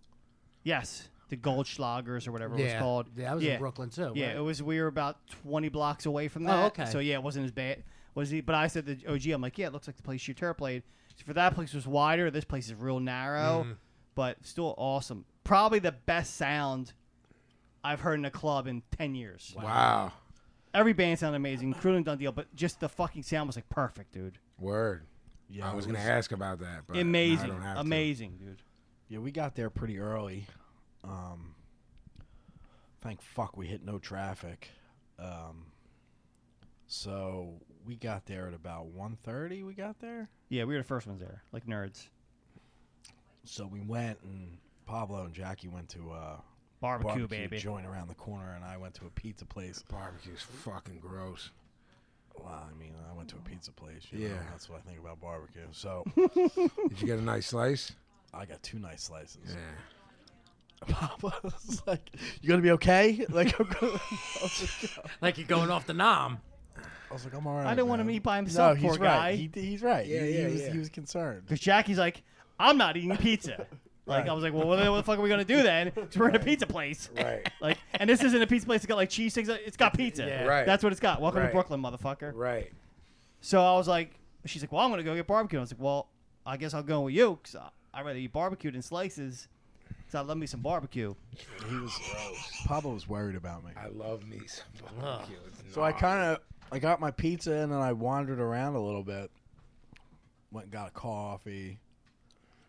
Speaker 1: Yes, the Goldschlagers or whatever it was
Speaker 4: Yeah.
Speaker 1: called.
Speaker 4: Yeah, that was in Brooklyn too,
Speaker 1: Yeah,
Speaker 4: right?
Speaker 1: it was. We were about twenty blocks away
Speaker 3: Oh,
Speaker 1: from that.
Speaker 4: okay.
Speaker 1: So yeah, it wasn't as bad. Was he? But I said the OG. I'm like, yeah, it looks like the place Shooter played. So for that place was wider. This place is real narrow,
Speaker 3: Mm-hmm.
Speaker 1: but still awesome. Probably the best sound I've heard in a club in ten years.
Speaker 3: wow.
Speaker 1: Every band sounded amazing, including Done Deal, but just the fucking sound was like perfect, dude.
Speaker 3: Word.
Speaker 5: Yeah,
Speaker 3: I was
Speaker 5: it
Speaker 3: gonna ask about that, but I
Speaker 1: amazing,
Speaker 3: don't have to.
Speaker 1: amazing, dude.
Speaker 5: Yeah, we got there pretty early. Um, thank fuck we hit no traffic. Um, so we got there at about 1.30 we got there.
Speaker 1: Yeah, we were the first ones there, like nerds.
Speaker 5: So we went and Pablo and Jackie went to a
Speaker 1: Barbecue,
Speaker 5: barbecue
Speaker 1: baby.
Speaker 5: joint around the corner and I went to a pizza place.
Speaker 3: Barbecue's fucking gross.
Speaker 5: Well, I mean, I went to a pizza place. You Know,
Speaker 3: Yeah.
Speaker 5: that's what I think about barbecue. So
Speaker 3: Did you get a nice slice?
Speaker 5: I got two nice slices.
Speaker 3: Yeah.
Speaker 5: Pablo was like, you going to be okay? Like, I'm gonna-
Speaker 4: Like you're going off the nom.
Speaker 5: I was like, I'm all right.
Speaker 1: I didn't want him
Speaker 5: man.
Speaker 1: to eat by
Speaker 5: No,
Speaker 1: himself,
Speaker 5: he's
Speaker 1: poor
Speaker 5: right.
Speaker 1: guy.
Speaker 5: He, he's right.
Speaker 3: Yeah,
Speaker 5: he, he
Speaker 3: yeah,
Speaker 5: was,
Speaker 3: yeah.
Speaker 5: he was concerned.
Speaker 1: Because Jackie's like, I'm not eating pizza. Like I was like, well, what the, what the fuck are we gonna do then? 'Cause we're in a pizza place.
Speaker 3: Right.
Speaker 1: Like, and this isn't a pizza place. that got like cheese things. It's got pizza.
Speaker 4: Yeah.
Speaker 3: Right.
Speaker 1: That's what it's got. Welcome
Speaker 3: Right.
Speaker 1: to Brooklyn, motherfucker.
Speaker 3: Right.
Speaker 1: So I was like, she's like, well, I'm gonna go get barbecue. I was like, well, I guess I'll go with you because I would rather eat barbecue than slices. Cause I love me some barbecue.
Speaker 5: He was. Pablo was worried about me.
Speaker 3: I love me some barbecue.
Speaker 5: So I kind of I got my pizza and then I wandered around a little bit. Went and got a coffee.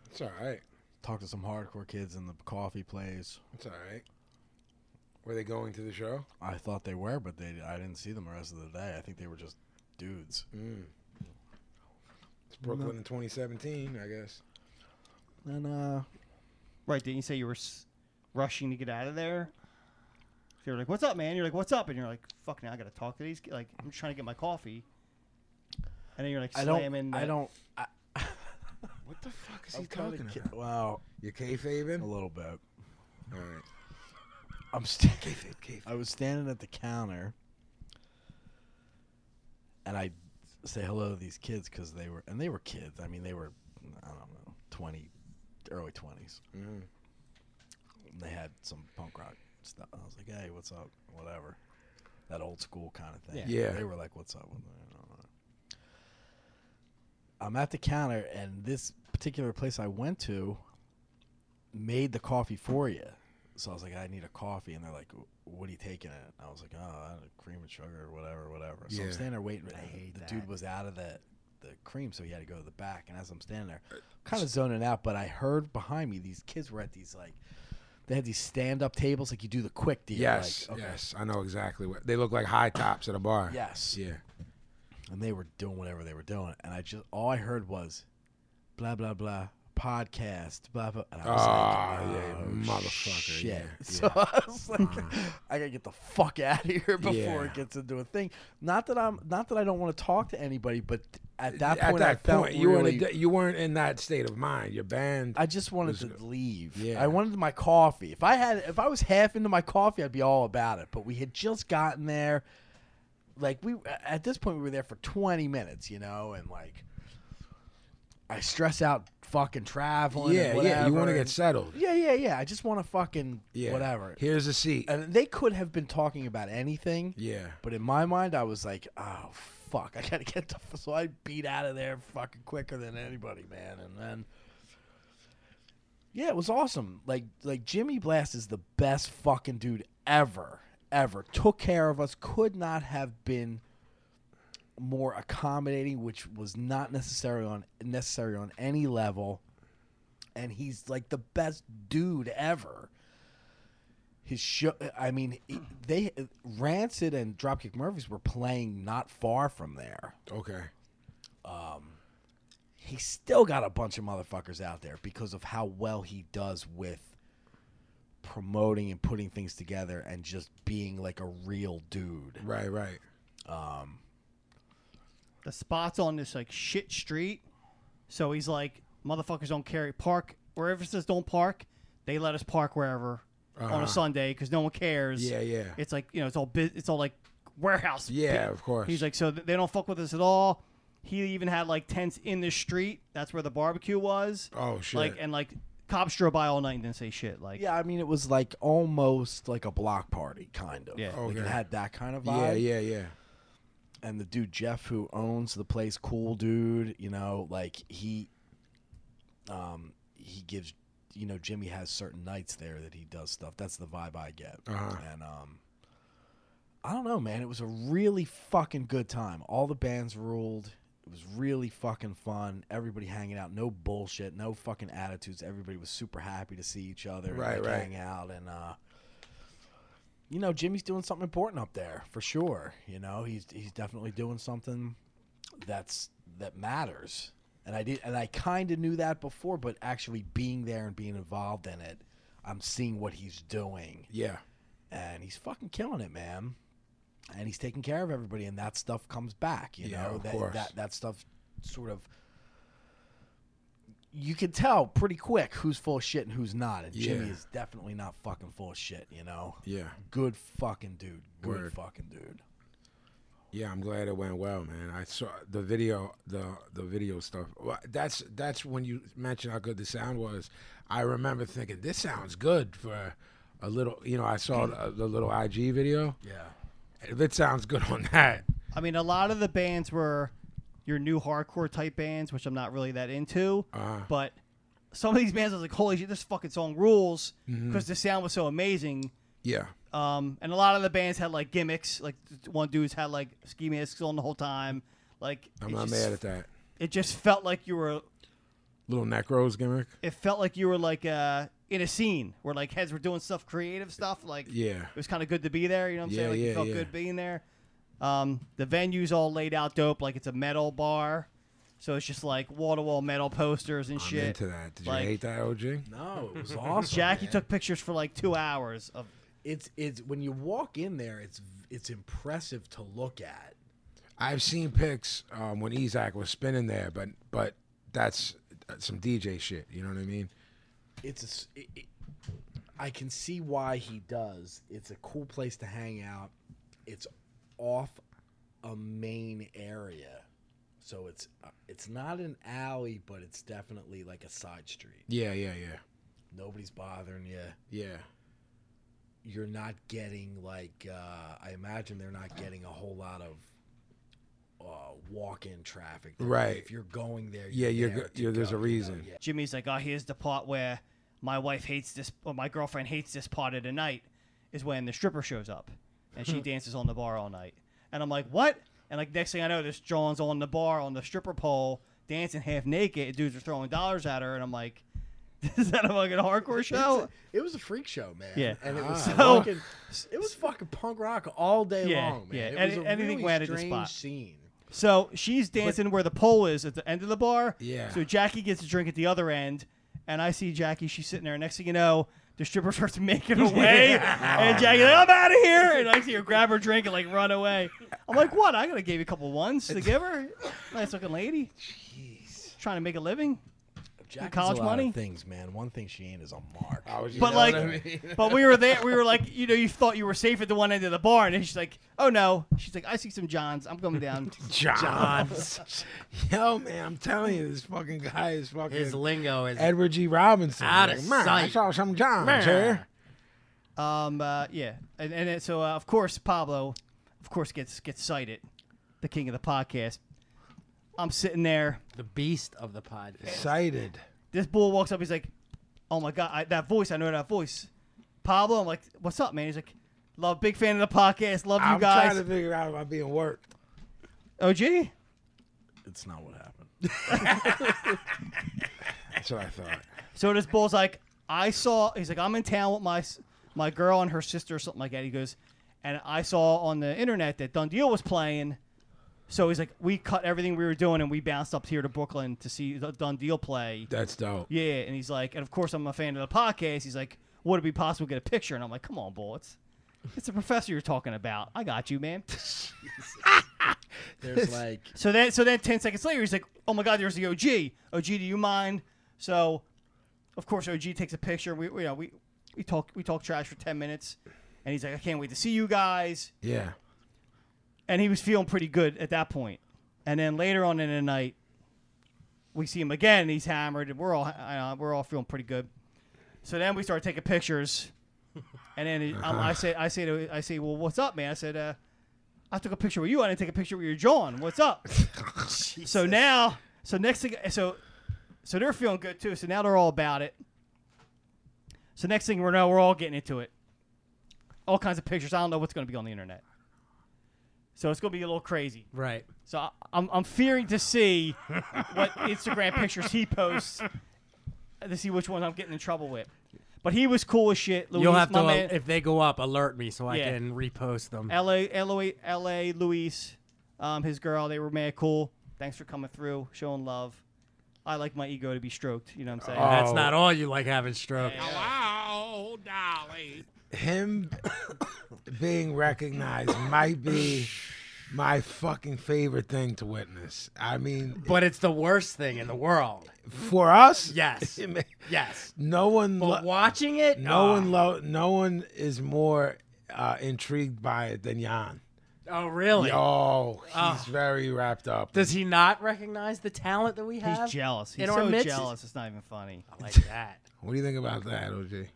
Speaker 3: It's all right.
Speaker 5: Talked to some hardcore kids in the coffee place.
Speaker 3: It's all right. Were they going to the show?
Speaker 5: I thought they were, but they I didn't see them the rest of the day. I think they were just dudes.
Speaker 3: It's Brooklyn in 2017, I guess.
Speaker 5: And uh,
Speaker 1: Right? Didn't you say you were s- rushing to get out of there? So You're like, what's up, man? You're like, what's up? And you're like, fuck, now I gotta talk to these. ki- Like, I'm just trying to get my coffee. And then you're like,
Speaker 5: I
Speaker 1: slamming.
Speaker 5: don't. I
Speaker 1: that-
Speaker 5: don't. I,
Speaker 3: What the fuck is
Speaker 5: I'm
Speaker 3: he talking
Speaker 5: kinda ki-
Speaker 3: about?
Speaker 5: Well,
Speaker 3: You
Speaker 5: a
Speaker 3: kayfabing?
Speaker 5: little bit.
Speaker 3: All right.
Speaker 5: I'm standing.
Speaker 3: Kayfabe, kayfabe.
Speaker 5: I was standing at the counter, and I say hello to these kids because they were, and they were kids. I mean, they were, I don't know, twenty, early twenties.
Speaker 3: Mm-hmm.
Speaker 5: And they had some punk rock stuff. I was like, hey, what's up? Whatever, that old school kind of thing.
Speaker 3: Yeah. Yeah.
Speaker 5: They were like, what's up? What's up? I'm at the counter, and this particular place I went to made the coffee for you. So I was like, I need a coffee, and they're like, "What are you taking it?" And I was like, "Oh, I had a cream and sugar, whatever, whatever." So
Speaker 3: Yeah.
Speaker 5: I'm standing there waiting. I
Speaker 4: hate
Speaker 5: the
Speaker 4: that.
Speaker 5: dude was out of the the cream, so he had to go to the back. And as I'm standing there,
Speaker 3: Uh,
Speaker 5: kind of zoning out, but I heard behind me these kids were at these like they had these stand up tables, like you do the quick deal.
Speaker 3: Yes,
Speaker 5: like, okay.
Speaker 3: yes. I know exactly what. They look like high tops at a bar.
Speaker 5: Yes.
Speaker 3: Yeah.
Speaker 5: and they were doing whatever they were doing, and I just all I heard was blah blah blah podcast blah blah. And I was
Speaker 3: Ah,
Speaker 5: like,
Speaker 3: yeah,
Speaker 5: "Oh,
Speaker 3: motherfucker,
Speaker 5: shit."
Speaker 3: yeah,
Speaker 5: So I was like, I gotta get the fuck out of here before
Speaker 3: Yeah.
Speaker 5: it gets into a thing. Not that I'm not that I don't want to talk to anybody, but at that point,
Speaker 3: at that
Speaker 5: I felt
Speaker 3: point, you,
Speaker 5: really.
Speaker 3: weren't, you weren't in that state of mind. Your band.
Speaker 5: I just wanted
Speaker 3: was-
Speaker 5: to leave.
Speaker 3: Yeah.
Speaker 5: I wanted my coffee. If I had, if I was half into my coffee, I'd be all about it. But we had just gotten there. Like we, at this point, we were there for twenty minutes, you know, and like, I stress out fucking traveling.
Speaker 3: yeah, yeah. You want to get
Speaker 5: set.
Speaker 3: settled.
Speaker 5: Yeah, yeah, yeah. I just want to fucking
Speaker 3: Yeah.
Speaker 5: whatever.
Speaker 3: Here's a seat.
Speaker 5: And they could have been talking about anything.
Speaker 3: Yeah.
Speaker 5: But in my mind, I was like, oh, fuck, I gotta get the. So I beat out of there fucking quicker than anybody, man. And then, yeah, it was awesome. Like, like Jimmy Blast is the best fucking dude ever, ever. Took care of us. Could not have been more accommodating, which was not necessary on necessary on any level. And he's like the best dude ever his show. I mean, he- they Rancid and Dropkick Murphys were playing not far from there. Um,
Speaker 3: Okay.
Speaker 5: He still got a bunch of motherfuckers out there because of how well he does with promoting and putting things together and just being like a real dude.
Speaker 3: Right, right.
Speaker 1: the spot's on this like shit street. So he's like, motherfuckers don't carry park wherever it says don't park. They let us park wherever on
Speaker 3: Uh-huh.
Speaker 1: a Sunday because no one cares.
Speaker 3: Yeah, yeah.
Speaker 1: It's like you know, it's all bu- it's all like warehouse.
Speaker 3: Yeah,
Speaker 1: pit.
Speaker 3: of course.
Speaker 1: He's like, so th- they don't fuck with us at all. He even had like tents in the street. That's where the barbecue was.
Speaker 3: Oh, shit.
Speaker 1: Like and like cops drove by all night and didn't say shit. Like
Speaker 5: Yeah, I mean, it was like almost like a block party, kind of.
Speaker 1: Yeah.
Speaker 5: Like it
Speaker 3: Okay.
Speaker 5: had that kind of vibe.
Speaker 3: yeah, yeah, yeah.
Speaker 5: and the dude Jeff who owns the place, cool dude, you know, like he um he gives you know, Jimmy has certain nights there that he does stuff. That's the vibe I get.
Speaker 3: Uh-huh.
Speaker 5: And um I don't know, man. It was a really fucking good time. All the bands ruled. It was really fucking fun. Everybody hanging out, no bullshit, no fucking attitudes. Everybody was super happy to see each other and,
Speaker 3: Right,
Speaker 5: like,
Speaker 3: right.
Speaker 5: hang out and uh you know, Jimmy's doing something important up there for sure. You know, he's he's definitely doing something that's that matters. And I did, and I kind of knew that before, but actually being there and being involved in it, I'm seeing what he's doing,
Speaker 3: Yeah.
Speaker 5: and he's fucking killing it, man. And he's taking care of everybody, and that stuff comes back. You
Speaker 3: Yeah,
Speaker 5: know,
Speaker 3: of
Speaker 5: that,
Speaker 3: course.
Speaker 5: that that stuff sort of. You can tell pretty quick who's full of shit and who's not, and Jimmy
Speaker 3: Yeah.
Speaker 5: is definitely not fucking full of shit. You know
Speaker 3: Yeah.
Speaker 5: good fucking dude. Good
Speaker 3: Word.
Speaker 5: fucking dude.
Speaker 3: Yeah, I'm glad it went well, man. I saw the video, the the video stuff. Well, That's that's when you mentioned how good the sound was. I remember thinking this sounds good for a little. You know, I saw the, the little IG video.
Speaker 4: Yeah.
Speaker 3: If it sounds good on that,
Speaker 1: I mean, a lot of the bands were your new hardcore type bands, which I'm not really that into.
Speaker 3: Uh-huh.
Speaker 1: But some of these bands, I was like, holy shit, this fucking song rules because
Speaker 3: Mm-hmm.
Speaker 1: the sound was so amazing.
Speaker 3: yeah,
Speaker 1: Um, and a lot of the bands had like gimmicks. Like th- one dude's had like ski masks on the whole time. Like
Speaker 3: I'm
Speaker 1: it
Speaker 3: not
Speaker 1: just,
Speaker 3: mad at that.
Speaker 1: It just felt like you were.
Speaker 3: Little Necros gimmick.
Speaker 1: It felt like you were like uh, in a scene where like heads were doing stuff, creative stuff. Like
Speaker 3: Yeah.
Speaker 1: it was kind of good to be there. You know what I'm
Speaker 3: Yeah,
Speaker 1: saying? Like
Speaker 3: yeah,
Speaker 1: it felt
Speaker 3: yeah.
Speaker 1: good being there. Um, the venue's all laid out dope. Like it's a metal bar, so it's just like wall to wall metal posters and
Speaker 3: I'm
Speaker 1: shit.
Speaker 3: into that. Did you
Speaker 1: Like-
Speaker 3: hate that, OG?
Speaker 7: No, it was awesome.
Speaker 1: Jackie
Speaker 7: man.
Speaker 1: took pictures for like two hours of.
Speaker 7: It's it's when you walk in there, it's it's impressive to look at.
Speaker 3: I've seen pics um, when Ezak was spinning there, but but that's that's some DJ shit. You know what I mean?
Speaker 7: It's a s it- it- I can see why he does. It's a cool place to hang out. It's off a main area, so it's uh, it's not an alley, but it's definitely like a side street.
Speaker 3: Yeah, yeah, yeah,
Speaker 7: Nobody's bothering you.
Speaker 3: yeah.
Speaker 7: You're not getting like uh, I imagine they're not getting a whole lot of uh, walk-in traffic.
Speaker 3: Right.
Speaker 7: If you're going there,
Speaker 3: Yeah, you're
Speaker 7: there
Speaker 3: go-
Speaker 7: to
Speaker 3: you're- there's
Speaker 7: go, you
Speaker 3: a
Speaker 7: know?
Speaker 3: reason.
Speaker 7: Yeah.
Speaker 1: Jimmy's like, oh, here's the part where my wife hates this, or my girlfriend hates this part of the night, is when the stripper shows up and she dances on the bar all night. And I'm like, what? And like next thing I know, this John's on the bar on the stripper pole dancing half naked. Dudes are throwing dollars at her, and I'm like, is that a fucking hardcore
Speaker 7: It's
Speaker 1: show?
Speaker 7: a- it was a freak show, man.
Speaker 1: Yeah.
Speaker 7: and it was
Speaker 1: Ah. So-
Speaker 7: fucking, it was fucking punk rock all day
Speaker 1: Yeah,
Speaker 7: long, man.
Speaker 1: yeah.
Speaker 7: It was
Speaker 1: Any-
Speaker 7: a
Speaker 1: anything
Speaker 7: really
Speaker 1: went at the
Speaker 7: strange
Speaker 1: spot.
Speaker 7: scene.
Speaker 1: So she's dancing where the pole is at the end of the bar.
Speaker 3: Yeah.
Speaker 1: So Jackie gets a drink at the other end, and I see Jackie. She's sitting there. Next thing you know, the stripper starts making away, and Jackie's like, "I'm out of here!" And I see her grab her drink and like run away. I'm like, "What? I gotta give you a couple ones to give her, nice looking lady, trying to make a living."
Speaker 7: Jackie's
Speaker 1: college
Speaker 7: a lot of
Speaker 1: money?
Speaker 7: things, man. One thing she ain't is a mark.
Speaker 1: But like, but we were there. We were like, you know, you thought you were safe at the one end of the bar, and then she's like, "Oh no!" She's like, "I see some Johns. I'm coming down."
Speaker 3: Johns. Yo, man, I'm telling you, this fucking guy is fucking
Speaker 4: His lingo is
Speaker 3: Edward G. Robinson.
Speaker 4: Out of
Speaker 3: man, I
Speaker 4: sight.
Speaker 3: saw some Johns
Speaker 4: Man.
Speaker 3: here.
Speaker 1: Um. Uh, yeah. And and it, so uh, of course Pablo, of course gets gets cited, the king of the podcast. I'm sitting there.
Speaker 4: the beast of the podcast.
Speaker 3: Excited.
Speaker 1: This bull walks up. He's like, "Oh my god, I, that voice! I know that voice." Pablo, I'm like, "What's up, man?" He's like, "Love, big fan of the podcast. Love you
Speaker 3: I'm
Speaker 1: guys."
Speaker 3: trying to figure out if I'm being worked.
Speaker 1: OG.
Speaker 7: It's not what happened.
Speaker 3: That's what I thought.
Speaker 1: So this bull's like, I saw. He's like, I'm in town with my s- my girl and her sister or something like that. He goes, and I saw on the internet that Dundee was playing. So he's like, we cut everything we were doing and we bounced up here to Brooklyn to see the Dundee play.
Speaker 3: That's dope.
Speaker 1: Yeah, and he's like, and of course I'm a fan of the podcast. He's like, would it be possible to get a picture? And I'm like, come on, bull, it's it's the professor you're talking about. I got you, man.
Speaker 7: There's like
Speaker 1: So then, so then, ten seconds later, he's like, "Oh my God, there's the OG. OG, do you mind?" So, of course, OG takes a picture. We, we- you know, we we talk we talk trash for ten minutes, and he's like, "I can't wait to see you guys."
Speaker 3: Yeah.
Speaker 1: And he was feeling pretty good at that point. And then later on in the night, we see him again. And he's hammered, and we're all uh, we're all feeling pretty good. So then we start taking pictures, and then he- I, I say I say to, I say, "Well, what's up, man?" I said, uh, "I took a picture with you. I didn't take a picture with your John. What's up?" So now, so next thing, so so they're feeling good too. So now they're all about it. So next thing we know, we're all getting into it. All kinds of pictures. I don't know what's going to be on the internet. So it's going to be a little crazy.
Speaker 4: Right.
Speaker 1: So I, I'm I'm fearing to see what Instagram pictures he posts to see which ones I'm getting in trouble with. But he was cool as shit. Luis,
Speaker 4: You'll have to
Speaker 1: my man,
Speaker 4: uh, if they go up, alert me so I
Speaker 1: Yeah.
Speaker 4: can repost them.
Speaker 1: L.A. L.A. L.A. Luis, um, his girl, they were mad cool. Thanks for coming through, showing love. I like my ego to be stroked. You know what I'm saying?
Speaker 4: That's
Speaker 3: Oh.
Speaker 4: not all you like having stroke.
Speaker 6: Hello, Dolly.
Speaker 3: Him being recognized might be my fucking favorite thing to witness. I mean,
Speaker 4: But it's the worst thing in the world.
Speaker 3: for us,
Speaker 4: Yes. Yes.
Speaker 3: no one,
Speaker 4: But
Speaker 3: lo-
Speaker 4: watching it,
Speaker 3: no
Speaker 4: ah,
Speaker 3: one, lo- no one is more uh, intrigued by it than Jan.
Speaker 4: Oh, really?
Speaker 3: Yo, he's
Speaker 4: Ah.
Speaker 3: very wrapped up.
Speaker 4: Does he not recognize the talent that we have?
Speaker 1: He's jealous. He's
Speaker 4: in our
Speaker 1: so
Speaker 4: midst?
Speaker 1: jealous. It's not even funny.
Speaker 4: I like that.
Speaker 3: what do you think about that, OJ?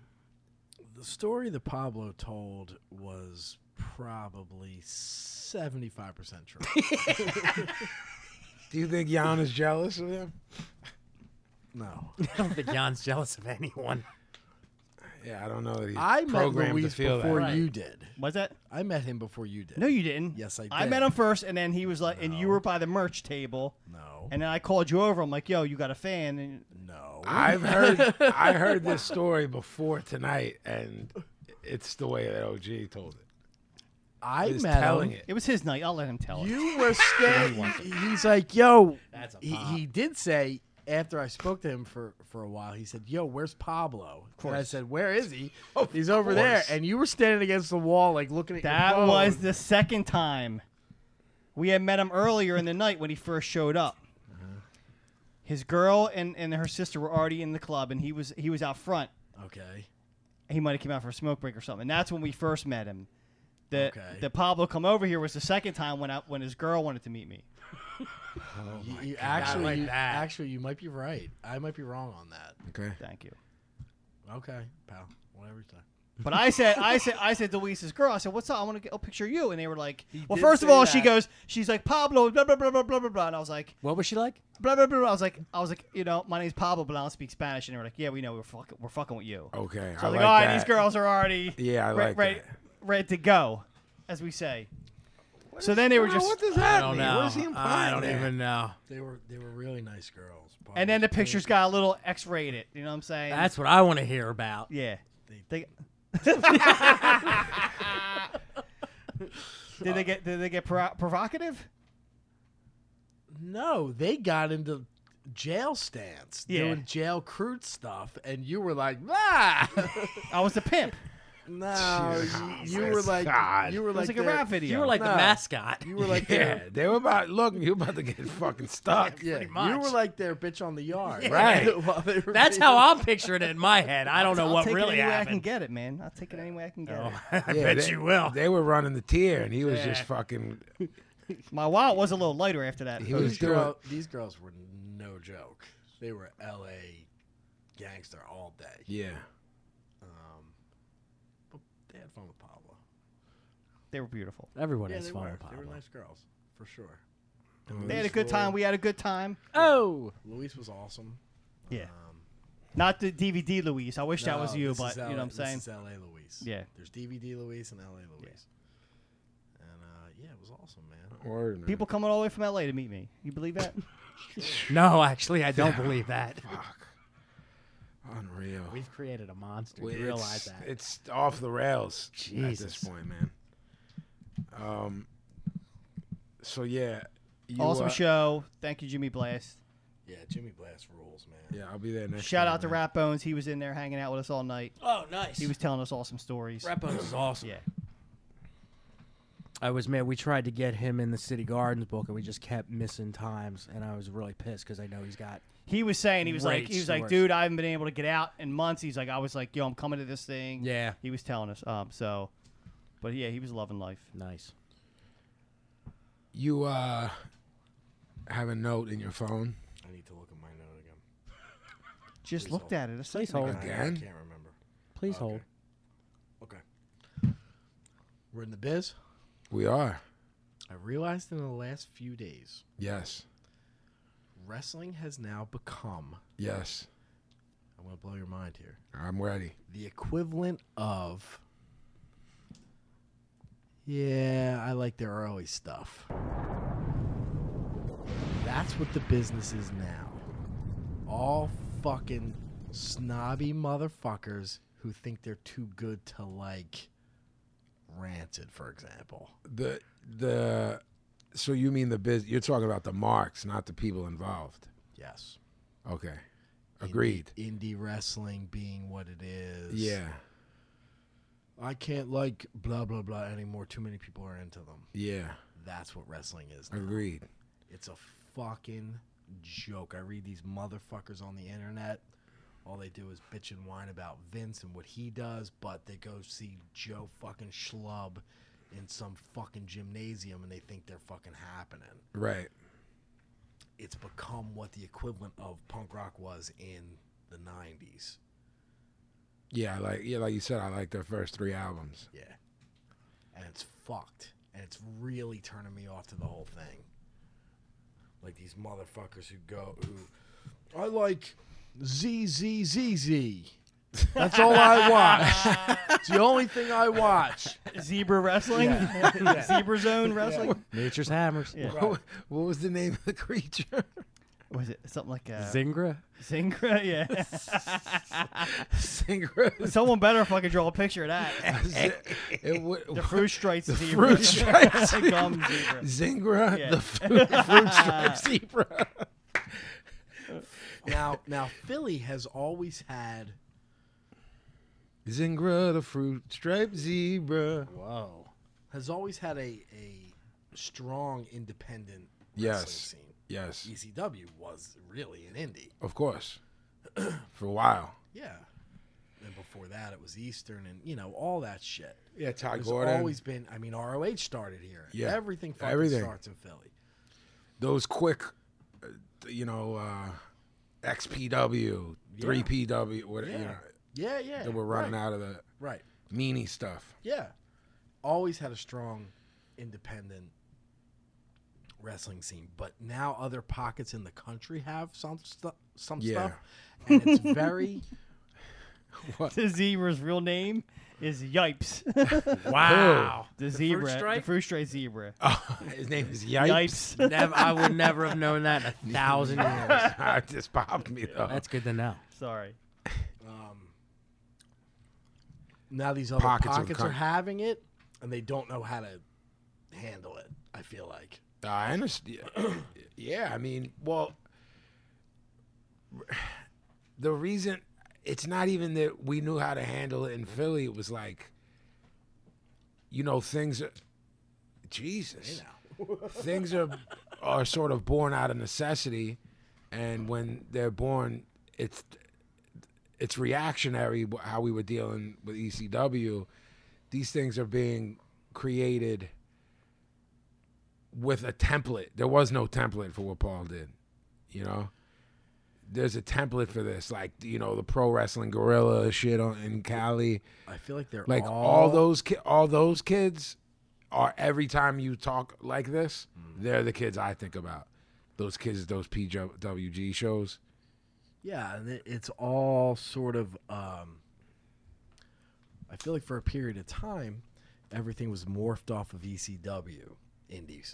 Speaker 5: The story that Pablo told was probably 75% true.
Speaker 3: Do you think Jan is jealous of him?
Speaker 5: no.
Speaker 4: I don't think Jan's jealous of anyone.
Speaker 3: Yeah, I don't know that he's
Speaker 5: I met
Speaker 3: programmed
Speaker 5: Luis
Speaker 3: to feel
Speaker 5: before
Speaker 3: that.
Speaker 5: you did.
Speaker 1: Was that?
Speaker 5: I met him before you did.
Speaker 1: No, you didn't.
Speaker 5: Yes, I
Speaker 1: I
Speaker 5: did.
Speaker 1: met him first, and then he was like, and you were by the merch table,
Speaker 5: No.
Speaker 1: and then I called you over. I'm like, yo, you got a fan? And
Speaker 5: no.
Speaker 3: I've heard I heard this story before tonight, and it's the way that OG told it.
Speaker 5: I
Speaker 3: He's
Speaker 5: met
Speaker 3: telling
Speaker 5: him.
Speaker 3: it.
Speaker 1: it was his night. I'll let him tell it.
Speaker 5: You were staying. he's like, yo.
Speaker 4: That's a
Speaker 5: he,
Speaker 4: pop.
Speaker 5: he did say after I spoke to him for for a while. He said, "Yo, where's Pablo?" And I said, "Where is he?" He's over there. And you were standing against the wall, like looking at
Speaker 1: That
Speaker 5: your phone.
Speaker 1: was the second time. We had met him earlier in the night when he first showed up. His girl and, and her sister were already in the club, and he was he was out front.
Speaker 5: okay.
Speaker 1: He might have came out for a smoke break or something. And that's when we first met him. The
Speaker 5: Okay.
Speaker 1: the Pablo come over here was the second time when I, when his girl wanted to meet me.
Speaker 5: You- you actually,
Speaker 4: Oh like
Speaker 5: you-
Speaker 4: that.
Speaker 5: actually, you might be right. I might be wrong on that.
Speaker 3: Okay.
Speaker 1: Thank you.
Speaker 5: Okay, pal. Whatever you say.
Speaker 1: But I said, I said, I said to Luis's girl, I said, "What's up? I want to get a picture of you." And they were like, "Well,
Speaker 4: did
Speaker 1: first of
Speaker 4: say
Speaker 1: all, she
Speaker 4: that.
Speaker 1: goes, she's like Pablo, blah blah blah blah blah blah blah." And I was like,
Speaker 4: What was she like?
Speaker 1: "Blah blah blah." blah. I was like, "I was like, you know, my name's Pablo, but I don't speak Spanish." And they were like, "Yeah, we know. We're fucking, we're fucking with you."
Speaker 3: Okay.
Speaker 1: So I was
Speaker 3: Oh, I
Speaker 1: like,
Speaker 3: like
Speaker 1: "All right,
Speaker 4: "Oh,
Speaker 3: that.
Speaker 1: these girls are already
Speaker 3: Yeah, I
Speaker 1: re-
Speaker 3: like
Speaker 1: re-
Speaker 3: that.
Speaker 1: ready to go," as we say. so then they were just,
Speaker 3: what does that
Speaker 4: I don't
Speaker 3: mean?
Speaker 4: know.
Speaker 3: What is he implying?
Speaker 4: I don't
Speaker 3: there?
Speaker 4: even know.
Speaker 5: They were they were really nice girls. Pablo.
Speaker 1: and then the pictures got a little X-rated. You know what I'm saying?
Speaker 4: That's what I want to hear about.
Speaker 1: yeah. They.
Speaker 5: They-
Speaker 1: did they get did they get pro- provocative?
Speaker 5: no, they got into jail stance,
Speaker 1: Yeah.
Speaker 5: doing jail crew stuff, and you were like, ah.
Speaker 1: I was the pimp.
Speaker 5: no, you, you were
Speaker 3: Jesus
Speaker 5: like,
Speaker 3: God.
Speaker 5: you were
Speaker 1: It was
Speaker 5: like,
Speaker 1: like a
Speaker 5: their-
Speaker 1: rap video.
Speaker 4: You were like the
Speaker 5: No.
Speaker 4: mascot.
Speaker 5: You were like,
Speaker 3: Yeah,
Speaker 5: their-
Speaker 3: they were about look. You about to get fucking stuck.
Speaker 5: yeah, you were like their bitch on the yard,
Speaker 3: Right.
Speaker 5: While they were
Speaker 4: That's
Speaker 5: being-
Speaker 4: how I'm picturing it in my head. I don't know
Speaker 1: I'll
Speaker 4: what
Speaker 1: take
Speaker 4: really
Speaker 1: it any way I can
Speaker 4: happened. Oh.
Speaker 1: get it, man. I'll take it any way I can get
Speaker 4: I
Speaker 3: Yeah,
Speaker 4: bet
Speaker 3: they-
Speaker 4: you will.
Speaker 3: They were running the tier, and he was
Speaker 4: Yeah.
Speaker 3: just fucking.
Speaker 1: it. My wallet was a little lighter after that.
Speaker 3: He was
Speaker 5: These,
Speaker 3: doing.
Speaker 5: girl, these girls were no joke. They were L.A. gangster all day.
Speaker 3: Yeah.
Speaker 5: But they had fun with Pablo.
Speaker 1: They were beautiful.
Speaker 4: Everyone
Speaker 5: yeah,
Speaker 4: has
Speaker 5: they
Speaker 4: fun
Speaker 5: were.
Speaker 4: with
Speaker 5: They were
Speaker 4: Pablo.
Speaker 5: nice girls for sure.
Speaker 1: They had a good time. We had a good time.
Speaker 4: Oh,
Speaker 5: Luis was awesome.
Speaker 1: Yeah.
Speaker 5: Um,
Speaker 1: Not the DVD Luis. I wish that was
Speaker 5: no,
Speaker 1: you,
Speaker 5: this
Speaker 1: but
Speaker 5: is
Speaker 1: you know
Speaker 5: LA
Speaker 1: what I'm saying?
Speaker 5: This is L.A. Luis.
Speaker 1: Yeah.
Speaker 5: There's DVD Luis and L.A. Luis. And uh, yeah, it was awesome, man.
Speaker 3: Word, man.
Speaker 1: People coming all the way from LA to meet me. You believe that?
Speaker 4: no, actually, I don't believe that.
Speaker 3: Fuck. Unreal.
Speaker 4: We've created a monster.
Speaker 3: We-
Speaker 4: you realize
Speaker 3: it's-
Speaker 4: that.
Speaker 3: It's off the rails at
Speaker 4: Jesus.
Speaker 3: this point, man. Um. So yeah. You,
Speaker 1: awesome
Speaker 3: uh,
Speaker 1: show. Thank you, Jimmy Blast.
Speaker 5: Yeah, Jimmy Blast rules, man.
Speaker 3: Yeah, I'll be there next.
Speaker 1: Shout
Speaker 3: time,
Speaker 1: out to
Speaker 3: man.
Speaker 1: Rat Bones. He was in there hanging out with us all night.
Speaker 4: oh, nice.
Speaker 1: He was telling us awesome stories.
Speaker 4: Repos is awesome.
Speaker 1: Yeah.
Speaker 4: I was mad. We tried to get him in the City Gardens book, and we just kept missing times. And I was really pissed because I know he's got.
Speaker 1: He was saying he was
Speaker 4: Great
Speaker 1: like he was like,
Speaker 4: stories.
Speaker 1: dude, I haven't been able to get out in months. He's like, I was like, yo, I'm coming to this thing.
Speaker 4: Yeah.
Speaker 1: He was telling us. Um. So, but yeah, he was loving life.
Speaker 4: Nice.
Speaker 3: You uh, have a note in your phone
Speaker 5: I need to look at my note again.
Speaker 1: Just looked at it a
Speaker 4: Please
Speaker 1: second
Speaker 4: hold.
Speaker 1: ago.
Speaker 5: I
Speaker 3: again.
Speaker 5: can't remember.
Speaker 4: Please hold.
Speaker 5: Okay. We're in the biz.
Speaker 3: We are.
Speaker 5: I realized in the last few days,
Speaker 3: Yes.
Speaker 5: wrestling has now become,
Speaker 3: Yes.
Speaker 5: I'm going to blow your mind here,
Speaker 3: I'm ready.
Speaker 5: the equivalent of, yeah, I like their early stuff. That's what the business is now. All fucking snobby motherfuckers who think they're too good to like Ranted, for example.
Speaker 3: The the. So you mean the biz? You're talking about the marks, not the people involved.
Speaker 5: Yes.
Speaker 3: Okay. Agreed.
Speaker 5: Indie wrestling being what it is.
Speaker 3: Yeah.
Speaker 5: I can't like blah blah blah anymore. Too many people are into them.
Speaker 3: Yeah.
Speaker 5: That's what wrestling is. now.
Speaker 3: Agreed.
Speaker 5: It's a fucking joke. I read these motherfuckers on the internet. All they do is bitch and whine about Vince and what he does, but they go see Joe fucking Schlub in some fucking gymnasium and they think they're fucking happening.
Speaker 3: Right.
Speaker 5: It's become what the equivalent of punk rock was in the 90s.
Speaker 3: Yeah, like yeah, like you said, I like their first three albums.
Speaker 5: Yeah. And it's fucked. And it's really turning me off to the whole thing. Like these motherfuckers who go, who, I like ZZZZ. That's all I watch. it's the only thing I watch.
Speaker 1: Zebra wrestling, zebra zone wrestling.
Speaker 4: Nature's hammers.
Speaker 1: Yeah.
Speaker 3: What, what was the name of the creature?
Speaker 1: Was it something like uh,
Speaker 4: Zingra.
Speaker 1: Zingra? Yeah.
Speaker 3: Singer.
Speaker 1: Someone better fucking draw a picture of that.
Speaker 3: it would,
Speaker 1: The fruit stripes zebra.
Speaker 3: fruit stripes.
Speaker 1: Gum zebra.
Speaker 3: Zingra,
Speaker 1: Yeah.
Speaker 3: the fruit, fruit stripe zebra.
Speaker 5: Now, now Philly has always had.
Speaker 3: Zingra, the fruit stripe zebra.
Speaker 5: Whoa. Has always had a a strong independent
Speaker 3: Yes.
Speaker 5: wrestling
Speaker 3: Yes,
Speaker 5: scene. ECW was really an indie.
Speaker 3: of course. For a while.
Speaker 5: Yeah. And before that, it was Eastern and, you know, all that shit.
Speaker 3: Yeah, Todd
Speaker 5: It's
Speaker 3: Gordon.
Speaker 5: always been, I mean, ROH started here.
Speaker 3: Yeah.
Speaker 5: Everything fucking
Speaker 3: Everything.
Speaker 5: starts in Philly.
Speaker 3: Those quick, uh, you know, uh, XPW, 3PW, whatever. You
Speaker 5: Yeah.
Speaker 3: know,
Speaker 5: Yeah, yeah.
Speaker 3: that were running
Speaker 5: right,
Speaker 3: out of the
Speaker 5: Right.
Speaker 3: meanie stuff.
Speaker 5: Yeah. Always had a strong independent wrestling scene, but now other pockets in the country have some, stu- some
Speaker 3: Yeah.
Speaker 5: stuff. And it's very.
Speaker 1: The zebra's real name is Yipes.
Speaker 4: Wow.
Speaker 1: The, zebra. the
Speaker 4: stripe?
Speaker 1: fruit stripe zebra.
Speaker 3: His name is Yipes.
Speaker 1: Yipes.
Speaker 4: Never, I would never have known that in a thousand years.
Speaker 3: it just popped me though.
Speaker 4: That's good to know.
Speaker 1: Sorry.
Speaker 5: Now these other
Speaker 3: Pockets
Speaker 5: pockets,
Speaker 3: of
Speaker 5: are
Speaker 3: country.
Speaker 5: having it, and they don't know how to handle it, I feel like.
Speaker 3: I understand. yeah, I mean, well, the reason it's not even that we knew how to handle it in Philly. It was like, you know, things. Are, Jesus, things are are sort of born out of necessity, and when they're born, it's it's reactionary. wh- How we were dealing with ECW, these things are being created with a template. There was no template for what Paul did. You know, there's a template for this, like you know the pro wrestling gorilla shit on in Cali.
Speaker 5: I feel like they're
Speaker 3: Like all,
Speaker 5: all
Speaker 3: those ki- all those kids are every time you talk like this,
Speaker 5: Mm.
Speaker 3: they're the kids I think about. Those kids, at those PWG shows.
Speaker 5: Yeah, and it, it's all sort of. Um, I feel like for a period of time, everything was morphed off of ECW indies.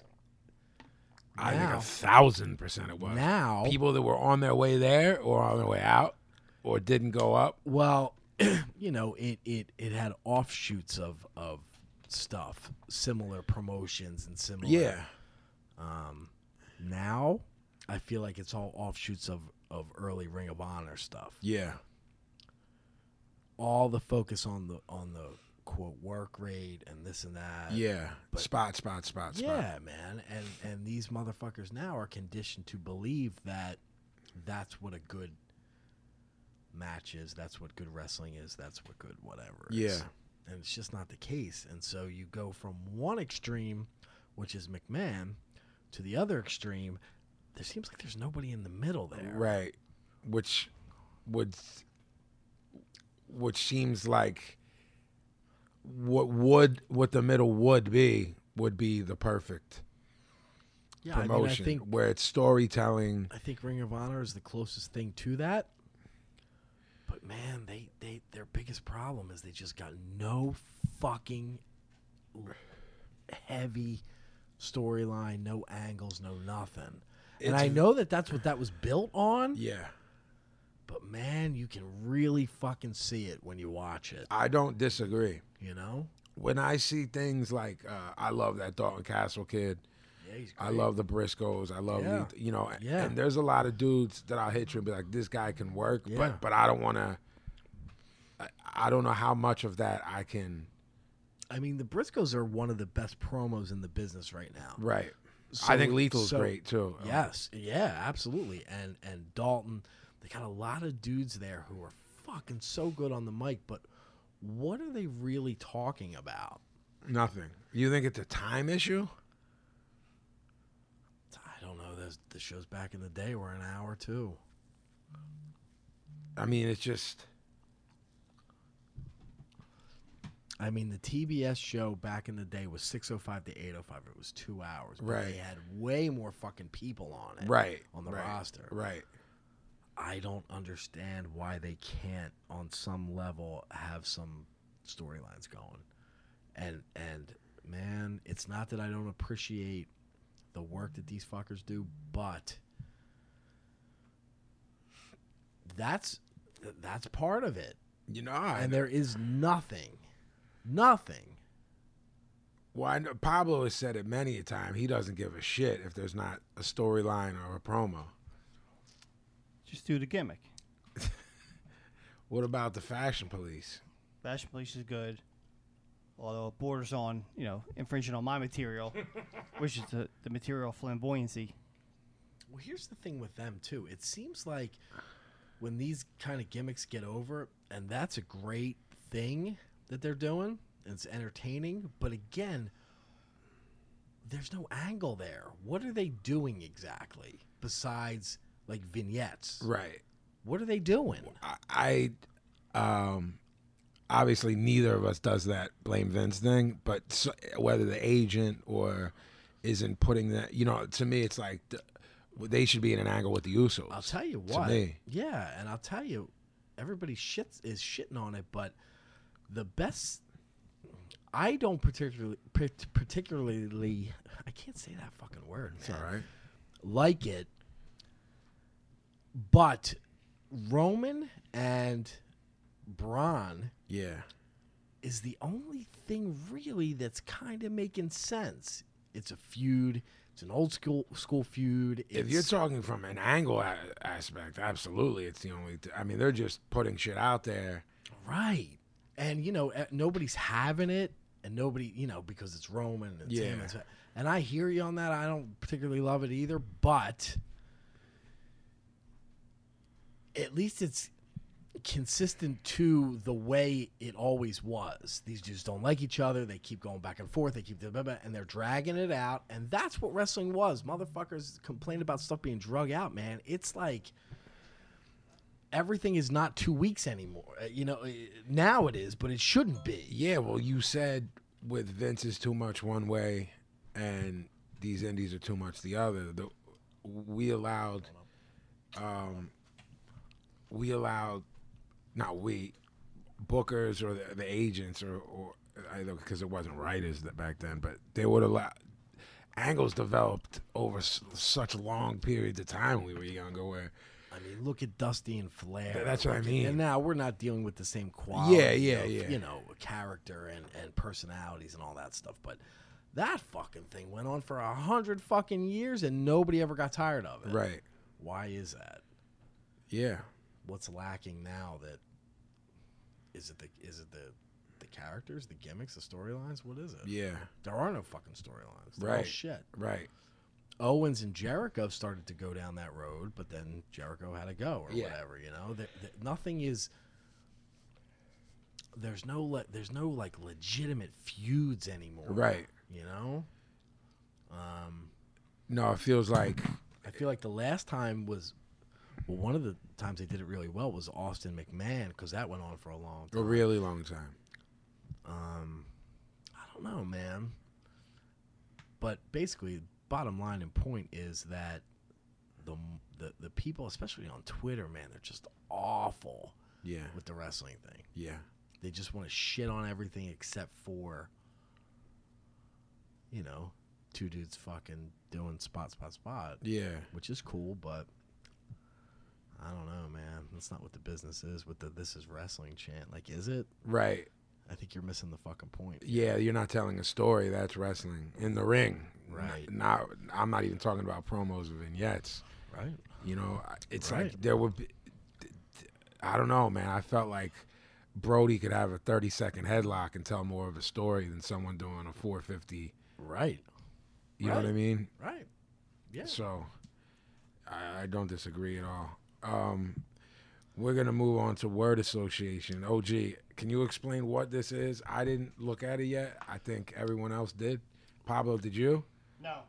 Speaker 3: I think
Speaker 5: Now-
Speaker 3: a thousand percent it was
Speaker 5: Now,
Speaker 3: people that were on their way there or on their way out or didn't go up.
Speaker 5: well, you know, it, it, it had offshoots of of stuff, similar promotions and similar.
Speaker 3: Yeah,
Speaker 5: Now, I feel like it's all offshoots of of early Ring of Honor stuff.
Speaker 3: yeah,
Speaker 5: All the focus on the on the quote work rate and this and that.
Speaker 3: yeah. Spot, spot, spot, spot.
Speaker 5: Uh, Yeah, man. And and these motherfuckers now are conditioned to believe that that's what a good match is, that's what good wrestling is, that's what good whatever is.
Speaker 3: Yeah.
Speaker 5: And it's just not the case. And so you go from one extreme, which is McMahon, to the other extreme. There seems like there's nobody in the middle there.
Speaker 3: Right. Which would which seems like what would what the middle would be would be the perfect
Speaker 5: Yeah, I mean, I
Speaker 3: promotion
Speaker 5: think
Speaker 3: where it's storytelling
Speaker 5: I think Ring of Honor is the closest thing to that. But man, they, they their biggest problem is they just got no fucking heavy storyline, no angles, no nothing. and
Speaker 3: It's-
Speaker 5: I know that that's what that was built on,
Speaker 3: yeah
Speaker 5: but man, you can really fucking see it when you watch it,
Speaker 3: i don't disagree
Speaker 5: you know?
Speaker 3: when i see things like uh, i love that dalton castle kid
Speaker 5: Yeah, he's
Speaker 3: i love the briscoes i love
Speaker 5: Yeah.
Speaker 3: the, you know and-
Speaker 5: Yeah.
Speaker 3: and there's a lot of dudes that i'll hit you and be like this guy can work
Speaker 5: Yeah.
Speaker 3: but but i don't want to I, I don't know how much of that i can
Speaker 5: I mean, the Briscoes are one of the best promos in the business right now.
Speaker 3: Right.
Speaker 5: So-
Speaker 3: I think Lethal's
Speaker 5: so-
Speaker 3: great too.
Speaker 5: Yes, yeah, absolutely. And and Dalton, they got a lot of dudes there who are fucking so good on the mic, but what are they really talking about?
Speaker 3: Nothing. You think it's a time issue?
Speaker 5: I don't know. Those the shows back in the day were an hour too.
Speaker 3: I mean, it's just
Speaker 5: I mean, the TBS show back in the day was 6:05 to 8:05. It was two hours. but
Speaker 3: Right.
Speaker 5: They had way more fucking people on it.
Speaker 3: right
Speaker 5: On the
Speaker 3: right,
Speaker 5: roster.
Speaker 3: Right.
Speaker 5: I don't understand why they can't, on some level, have some storylines going. And and man, it's not that I don't appreciate the work that these fuckers do, but that's that's part of it.
Speaker 3: You know, I,
Speaker 5: And there is nothing, nothing
Speaker 3: Well, I know Pablo has said it many a time. He doesn't give a shit if there's not a storyline or a promo.
Speaker 1: Just do the gimmick.
Speaker 3: What about the fashion police?
Speaker 1: Fashion Police is good, although it borders on you know infringing on my material, which is the, the material flamboyancy.
Speaker 5: Well, here's the thing with them too. It seems like when these kind of gimmicks get over, and that's a great thing that they're doing. It's entertaining, but again, there's no angle there. What are they doing exactly besides like vignettes?
Speaker 3: Right.
Speaker 5: What are they doing?
Speaker 3: I, I, um, obviously neither of us does that blame Vince thing, but s whether the agent or isn't putting that, you know, to me it's like the, they should be in an angle with the Usos.
Speaker 5: I'll tell you
Speaker 3: to
Speaker 5: what.
Speaker 3: me.
Speaker 5: Yeah, and I'll tell you, everybody shits is shitting on it, but the best. I don't particularly pat- particularly. I can't say that fucking word.
Speaker 3: It's
Speaker 5: Man.
Speaker 3: all right.
Speaker 5: Like it, but Roman and Braun
Speaker 3: Yeah.
Speaker 5: is the only thing really that's kind of making sense. It's a feud. It's an old school school feud.
Speaker 3: if you're
Speaker 5: it's-
Speaker 3: talking from an angle a- aspect, absolutely, it's the only. Th- I mean, they're just putting shit out there.
Speaker 5: Right. And you know, eh, nobody's having it, and nobody, you know, because it's Roman and it's him
Speaker 3: Yeah.
Speaker 5: and, so- and I hear you on that. I don't particularly love it either, but at least it's consistent to the way it always was. These dudes don't like each other. They keep going back and forth. They keep blah, blah, blah, and they're dragging it out. And that's what wrestling was. Motherfuckers complain about stuff being drug out, man. It's like everything is not two weeks anymore. Uh, You know, uh, now it is, but it shouldn't be.
Speaker 3: Yeah, well, you said with Vince is too much one way, and these indies are too much the other. The, we allowed, um, we allowed, not we, bookers or the, the agents or or because it wasn't writers that back then, but they would allow. Angles developed over s- such long periods of time. when We were younger, where
Speaker 5: I mean, look at Dusty and Flair.
Speaker 3: Th- that's what I
Speaker 5: Look at-
Speaker 3: mean.
Speaker 5: And now we're not dealing with the same quality.
Speaker 3: Yeah, yeah,
Speaker 5: of,
Speaker 3: yeah.
Speaker 5: You know, character and and personalities and all that stuff, but. That fucking thing went on for a hundred fucking years and nobody ever got tired of it.
Speaker 3: right?
Speaker 5: Why is that?
Speaker 3: Yeah,
Speaker 5: What's lacking now that is it the is it the the characters, the gimmicks, the storylines? What is it?
Speaker 3: yeah,
Speaker 5: There are no fucking storylines. They're all
Speaker 3: Right.
Speaker 5: shit.
Speaker 3: right.
Speaker 5: Owens and Jericho started to go down that road, but then Jericho had to go or
Speaker 3: Yeah.
Speaker 5: whatever. You know, There- there- nothing is. There's no le- there's no like legitimate feuds anymore.
Speaker 3: Right.
Speaker 5: You know. Um,
Speaker 3: No, it feels like
Speaker 5: I feel like the last time was, well, one of the times they did it really well was Austin McMahon because that went on for a long
Speaker 3: a
Speaker 5: time.
Speaker 3: really long time.
Speaker 5: Um, I don't know, man. But basically, bottom line and point is that the the the people, especially on Twitter, man, they're just awful
Speaker 3: Yeah,
Speaker 5: with the wrestling thing.
Speaker 3: yeah.
Speaker 5: They just want to shit on everything except for, you know, two dudes fucking doing spot spot spot,
Speaker 3: Yeah,
Speaker 5: which is cool, but. I don't know, man. That's not what the business is with the "This is wrestling" chant. Like, is it?
Speaker 3: right.
Speaker 5: I think you're missing the fucking point.
Speaker 3: Yeah, you're not telling a story. That's wrestling in the ring.
Speaker 5: Right.
Speaker 3: Not, I'm not even talking about promos and vignettes.
Speaker 5: Right.
Speaker 3: You know, I- it's like
Speaker 5: Right.
Speaker 3: there would be. I don't know, man. I felt like Brody could have a 30 second headlock and tell more of a story than someone doing a 450.
Speaker 5: Right.
Speaker 3: You know what I
Speaker 5: Right.
Speaker 3: mean?
Speaker 5: Right. Yeah.
Speaker 3: So I, I don't disagree at all. Um, We're gonna move on to word association. OG, can you explain what this is? I didn't look at it yet. I think everyone else did. Pablo, did you?
Speaker 1: No.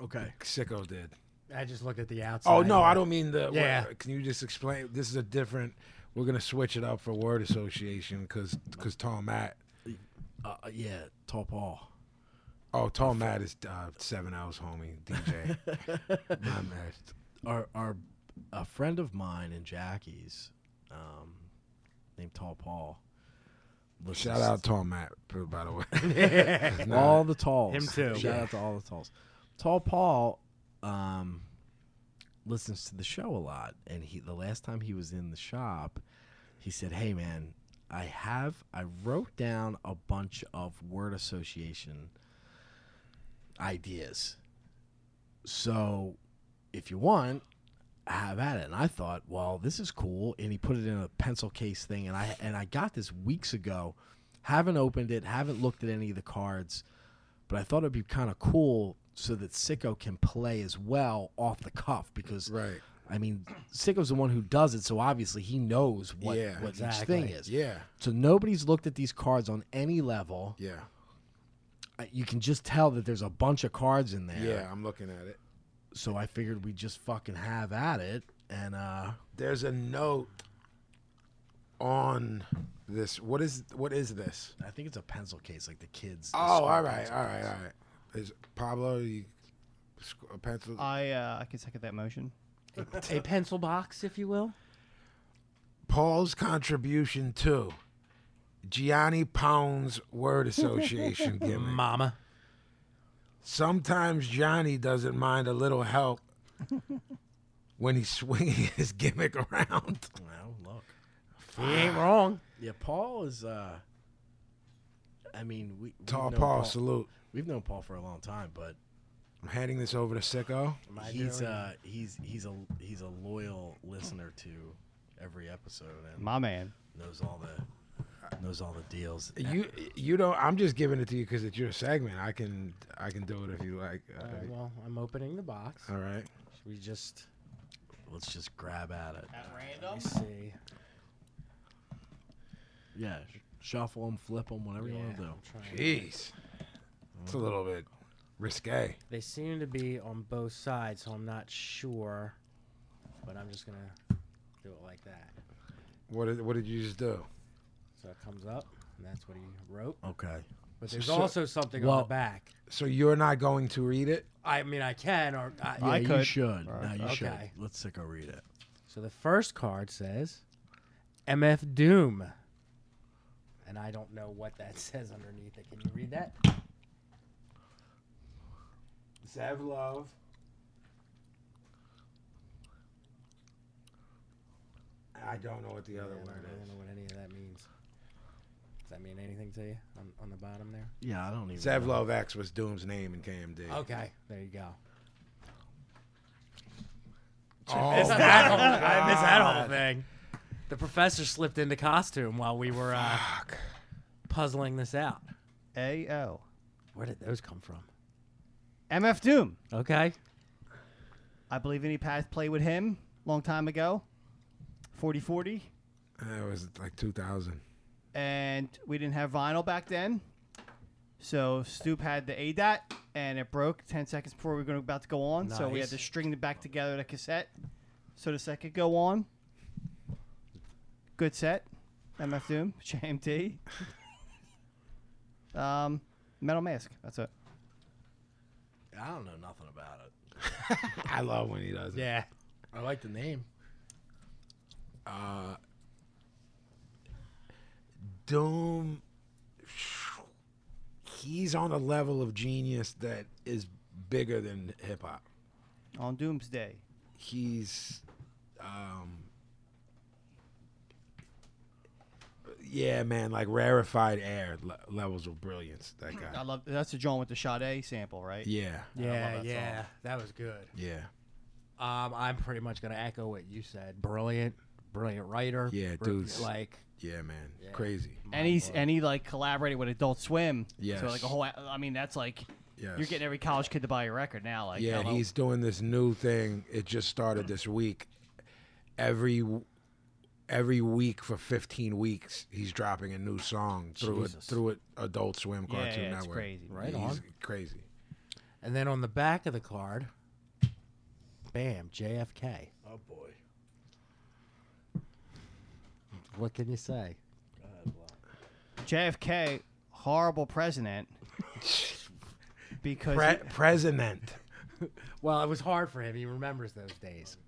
Speaker 5: Okay.
Speaker 3: Sicko did.
Speaker 4: I just looked at the outside.
Speaker 3: Oh no, I don't mean the.
Speaker 4: Yeah.
Speaker 3: Word. Can you just explain? This is a different. We're gonna switch it up for word association because because Tom Matt.
Speaker 5: Uh, yeah, tall Paul.
Speaker 3: Oh, Tom Matt is uh, seven hours, homie. DJ. My man.
Speaker 5: Our our a friend of mine and Jackie's, um, named Tall Paul. listens
Speaker 3: Shout out Tom Matt, by the way.
Speaker 5: to all the talls.
Speaker 4: Him too.
Speaker 5: Shout out to all the talls. Tall Paul, um, listens to the show a lot, and he the last time he was in the shop, he said, "Hey man, I have I wrote down a bunch of word association ideas. So, if you want, have at it." And I thought, "Well, this is cool." And he put it in a pencil case thing, and I and I got this weeks ago. Haven't opened it. Haven't looked at any of the cards, but I thought it'd be kind of cool so that Sicko can play as well off the cuff because
Speaker 3: Right.
Speaker 5: I mean, Sicko's the one who does it, so obviously he knows what,
Speaker 3: Yeah,
Speaker 5: what
Speaker 4: exactly.
Speaker 5: each thing is.
Speaker 3: Yeah.
Speaker 5: So nobody's looked at these cards on any level.
Speaker 3: Yeah.
Speaker 5: I- You can just tell that there's a bunch of cards in there.
Speaker 3: Yeah. I'm looking at it.
Speaker 5: So I figured we just fucking have at it. And uh,
Speaker 3: There's a note on this. What is what is this?
Speaker 5: I think it's a pencil case, like the kids. the
Speaker 3: Oh,
Speaker 5: school
Speaker 3: all right,
Speaker 5: pencil
Speaker 3: all right,
Speaker 5: case.
Speaker 3: all right. Is Pablo you, sc- a pencil?
Speaker 1: I uh, I can second that motion.
Speaker 4: a pencil box, if you will.
Speaker 3: Paul's contribution to Gianni Pound's word association gimmick.
Speaker 4: Mama.
Speaker 3: Sometimes Johnny doesn't mind a little help when he's swinging his gimmick around.
Speaker 5: Well, look.
Speaker 4: He ain't wrong.
Speaker 5: Yeah, Paul is. uh I mean, we we've
Speaker 3: Tall
Speaker 5: known
Speaker 3: Paul, salute.
Speaker 5: We've known Paul for a long time, but
Speaker 3: I'm handing this over to Sicko.
Speaker 5: he's uh, he's he's a he's a loyal listener to every episode and
Speaker 1: My man.
Speaker 5: knows all the knows all the deals.
Speaker 3: You you don't. I'm just giving it to you because it's your segment. I can I can do it if you like. Uh,
Speaker 4: All right, well, I'm opening the box.
Speaker 3: all right.
Speaker 4: Should we just
Speaker 5: Let's just grab at it.
Speaker 1: At random.
Speaker 4: see?
Speaker 5: Yeah, sh- shuffle them, flip them, whatever you want to
Speaker 4: Yeah,
Speaker 5: do.
Speaker 4: I'm trying.
Speaker 3: Jeez, it's a little bit risque.
Speaker 4: They seem to be on both sides, so I'm not sure. But I'm just gonna do it like that.
Speaker 3: What did, what did you just do?
Speaker 4: So it comes up, and that's what he wrote.
Speaker 5: Okay.
Speaker 4: But there's
Speaker 3: So-
Speaker 4: also something on
Speaker 5: well-
Speaker 4: the back.
Speaker 3: So you're not going to read it?
Speaker 4: I mean, I can or I,
Speaker 5: Yeah,
Speaker 1: I
Speaker 5: you
Speaker 1: could.
Speaker 5: should.
Speaker 1: All
Speaker 5: No,
Speaker 1: right.
Speaker 5: you should.
Speaker 4: Okay.
Speaker 5: Let's sicko read it.
Speaker 4: So the first card says MF Doom. And I don't know what that says underneath it. Can you read that? Zev Love.
Speaker 3: I don't know what the other
Speaker 4: I
Speaker 3: word
Speaker 4: don't know what any of that means. Does that mean anything to you on, on the bottom there?
Speaker 5: Yeah, I don't even.
Speaker 3: is. Zavlov X was Doom's name in KMD.
Speaker 4: Okay, there you go.
Speaker 3: Oh,
Speaker 4: that whole, I missed that whole thing. The professor slipped into costume while we were uh,
Speaker 3: fuck.
Speaker 4: puzzling this out.
Speaker 1: A O.
Speaker 4: Where did those come from?
Speaker 1: MF Doom.
Speaker 4: Okay.
Speaker 1: I believe any path played with him long time ago. 40-40.
Speaker 3: That was like 2000.
Speaker 1: And we didn't have vinyl back then. So Stoop had the A dot and it broke ten seconds before we were gonna, about to go on. So we had
Speaker 4: Nice.
Speaker 1: to string it back together the cassette so the set could go on. Good set. MF Doom, JMT. um, Metal Mask. That's it.
Speaker 5: I don't know nothing about it.
Speaker 3: I love when he does it.
Speaker 4: Yeah.
Speaker 5: I like the name.
Speaker 3: Doom, he's on a level of genius that is bigger than hip hop.
Speaker 1: On Doomsday.
Speaker 3: He's, um, yeah, man, like rarefied air le- levels of brilliance. That
Speaker 1: I
Speaker 3: guy.
Speaker 1: love that's the John with the Sade sample, right?
Speaker 3: Yeah,
Speaker 4: Yeah,
Speaker 1: that
Speaker 4: yeah. That was good.
Speaker 3: yeah,
Speaker 4: Um, I'm pretty much gonna echo what you said. Brilliant, brilliant writer.
Speaker 3: Yeah,
Speaker 4: Br-
Speaker 3: dudes.
Speaker 4: Like
Speaker 3: yeah, man. Crazy.
Speaker 1: And he's and he like collaborated with Adult Swim.
Speaker 3: Yes.
Speaker 1: So like a whole I mean that's like
Speaker 3: Yes.
Speaker 1: you're getting every college kid to buy your record now. Like Mm.
Speaker 3: yeah, and
Speaker 1: hello.
Speaker 3: he's doing this new thing. It just started this week. Every every week for 15 weeks he's dropping a new song through a, through an Adult Swim
Speaker 1: Yeah,
Speaker 3: Cartoon
Speaker 1: yeah, it's
Speaker 3: Network.
Speaker 1: crazy.
Speaker 3: Right he's
Speaker 4: on.
Speaker 3: Crazy.
Speaker 4: And then on the back of the card, bam, JFK.
Speaker 7: Oh boy.
Speaker 4: What can you say?
Speaker 1: JFK, horrible president. because
Speaker 3: Pre-
Speaker 1: he-
Speaker 3: president.
Speaker 4: Well, it was hard for him. He remembers those days.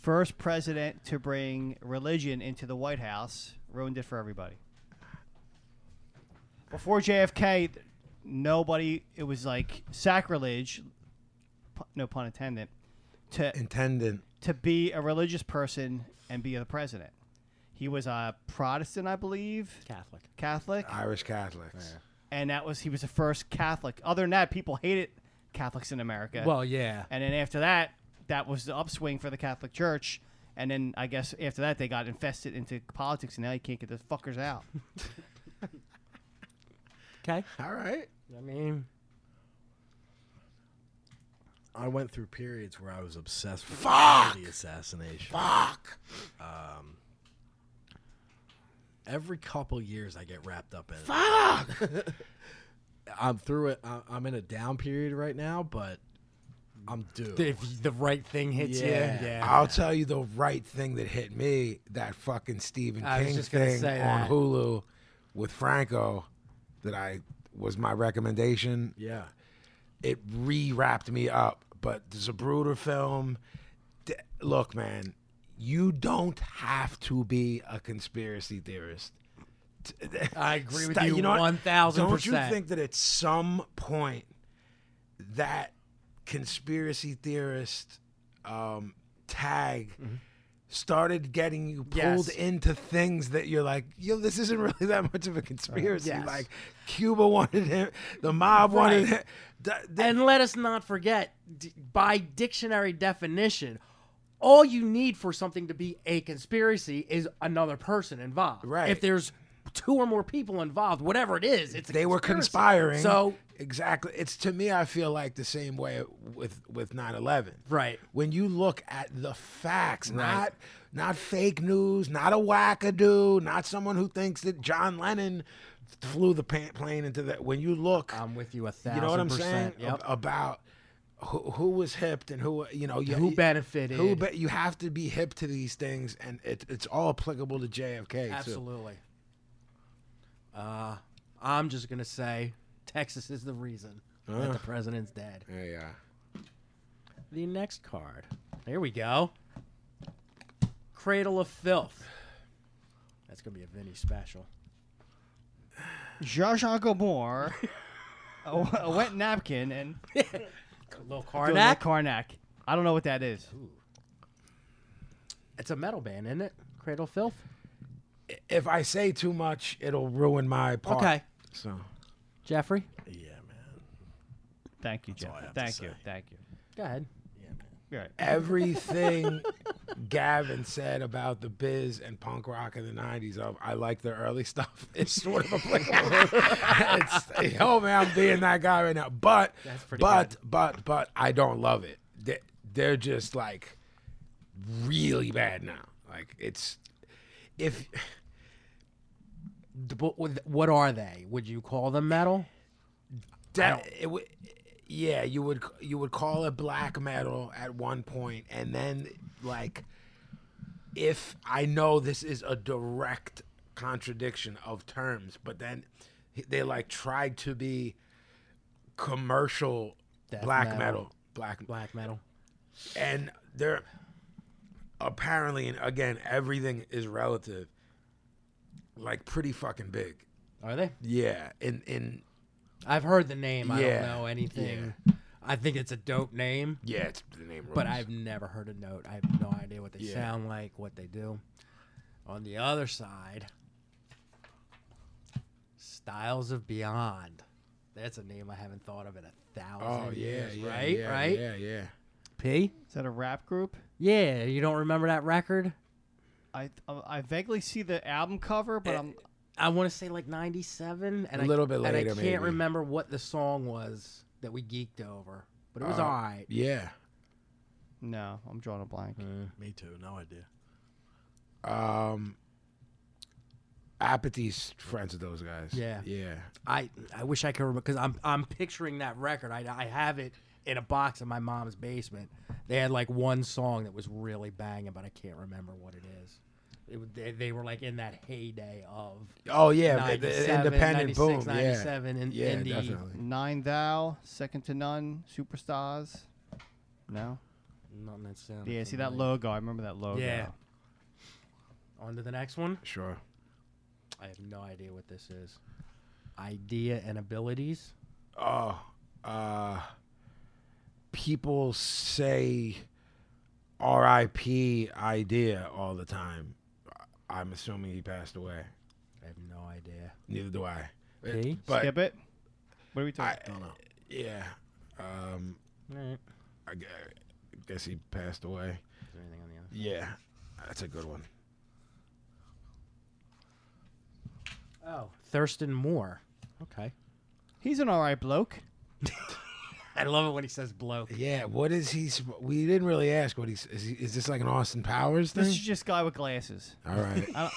Speaker 1: first president to bring religion into the White House ruined it for everybody. Before JFK, th- nobody. It was like sacrilege, pu- no pun intended, to
Speaker 3: Intendant.
Speaker 1: to be a religious person and be the president. He was a Protestant, I believe,
Speaker 4: Catholic.
Speaker 1: Catholic,
Speaker 3: Irish Catholics.
Speaker 1: and that was he was the first Catholic. Other than that, people hated Catholics in America.
Speaker 4: Well, yeah.
Speaker 1: And then after that, that was the upswing for the Catholic Church. And then I guess after that, they got infested into politics, and now you can't get those fuckers out.
Speaker 4: Okay.
Speaker 3: All right.
Speaker 4: I mean,
Speaker 7: I went through periods where I was obsessed with Kennedy assassination. Um,
Speaker 3: Fuck.
Speaker 7: Every couple years, I get wrapped up in it. Fuck. I'm through it. I- I'm in a down period right now, but I'm due.
Speaker 4: if the right thing hits
Speaker 7: Yeah.
Speaker 4: you, yeah.
Speaker 3: I'll tell you the right thing that hit me that fucking Stephen
Speaker 4: I was
Speaker 3: King
Speaker 4: just gonna
Speaker 3: thing
Speaker 4: say
Speaker 3: on
Speaker 4: that.
Speaker 3: Hulu with Franco that I was my recommendation.
Speaker 7: yeah.
Speaker 3: It re wrapped me up. But the Zapruder film, d- look, man, you don't have to be a conspiracy theorist.
Speaker 4: I agree with
Speaker 3: Sta-
Speaker 4: you,
Speaker 3: know what?
Speaker 4: 1000%.
Speaker 3: Don't you think that at some point that conspiracy theorist um, tag started getting you pulled
Speaker 4: Mm-hmm. Yes.
Speaker 3: into things that you're like, yo, this isn't really that much of a conspiracy.
Speaker 4: Yes.
Speaker 3: Like Cuba wanted him, the mob wanted him. Th- th-
Speaker 4: And let us not forget, d- by dictionary definition, all you need for something to be a conspiracy is another person involved.
Speaker 3: Right.
Speaker 4: If there's two or more people involved, whatever it is, it's a
Speaker 3: they were
Speaker 4: conspiracy.
Speaker 3: conspiring.
Speaker 4: So
Speaker 3: exactly, it's to me. I feel like the same way with with 9/11.
Speaker 4: Right.
Speaker 3: When you look at the facts, not not fake news, not a wackadoo, not someone who thinks that John Lennon flew the pa- plane into that. When you look,
Speaker 4: I'm with you a thousand
Speaker 3: you know what I'm saying
Speaker 4: percent. Yep.
Speaker 3: Ab- about who, who was hipped and who you know you,
Speaker 4: Who
Speaker 3: you-
Speaker 4: benefited?
Speaker 3: Who be- you have to be hip to these things, and it, it's all applicable to JFK. too.
Speaker 4: Absolutely. Uh, I'm just gonna say Texas is the reason that the president's dead.
Speaker 3: Yeah, yeah.
Speaker 4: The next card. Here we go. Cradle of Filth. That's gonna be a Vinny special.
Speaker 1: Zsa Zsa Gabor, a, a uh, wet napkin, and
Speaker 4: Lil
Speaker 1: doing
Speaker 4: Karnak.
Speaker 1: the Karnak. I don't know what that is.
Speaker 4: It's a metal band, isn't it? Cradle of Filth.
Speaker 3: If I say too much, it'll ruin my part.
Speaker 4: Okay.
Speaker 3: So
Speaker 4: Jeffrey,
Speaker 7: Yeah, man.
Speaker 1: Thank you, Jeff.
Speaker 7: all I have to
Speaker 1: Thank you,
Speaker 7: say.
Speaker 1: thank you.
Speaker 4: go ahead.
Speaker 7: Yeah, man.
Speaker 1: You're right.
Speaker 3: everything Gavin said about the biz and punk rock in the '90s, I, I like the early stuff. It's sort of applicable. it's, oh man, I'm being that guy right now. But
Speaker 4: pretty
Speaker 3: but but but I don't love it. They, they're just like really bad now. Like it's if
Speaker 4: D- but with- What are they? Would you call them metal?
Speaker 3: that it would yeah you would c- you would call it black metal at one point and then like if i know this is a direct contradiction of terms but then h- they like tried to be commercial
Speaker 4: Death
Speaker 3: black metal,
Speaker 4: metal.
Speaker 3: black
Speaker 4: Black metal.
Speaker 3: and they're apparently and again everything is relative like pretty fucking big
Speaker 4: Are they?
Speaker 3: yeah in in
Speaker 4: I've heard the name. I
Speaker 3: Yeah.
Speaker 4: don't know anything. I think it's a dope name,
Speaker 3: yeah it's the name
Speaker 4: but
Speaker 3: rules.
Speaker 4: I've never heard a note. I have no idea what they
Speaker 3: Yeah.
Speaker 4: sound like, what they do. On the other side, Styles of Beyond. That's a name I haven't thought of in a thousand
Speaker 3: Oh yeah,
Speaker 4: years.
Speaker 3: yeah,
Speaker 4: right?
Speaker 3: yeah,
Speaker 4: right?
Speaker 3: Yeah, yeah.
Speaker 4: P?
Speaker 1: Is that a rap group?
Speaker 4: Yeah, you don't remember that record?
Speaker 1: I uh, I vaguely see the album cover,
Speaker 7: Eh.
Speaker 1: but I'm
Speaker 4: I want to say like 97. And
Speaker 3: A
Speaker 4: I-
Speaker 3: little bit
Speaker 4: And I
Speaker 3: later,
Speaker 4: can't
Speaker 3: maybe.
Speaker 4: remember what the song was that we geeked over, but it was
Speaker 3: Uh,
Speaker 4: all right.
Speaker 3: Yeah.
Speaker 1: no, I'm drawing a blank.
Speaker 7: Me too. No idea.
Speaker 3: Um, Apathy's friends with those guys.
Speaker 4: Yeah.
Speaker 3: Yeah.
Speaker 4: I I wish I could remember because I'm I'm picturing that record. I I have it in a box in my mom's basement. They had like one song that was really banging, but I can't remember what it is. It, was- they, they were like in that heyday of
Speaker 3: Oh yeah, the-
Speaker 4: 97,
Speaker 3: the independent
Speaker 4: 96,
Speaker 3: boom. Yeah.
Speaker 4: 97 in,
Speaker 3: Yeah,
Speaker 4: indie.
Speaker 3: definitely.
Speaker 1: Nine Thou, Second to None, Superstars. No.
Speaker 4: Nothing that sounds
Speaker 1: Yeah, see that
Speaker 4: familiar.
Speaker 1: logo. I remember that logo.
Speaker 4: Yeah. On to the next one.
Speaker 3: Sure.
Speaker 4: I have no idea what this is. Idea and abilities.
Speaker 3: Oh, uh, people say R.I.P. idea all the time. I'm assuming he passed away.
Speaker 4: I have no idea.
Speaker 3: Neither do I.
Speaker 4: Okay.
Speaker 3: But
Speaker 1: Skip it. What are we
Speaker 3: I
Speaker 1: talking?
Speaker 3: don't know. Yeah. Um,
Speaker 4: All right.
Speaker 3: I gue- I guess he passed away.
Speaker 4: Is there anything on the other?
Speaker 3: Yeah, that's a good one.
Speaker 4: Oh, Thurston Moore. Okay.
Speaker 1: He's an alright bloke.
Speaker 4: I love it when he says bloke.
Speaker 3: Yeah, what is he? sp- We didn't really ask what he's. Is, he, is this like an Austin Powers
Speaker 1: This
Speaker 3: thing?
Speaker 1: is just guy with glasses.
Speaker 3: All right.
Speaker 1: I,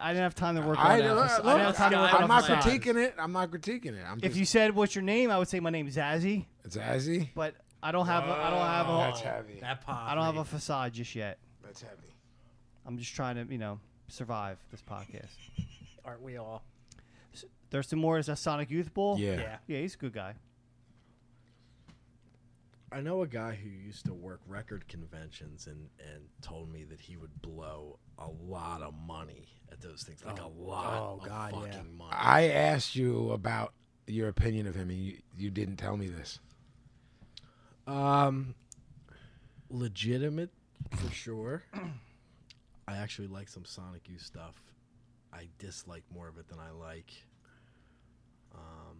Speaker 1: I didn't have time to work on
Speaker 3: I,
Speaker 1: it.
Speaker 3: look,
Speaker 1: I didn't have time to work
Speaker 3: I'm
Speaker 1: on
Speaker 3: not
Speaker 1: it.
Speaker 3: critiquing it. I'm not critiquing it. I'm
Speaker 1: If
Speaker 3: just,
Speaker 1: you said what's your name, I would say my name's Zazzy,
Speaker 3: it's Azzy.
Speaker 1: but I don't have a, I don't have a
Speaker 3: That's heavy.
Speaker 4: That pop.
Speaker 1: I don't have a facade just yet.
Speaker 3: That's heavy.
Speaker 1: I'm just trying to you know survive this podcast.
Speaker 4: Aren't we all?
Speaker 1: Thurston Moore is a Sonic Youth Bull.
Speaker 3: Yeah.
Speaker 4: Yeah.
Speaker 1: yeah, he's a good guy.
Speaker 7: I know a guy who used to work record conventions and, and told me that he would blow a lot of money at those things. Like a lot
Speaker 4: oh,
Speaker 7: of
Speaker 4: God, yeah.
Speaker 7: fucking money.
Speaker 3: I asked you about your opinion of him, and you, you didn't tell me this.
Speaker 7: Um, legitimate for sure. I actually like some Sonic Youth stuff. I dislike more of it than I like. Um,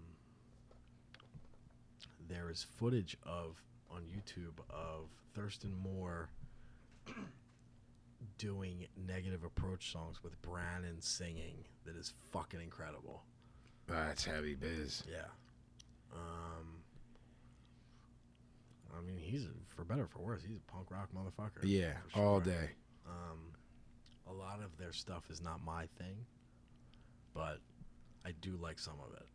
Speaker 7: there is footage of on YouTube of Thurston Moore doing negative approach songs with Brannon singing that is fucking incredible.
Speaker 3: That's heavy biz.
Speaker 7: Yeah. Um. I mean, he's a, for better or for worse, he's a punk rock motherfucker.
Speaker 3: Yeah,
Speaker 7: for sure.
Speaker 3: all day.
Speaker 7: Um, a lot of their stuff is not my thing, but I do like some of it.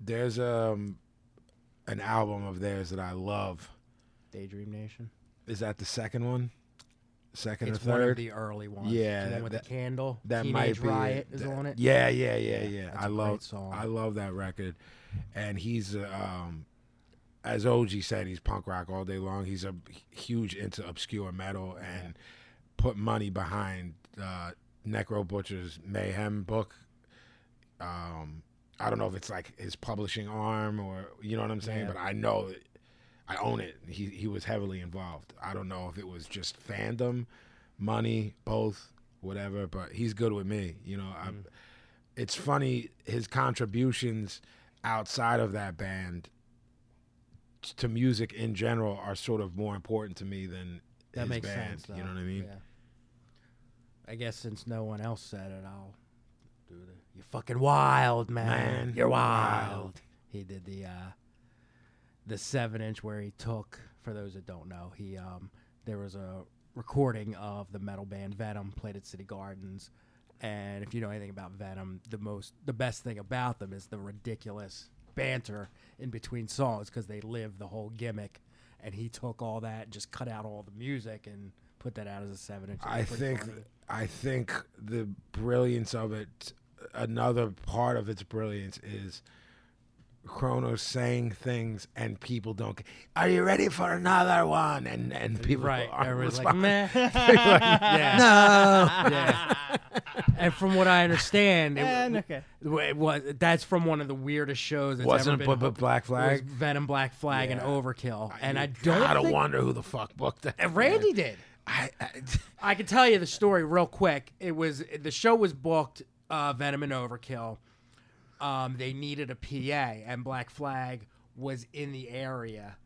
Speaker 3: There's um an album of theirs that I love.
Speaker 4: Daydream Nation.
Speaker 3: Is that the second one? Second
Speaker 4: It's
Speaker 3: or third?
Speaker 4: one of the early ones.
Speaker 3: Yeah,
Speaker 4: The one with
Speaker 3: that-
Speaker 4: the candle.
Speaker 3: that
Speaker 4: Teenage
Speaker 3: might be
Speaker 4: Riot
Speaker 3: is
Speaker 4: is on it.
Speaker 3: Yeah, yeah, yeah, yeah.
Speaker 4: that's
Speaker 3: I
Speaker 4: a
Speaker 3: love
Speaker 4: great song.
Speaker 3: I love that record, and he's uh, um, as OG said, he's punk rock all day long. He's a huge into obscure metal and put money behind uh, Necro Butcher's Mayhem book. Um, I don't know if it's like his publishing arm or you know what I'm saying, but I know that I own it. He he was heavily involved. I don't know if it was just fandom, money, both, whatever. But he's good with me. You know, I, it's funny his contributions outside of that band t- to music in general are sort of more important to me than
Speaker 4: That
Speaker 3: his
Speaker 4: makes
Speaker 3: band.
Speaker 4: sense. Though.
Speaker 3: you know what I mean?
Speaker 4: Yeah. I guess since no one else said it, I'll do the. You're fucking wild, man.
Speaker 3: Man,
Speaker 4: You're wild.
Speaker 3: wild.
Speaker 4: He did the uh, the seven inch where he took. For those that don't know, he um, there was a recording of the metal band Venom played at City Gardens. And if you know anything about Venom, the most the best thing about them is the ridiculous banter in between songs because they live the whole gimmick. And he took all that and just cut out all the music and put that out as a seven inch.
Speaker 3: I think I think the brilliance of it. Another part of its brilliance is Chronos saying things and people don't. ca- Are you ready for another one? And and people
Speaker 4: right,
Speaker 3: aren't
Speaker 4: everyone's like,
Speaker 3: responding.
Speaker 4: meh.
Speaker 3: yeah.
Speaker 4: No. And from what I understand, it,
Speaker 1: And okay,
Speaker 4: it was that's from one of the weirdest shows that's
Speaker 3: Wasn't
Speaker 4: ever
Speaker 3: but,
Speaker 4: been.
Speaker 3: but Black
Speaker 4: was
Speaker 3: Flag.
Speaker 4: Venom, Black Flag, and Overkill, and I don't.
Speaker 3: gotta
Speaker 4: think-
Speaker 3: wonder who the fuck booked that.
Speaker 4: And Randy did.
Speaker 3: I, I,
Speaker 4: I can tell you the story real quick. It was the show was booked uh, Venom and Overkill. Um, they needed a PA, and Black Flag was in the area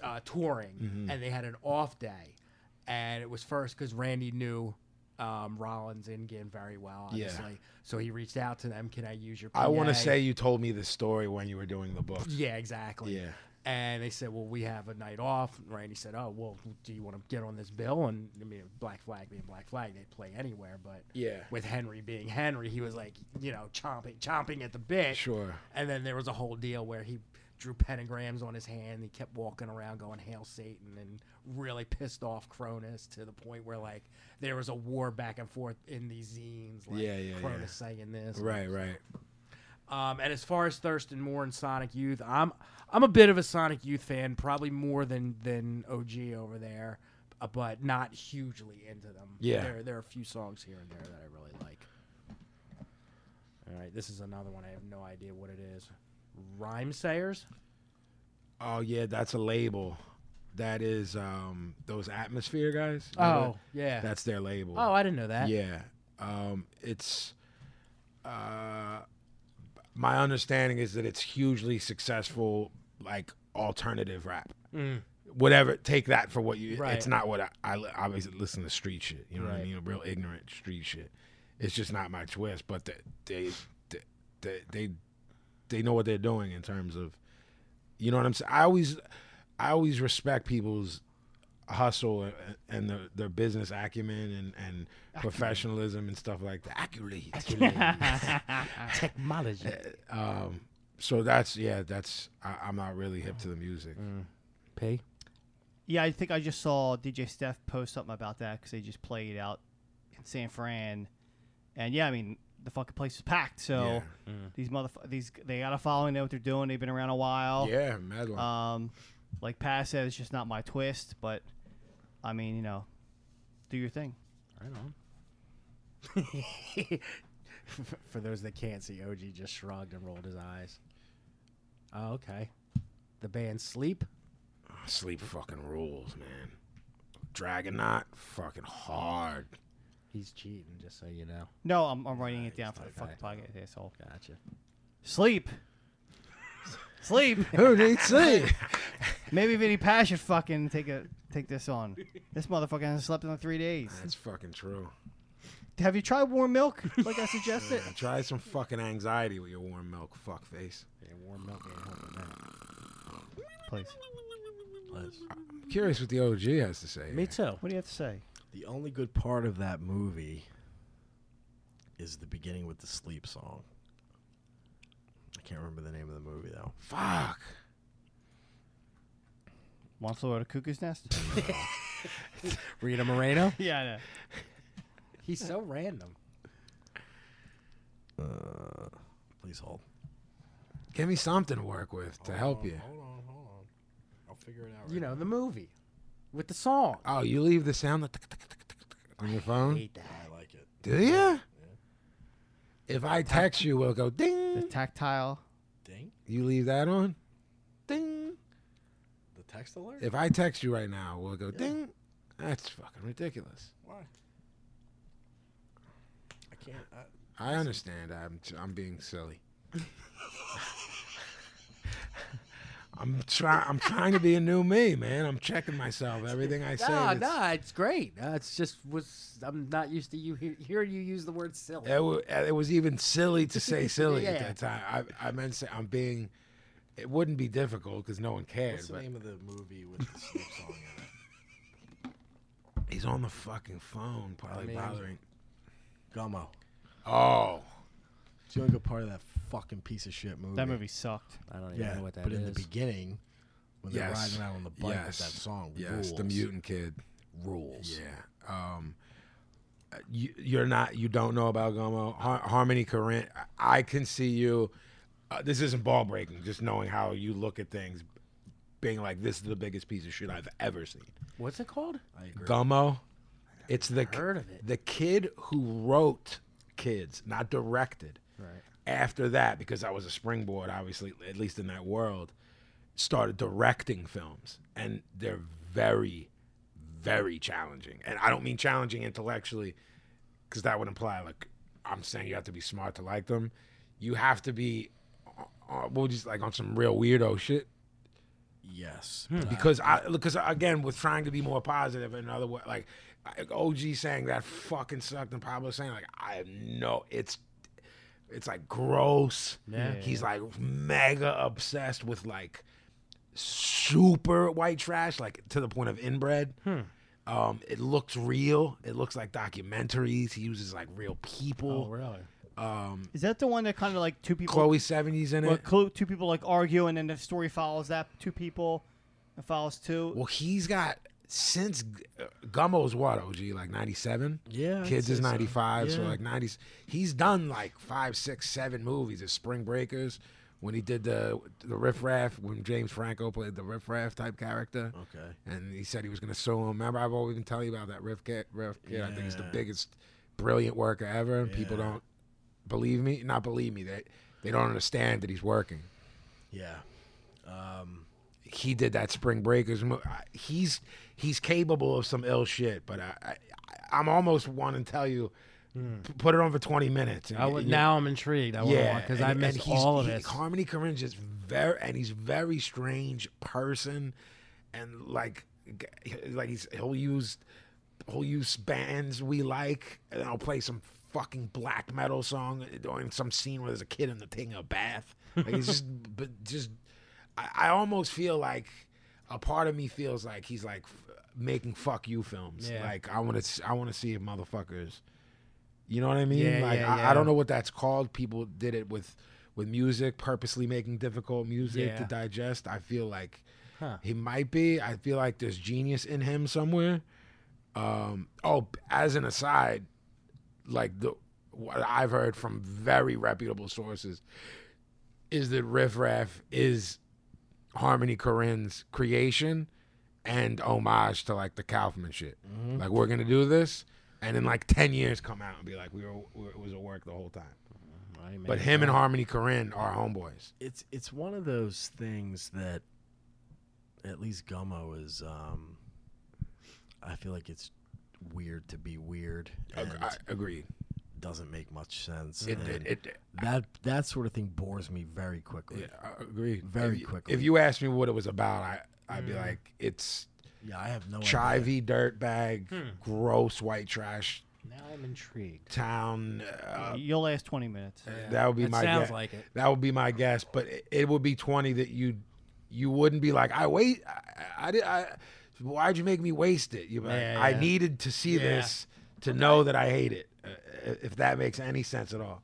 Speaker 4: uh, touring, and they had an off day, and it was first because Randy knew. Um, Rollins and Ginn very well,
Speaker 3: Yeah.
Speaker 4: obviously. So he reached out to them. Can I use your? PA?
Speaker 3: I want to say you told me the story when you were doing the book.
Speaker 4: Yeah, exactly.
Speaker 3: Yeah.
Speaker 4: And they said, "Well, we have a night off." And Randy said, "Oh, well, do you want to get on this bill?" And I mean, Black Flag being Black Flag, they'd play anywhere, but
Speaker 7: Yeah.
Speaker 4: with Henry being Henry, he was like, you know, chomping, chomping at the bit.
Speaker 3: Sure.
Speaker 4: And then there was a whole deal where he drew pentagrams on his hand. He kept walking around going "Hail Satan" and really pissed off Cronus to the point where like there was a war back and forth in these zines. Like,
Speaker 3: Yeah, yeah, yeah.
Speaker 4: Cronus saying this,
Speaker 3: Right, right.
Speaker 4: um, and as far as Thurston Moore and Sonic Youth, I'm I'm a bit of a Sonic Youth fan, probably more than than OG over there, uh, but not hugely into them.
Speaker 3: Yeah.
Speaker 4: there, there are a few songs here and there that I really like. All right, this is another one. I have no idea what it is. Rhyme Sayers.
Speaker 3: Oh yeah, that's a label. That is um those atmosphere guys.
Speaker 4: Oh yeah.
Speaker 3: That's their label.
Speaker 4: oh, I didn't know that.
Speaker 3: Yeah. Um, it's uh, my understanding is that it's hugely successful, like alternative rap. Whatever, take that for what you.
Speaker 4: Mm. Right.
Speaker 3: It's not what I, I li- obviously listen to street shit. You know what I
Speaker 4: Right.
Speaker 3: mean? Real ignorant street shit. It's just not my twist. But the, they, they, they, they, they know what they're doing in terms of, you know what I'm saying. I always, I always respect people's hustle and, and their, their business acumen and, and professionalism and stuff like that. Accurately.
Speaker 4: Technology.
Speaker 3: um, so that's, yeah, that's, I, I'm not really hip to the music.
Speaker 4: Mm. P.
Speaker 1: Yeah, I think I just saw DJ Steph post something about that because they just played out in San Fran, and yeah, I mean the fucking place is packed. So these motherf- these they got a following, know what they're doing. They've been around a while.
Speaker 3: Yeah, mad love.
Speaker 1: Um, like Pat said, it's just not my twist, but I mean, you know, do your thing.
Speaker 4: Right on. For those that can't see, OG just shrugged and rolled his eyes. Oh, okay. The band Sleep.
Speaker 3: Sleep fucking rules, man. Dragonaut, fucking hard.
Speaker 4: He's cheating, just so you know.
Speaker 1: No, I'm, I'm writing it down for the fucking podcast, asshole.
Speaker 4: Gotcha.
Speaker 1: Sleep. Sleep.
Speaker 3: Who needs sleep?
Speaker 1: Maybe Vinny Pash should fucking take a take this on. This motherfucker hasn't slept in like three days.
Speaker 3: That's fucking true.
Speaker 1: Have you tried warm milk like I suggested?
Speaker 3: Try some fucking anxiety with your warm milk, fuck face.
Speaker 4: Yeah, warm milk ain't helping that.
Speaker 1: Please.
Speaker 3: I'm curious what the OG has to say.
Speaker 4: Me too.
Speaker 1: What do you have to say?
Speaker 7: The only good part of that movie is the beginning with the sleep song. I can't remember the name of the movie though.
Speaker 3: Fuck.
Speaker 1: One flew out of cuckoo's nest?
Speaker 4: Rita Moreno.
Speaker 1: yeah, I know.
Speaker 4: He's so random.
Speaker 7: Uh, please hold.
Speaker 3: Give me something to work with to help you.
Speaker 7: Hold on, hold on. I'll figure it out.
Speaker 4: You know the movie with the song.
Speaker 3: Oh, you leave the sound like tick, tick, tick, tick, tick, tick on your phone?
Speaker 4: Hate that.
Speaker 7: I like it.
Speaker 3: Do you? If I text you, it'll go
Speaker 1: The
Speaker 3: ding.
Speaker 1: tactile.
Speaker 7: Ding.
Speaker 3: You leave that on? Ding.
Speaker 7: The text alert.
Speaker 3: If I text you right now, we'll go ding. That's fucking ridiculous.
Speaker 7: Why? I can't. uh, I,
Speaker 3: I understand. I'm I'm being silly. I'm trying. I'm trying to be a new me, man. I'm checking myself. Everything I say.
Speaker 4: Nah,
Speaker 3: that's-
Speaker 4: nah, it's great. Uh, it's just was I'm not used to you hear, hear you use the word silly.
Speaker 3: It, wa- it was even silly to say silly at
Speaker 4: Yeah.
Speaker 3: that time. I I meant to say I'm being. It wouldn't be difficult because no one cared.
Speaker 7: what's the
Speaker 3: But
Speaker 7: name of the movie with the sleep song in it?
Speaker 3: he's on the fucking phone, probably
Speaker 7: mean-
Speaker 3: bothering.
Speaker 7: Gummo.
Speaker 3: Oh,
Speaker 7: It's the only good part of that fucking piece of shit movie.
Speaker 1: That movie sucked.
Speaker 4: I don't even
Speaker 7: Yeah,
Speaker 4: know what that
Speaker 7: but
Speaker 4: is.
Speaker 7: in the beginning, when they're
Speaker 3: Yes.
Speaker 7: riding around on the bike
Speaker 3: Yes.
Speaker 7: with that song,
Speaker 3: yes,
Speaker 7: rules,
Speaker 3: the mutant kid.
Speaker 7: rules.
Speaker 3: Yeah. Um, uh, you, you're not. You don't know about Gummo. Har- Harmony Corrine. I I can see you. Uh, this isn't ball breaking. Just knowing how you look at things, being like, "This is the biggest piece of shit I've ever seen."
Speaker 4: What's it called?
Speaker 7: I agree.
Speaker 3: Gummo. It's the
Speaker 4: heard of it.
Speaker 3: the kid who wrote kids, not directed.
Speaker 4: Right.
Speaker 3: After that, because I was a springboard, obviously, at least in that world, started directing films, and they're very, very challenging. And I don't mean challenging intellectually, because that would imply like I'm saying you have to be smart to like them. You have to be, uh, uh, well, just like on some real weirdo shit
Speaker 7: Yes.
Speaker 4: Hmm.
Speaker 7: but
Speaker 3: because I because again with trying to be more positive in other way like like OG saying that fucking sucked and Pablo saying like I have no it's it's like gross.
Speaker 1: Yeah.
Speaker 3: He's like mega obsessed with like super white trash, like to the point of inbred. Um, it looks real. It looks like documentaries. He uses like real
Speaker 5: Oh,
Speaker 3: people.
Speaker 4: Oh, really?
Speaker 1: Is that the one that kind of like two people?
Speaker 3: Chloe seventies in it.
Speaker 1: Well, clo- two people like argue, and then the story follows that two people, and follows two.
Speaker 3: Well, he's got since G- uh, Gummo's what OG like ninety seven.
Speaker 7: Yeah, I'd
Speaker 3: kids is
Speaker 7: say so.
Speaker 3: ninety five, so
Speaker 7: Yeah.
Speaker 3: like nineties. He's done like five, six, seven movies. It's Spring Breakers when he did the the Riff Raff when James Franco played the Riff Raff type character.
Speaker 7: Okay.
Speaker 3: and he said he was gonna sue him. Remember, I've always been telling you about that Riff kid. Riff kid, I think he's the
Speaker 7: Yeah.
Speaker 3: biggest brilliant worker ever, and people don't believe me. Not believe me that they don't understand that he's working
Speaker 7: Yeah.
Speaker 3: he did that Spring Breakers. mo- I- He's he's capable of some ill shit, but I, I I'm almost wanting to tell you, p- put it on for 20 minutes. and
Speaker 4: Hmm. I
Speaker 3: you-
Speaker 4: would,
Speaker 3: you-
Speaker 4: now I'm intrigued. I yeah, because I
Speaker 3: and- and
Speaker 4: missed
Speaker 3: he's-
Speaker 4: all of
Speaker 3: he-
Speaker 4: this.
Speaker 3: Harmony Korine's just very, and he's very strange person, and like, g- like he's he'll use he'll use bands we like, and I'll play some fucking black metal song during some scene where there's a kid in the taking a bath. Like he's just, but just, I, I almost feel like a part of me feels like he's like f- making fuck you films.
Speaker 4: Yeah.
Speaker 3: Like I want to, I want to see if motherfuckers. You know what I mean?
Speaker 4: Yeah,
Speaker 3: like
Speaker 4: yeah,
Speaker 3: I,
Speaker 4: yeah.
Speaker 3: I don't know what that's called. People did it with with music, purposely making difficult music to
Speaker 4: Yeah.
Speaker 3: digest. I feel like
Speaker 4: Huh.
Speaker 3: he might be. I feel like there's genius in him somewhere. Um, oh, as an aside, like the what I've heard from very reputable sources is that Riff Raff is Harmony Korine's creation and homage to like the Kaufman shit.
Speaker 7: Mm-hmm.
Speaker 3: Like we're gonna do this, and in like ten years come out and be like we were, we were- it was a work the whole time. But him and Harmony Korine are homeboys.
Speaker 7: It's it's one of those things that at least Gummo is um I feel like it's weird to be weird and
Speaker 3: Ag- I, agreed.
Speaker 7: doesn't make much sense.
Speaker 3: It,
Speaker 7: and
Speaker 3: it, it,
Speaker 7: that that sort of thing bores me very quickly.
Speaker 3: yeah, I agree.
Speaker 7: Very
Speaker 3: uh, if, you-
Speaker 7: quickly. Mm.
Speaker 3: If you asked me what it was about, I I'd be like it's
Speaker 7: Yeah, I have no idea.
Speaker 3: chivy dirt bag,
Speaker 7: Hmm.
Speaker 3: gross white trash
Speaker 4: now I'm intrigued.
Speaker 3: town. Uh,
Speaker 1: You'll last twenty minutes.
Speaker 3: That would be
Speaker 4: That
Speaker 3: my
Speaker 4: sounds
Speaker 3: guess.
Speaker 4: like it.
Speaker 3: That would be my guess, but it, it would be twenty that you you wouldn't be like, I wait, I, I did, I why'd you make me waste it? You, like,
Speaker 4: Yeah,
Speaker 3: I
Speaker 4: yeah.
Speaker 3: needed to see this to know that I hate it. uh, If that makes any sense at all,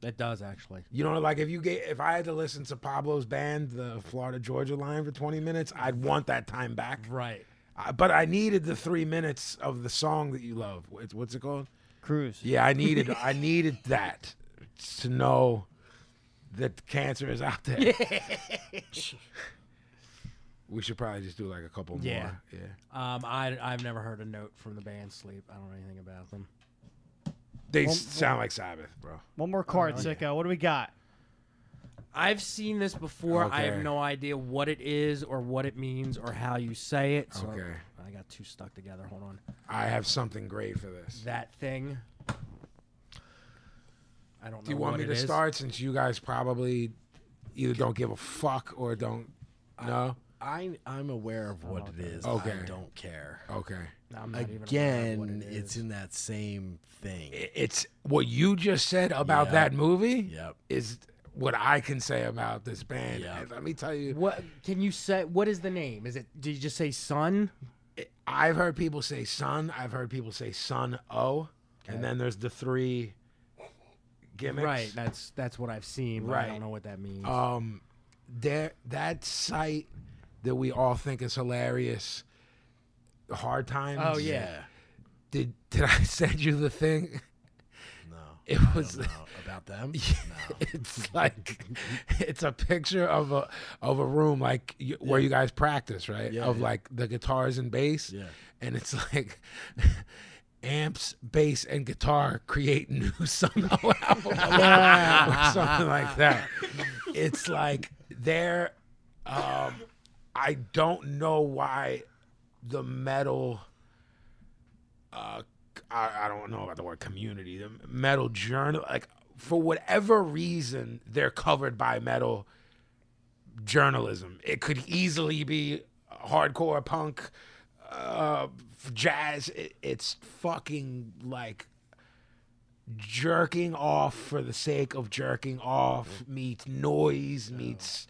Speaker 4: That does actually.
Speaker 3: you know, like if you gave, if I had to listen to Pablo's band, the Florida Georgia Line, for twenty minutes, I'd want that time back.
Speaker 4: Right.
Speaker 3: I, but I needed the three minutes of the song that you love. It's, what's it called?
Speaker 1: Cruise.
Speaker 3: Yeah, I needed I needed that to know that cancer is out there. we should probably just do like a couple
Speaker 4: Yeah.
Speaker 3: more. Yeah.
Speaker 4: Um, I I've never heard a note from the band Sleep. I don't know anything about them.
Speaker 3: They sound like Sabbath, bro.
Speaker 1: One more card, sicko. What do we got?
Speaker 4: I've seen this before. I have
Speaker 3: Okay.
Speaker 4: no idea what it is or what it means or how you say it. So
Speaker 3: Okay.
Speaker 4: I got two stuck together. Hold on.
Speaker 3: I have something great for this.
Speaker 4: That thing. I don't know.
Speaker 3: Do you want
Speaker 4: what
Speaker 3: me
Speaker 4: it
Speaker 3: to
Speaker 4: is.
Speaker 3: start since you guys probably either don't give a fuck or don't know?
Speaker 7: I I'm aware of what it is.
Speaker 3: Okay.
Speaker 7: I don't care.
Speaker 3: Okay.
Speaker 4: I'm not even aware of what
Speaker 7: Again,
Speaker 4: it
Speaker 7: it's
Speaker 4: is.
Speaker 7: in that same thing.
Speaker 3: I- It's what you just said about
Speaker 7: Yeah.
Speaker 3: that movie
Speaker 7: Yep.
Speaker 3: is what I can say about this band.
Speaker 7: Yeah.
Speaker 3: And let me tell you
Speaker 4: What can you say? What is the name? Is it? Do you just say son?
Speaker 3: I've heard people say son. I've heard people say son O. And then there's the three gimmicks.
Speaker 4: Right. That's that's what I've seen. But I
Speaker 3: Right.
Speaker 4: don't know what that means.
Speaker 3: Um, there that site that we all think is hilarious. Hard times.
Speaker 4: oh yeah.
Speaker 3: Did did I send you the thing?
Speaker 7: No.
Speaker 3: It
Speaker 7: I
Speaker 3: was-
Speaker 7: don't know about them. No.
Speaker 3: It's like it's a picture of a of a room like you, where you guys practice, right?
Speaker 7: Yeah,
Speaker 3: of
Speaker 7: yeah.
Speaker 3: like the guitars and bass.
Speaker 7: Yeah.
Speaker 3: And it's like amps, bass, and guitar create new Sun O album or something like that. It's like they're um, I don't know why the metal uh I, I don't know about the word community the metal journal like for whatever reason they're covered by metal journalism it could easily be hardcore punk uh jazz it, it's fucking like jerking off for the sake of jerking off meets noise meets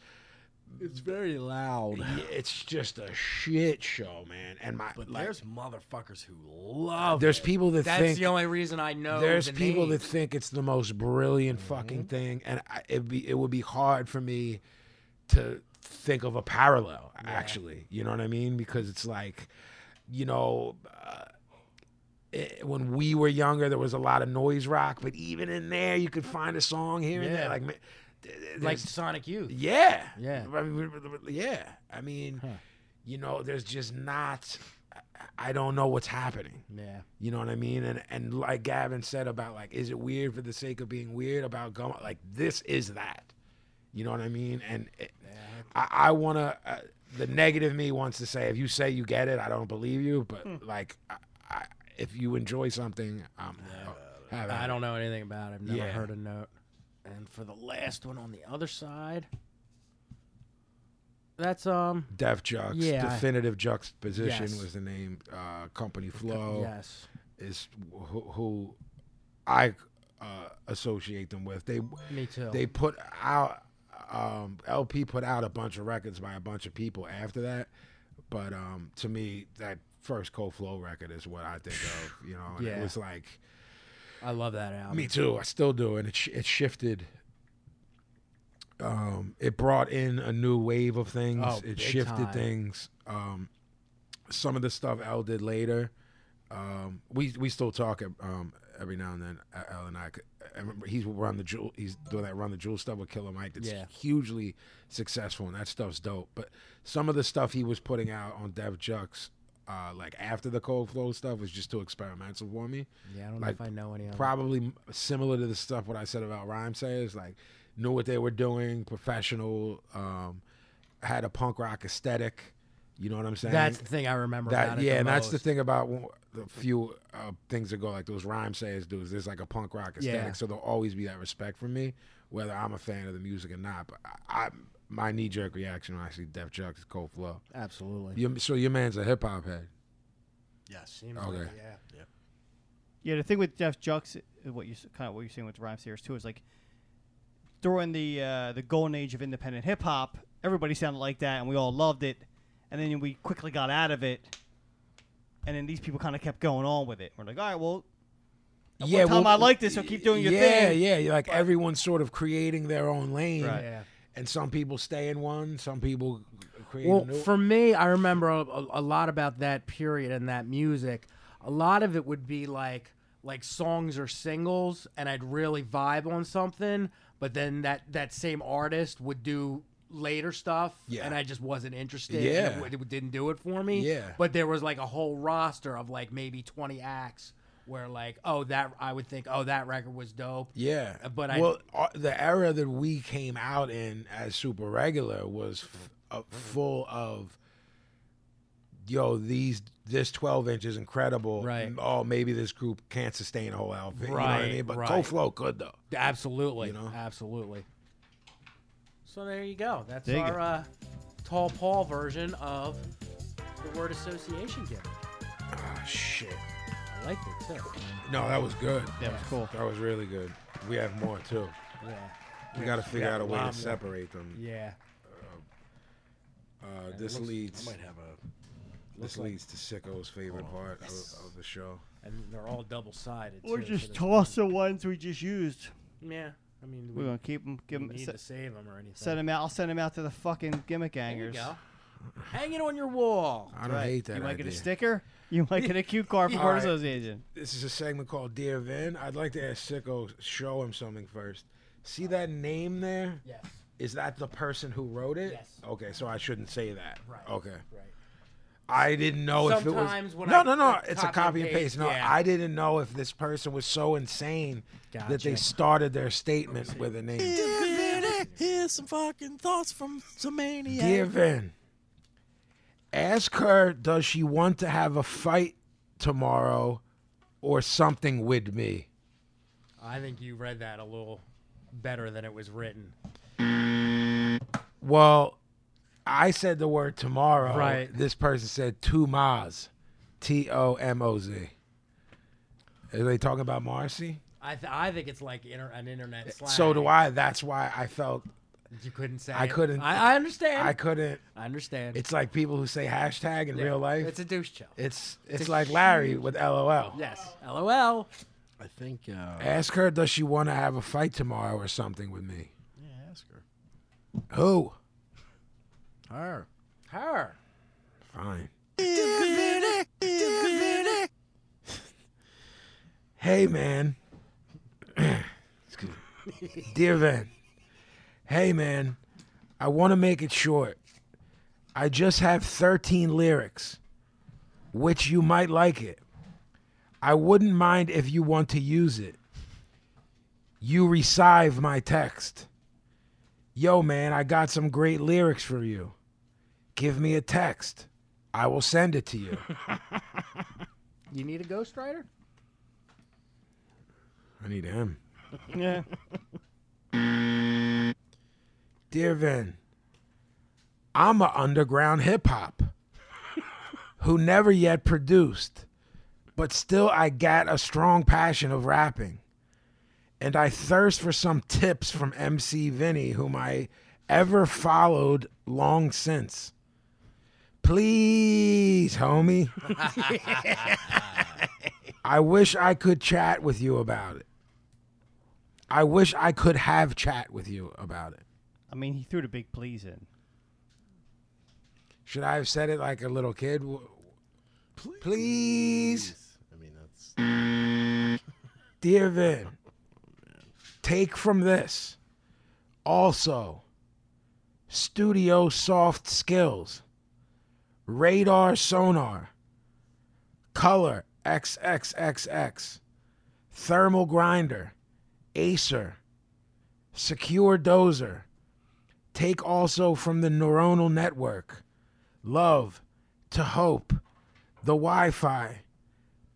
Speaker 7: It's very loud.
Speaker 3: Yeah, It's just a shit show, man. And my
Speaker 7: But
Speaker 3: like,
Speaker 7: there's motherfuckers who love
Speaker 3: there's
Speaker 7: it.
Speaker 3: people that
Speaker 4: That's
Speaker 3: think
Speaker 4: the only reason I know.
Speaker 3: there's
Speaker 4: the
Speaker 3: people
Speaker 4: name.
Speaker 3: that think it's the most brilliant fucking
Speaker 4: Mm-hmm.
Speaker 3: thing, and I, it'd be, it would be hard for me to think of a parallel. Actually, you know what I mean? Because it's like, you know, uh, it, when we were younger, there was a lot of noise rock, but even in there, you could find a song here and there, like, man, th- th-
Speaker 4: like
Speaker 3: there's-
Speaker 4: Sonic Youth.
Speaker 3: yeah,
Speaker 4: Yeah.
Speaker 3: I mean, we- we- we- yeah. I mean, you know, there's just not. I- I don't know what's happening.
Speaker 4: Yeah.
Speaker 3: You know what I mean? And and like Gavin said about like, is it weird for the sake of being weird about going? Like this is that. You know what I mean? And it, I, I want to. Uh, the negative me wants to say, if you say you get it, I don't believe you. But
Speaker 4: Hmm.
Speaker 3: like, I, I, if you enjoy something, um, have at
Speaker 4: I
Speaker 3: it.
Speaker 4: don't know anything about it. I've never
Speaker 3: Yeah.
Speaker 4: heard a note. And for the last one on the other side, that's um
Speaker 3: Def Jux,
Speaker 4: Yeah, I-
Speaker 3: definitive juxtaposition
Speaker 4: Yes.
Speaker 3: was the name. Uh, Company Flow.
Speaker 4: yes.
Speaker 3: is who, who I uh, associate them with. They
Speaker 4: Me too.
Speaker 3: they put out um, LP put out a bunch of records by a bunch of people after that, but um, to me that first Cold Flow record is what I think of. You know, and it
Speaker 4: Yeah.
Speaker 3: was like
Speaker 4: I love that album.
Speaker 3: me too. I still do, and it sh- it shifted. Um, it brought in a new wave of things.
Speaker 4: Oh,
Speaker 3: it
Speaker 4: big
Speaker 3: shifted
Speaker 4: time.
Speaker 3: things. Um, some of the stuff Al did later. Um, we we still talk um, every now and then. A- Al and I, c- I remember he's run the jewel. He's doing that run the jewel stuff with Killer Mike. That's
Speaker 4: Yeah.
Speaker 3: hugely successful, and that stuff's dope. But some of the stuff he was putting out on Dev Jux, uh, like after the Cold Flow stuff, was just too experimental for me
Speaker 4: Yeah, I don't
Speaker 3: like,
Speaker 4: know if I know any of them.
Speaker 3: probably m- similar to the stuff what I said about Rhyme Sayers, like knew what they were doing, professional, um, had a punk rock aesthetic. You know what I'm saying?
Speaker 4: That's the thing I remember
Speaker 3: That-
Speaker 4: about it.
Speaker 3: yeah,
Speaker 4: the
Speaker 3: and that's the
Speaker 4: most.
Speaker 3: thing about when- the few uh, things that go like those Rhyme Sayers dudes. There's like a punk rock aesthetic,
Speaker 4: Yeah.
Speaker 3: so there'll always be that respect for me, whether I'm a fan of the music or not. But I, I my knee jerk reaction when I see Def Jux is Cold Flow.
Speaker 4: Absolutely.
Speaker 3: You, so your man's a hip hop head.
Speaker 7: Yes.
Speaker 4: Seems
Speaker 3: Okay.
Speaker 4: like it, Oh, yeah.
Speaker 1: Yeah, the thing with Def Jux, uh, what you s- kind of what you're saying with Rhyme Sayers too is like during the uh, the golden age of independent hip hop, everybody sounded like that, and we all loved it. And then we quickly got out of it, and then these people kind of kept going on with it. We're like, all right, well, at one time
Speaker 3: well,
Speaker 1: I like this, so keep doing your
Speaker 3: yeah,
Speaker 1: thing.
Speaker 3: Yeah, yeah. Like everyone's sort of creating their own lane,
Speaker 1: Right.
Speaker 4: Yeah.
Speaker 3: and some people stay in one, some people create.
Speaker 4: Well,
Speaker 3: a new,
Speaker 4: for me, I remember a, a, a lot about that period and that music. A lot of it would be like like songs or singles, and I'd really vibe on something. But then that that same artist would do later stuff,
Speaker 3: Yeah.
Speaker 4: and I just wasn't interested.
Speaker 3: Yeah.
Speaker 4: and it, w- it didn't do it for me.
Speaker 3: Yeah.
Speaker 4: but there was like a whole roster of like maybe twenty acts where like oh that I would think oh that record was dope.
Speaker 3: yeah,
Speaker 4: Uh, but I-
Speaker 3: well, uh, the era that we came out in as super regular was f- uh,
Speaker 1: Mm-hmm.
Speaker 3: full of. Yo, these this twelve inch is incredible.
Speaker 4: Right.
Speaker 3: Oh, maybe this group can't sustain a whole outfit. You know what I
Speaker 4: Right,
Speaker 3: mean? But
Speaker 4: right.
Speaker 3: Cold Flow could though.
Speaker 4: Absolutely.
Speaker 3: You know?
Speaker 4: Absolutely. So there you go. That's
Speaker 1: There you
Speaker 4: our
Speaker 1: go.
Speaker 4: Uh, tall Paul version of the word association game.
Speaker 3: Ah, shit.
Speaker 4: I liked it too.
Speaker 3: No, that was good.
Speaker 1: That was cool.
Speaker 3: That was really good. We have more too.
Speaker 4: Yeah.
Speaker 3: We got to figure out a way
Speaker 4: lot
Speaker 3: to
Speaker 4: more.
Speaker 3: separate them.
Speaker 4: Yeah.
Speaker 3: Uh, this leads
Speaker 7: I might have a.
Speaker 3: this leads to Sicko's favorite part of, of the show.
Speaker 4: And they're all double sided.
Speaker 1: Or just toss the ones we just used.
Speaker 4: Yeah. I mean, we,
Speaker 1: We're gonna keep them, give
Speaker 4: we
Speaker 1: them,
Speaker 4: need to save them or anything.
Speaker 1: send them out. I'll send them out to the fucking gimmick
Speaker 4: there you
Speaker 1: hangers.
Speaker 4: go. Hang it on your wall.
Speaker 3: I don't hate that
Speaker 1: You might get a
Speaker 3: idea.
Speaker 1: sticker. You might get a cue card from
Speaker 3: All
Speaker 1: Word
Speaker 3: right.
Speaker 1: Association.
Speaker 3: This is a segment called Dear Vin. I'd like to ask Sicko show him something first. See that name there?
Speaker 4: Yes.
Speaker 3: Is that the person who wrote it?
Speaker 4: Yes.
Speaker 3: Okay, so I shouldn't say that.
Speaker 4: Right.
Speaker 3: Okay.
Speaker 4: Right.
Speaker 3: I didn't know if it was.
Speaker 4: Sometimes when
Speaker 3: no,
Speaker 4: I
Speaker 3: no, no.
Speaker 4: click
Speaker 3: It's a copy and paste. No,
Speaker 4: yeah.
Speaker 3: I didn't know if this person was so insane that they
Speaker 4: Gotcha.
Speaker 3: started their statement with a name.
Speaker 2: Here's some fucking thoughts from some maniac.
Speaker 3: Dear Vin, ask her does she want to have a fight tomorrow or something with me?
Speaker 4: I think you read that a little better than it was written.
Speaker 3: Well, I said the word tomorrow.
Speaker 4: Right.
Speaker 3: This person said two Maz. T O M O Z. Are they talking about Marcy?
Speaker 4: I, th- I think it's like inter- an internet slang.
Speaker 3: So do I. That's why I felt
Speaker 4: You couldn't say.
Speaker 3: I
Speaker 4: it.
Speaker 3: couldn't.
Speaker 4: I, I understand.
Speaker 3: I
Speaker 4: I,
Speaker 3: couldn't.
Speaker 4: understand.
Speaker 3: It's like people who say hashtag in real life.
Speaker 4: It's a douche chill.
Speaker 3: It's it's,
Speaker 4: a
Speaker 3: like Larry with LOL.
Speaker 4: yes. LOL.
Speaker 7: I think. Uh,
Speaker 3: Ask her does she want to have a fight tomorrow or something with me.
Speaker 7: yeah, ask her.
Speaker 3: Who?
Speaker 7: Her.
Speaker 4: Her.
Speaker 3: Fine. Hey man. Excuse me. Dear Van. Hey man. I want to make it short. I just have 13 lyrics, which you might like it. I wouldn't mind if you want to use it. You recive my text. Yo, man, I got some great lyrics for you. Give me a text. I will send it to you.
Speaker 4: You need a ghostwriter?
Speaker 3: I need him.
Speaker 1: Yeah.
Speaker 3: Dear Vin, I'm a underground hip hop who never yet produced, but still I got a strong passion of rapping. And I thirst for some tips from MC Vinny, whom I ever followed long since. Please, homie. I wish I could chat with you about it. I wish I could have chat with you about it.
Speaker 1: I mean, he threw the big please in.
Speaker 3: Should I have said it like a little kid? W- Please, Please
Speaker 7: I mean, that's.
Speaker 3: dear Vin, take from this also studio soft skills, radar sonar, color XXXX, thermal grinder, acer, secure dozer. Take also from the neuronal network, love to hope, the Wi Fi,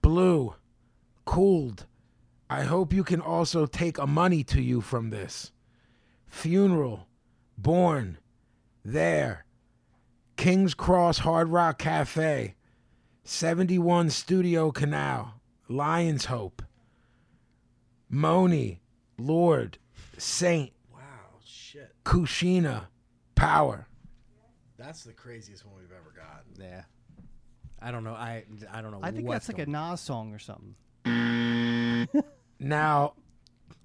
Speaker 3: blue, cooled. I hope you can also take a money to you from this. Funeral, born, there, King's Cross Hard Rock Cafe, 71 Studio Canal, Lion's Hope, Moni, Lord, Saint,
Speaker 7: Wow, shit.
Speaker 3: Kushina, Power.
Speaker 7: That's the craziest one we've ever gotten.
Speaker 4: Yeah. I don't know. I I don't know.
Speaker 1: I think
Speaker 4: what's
Speaker 1: that's like a Nas song or something.
Speaker 3: Now,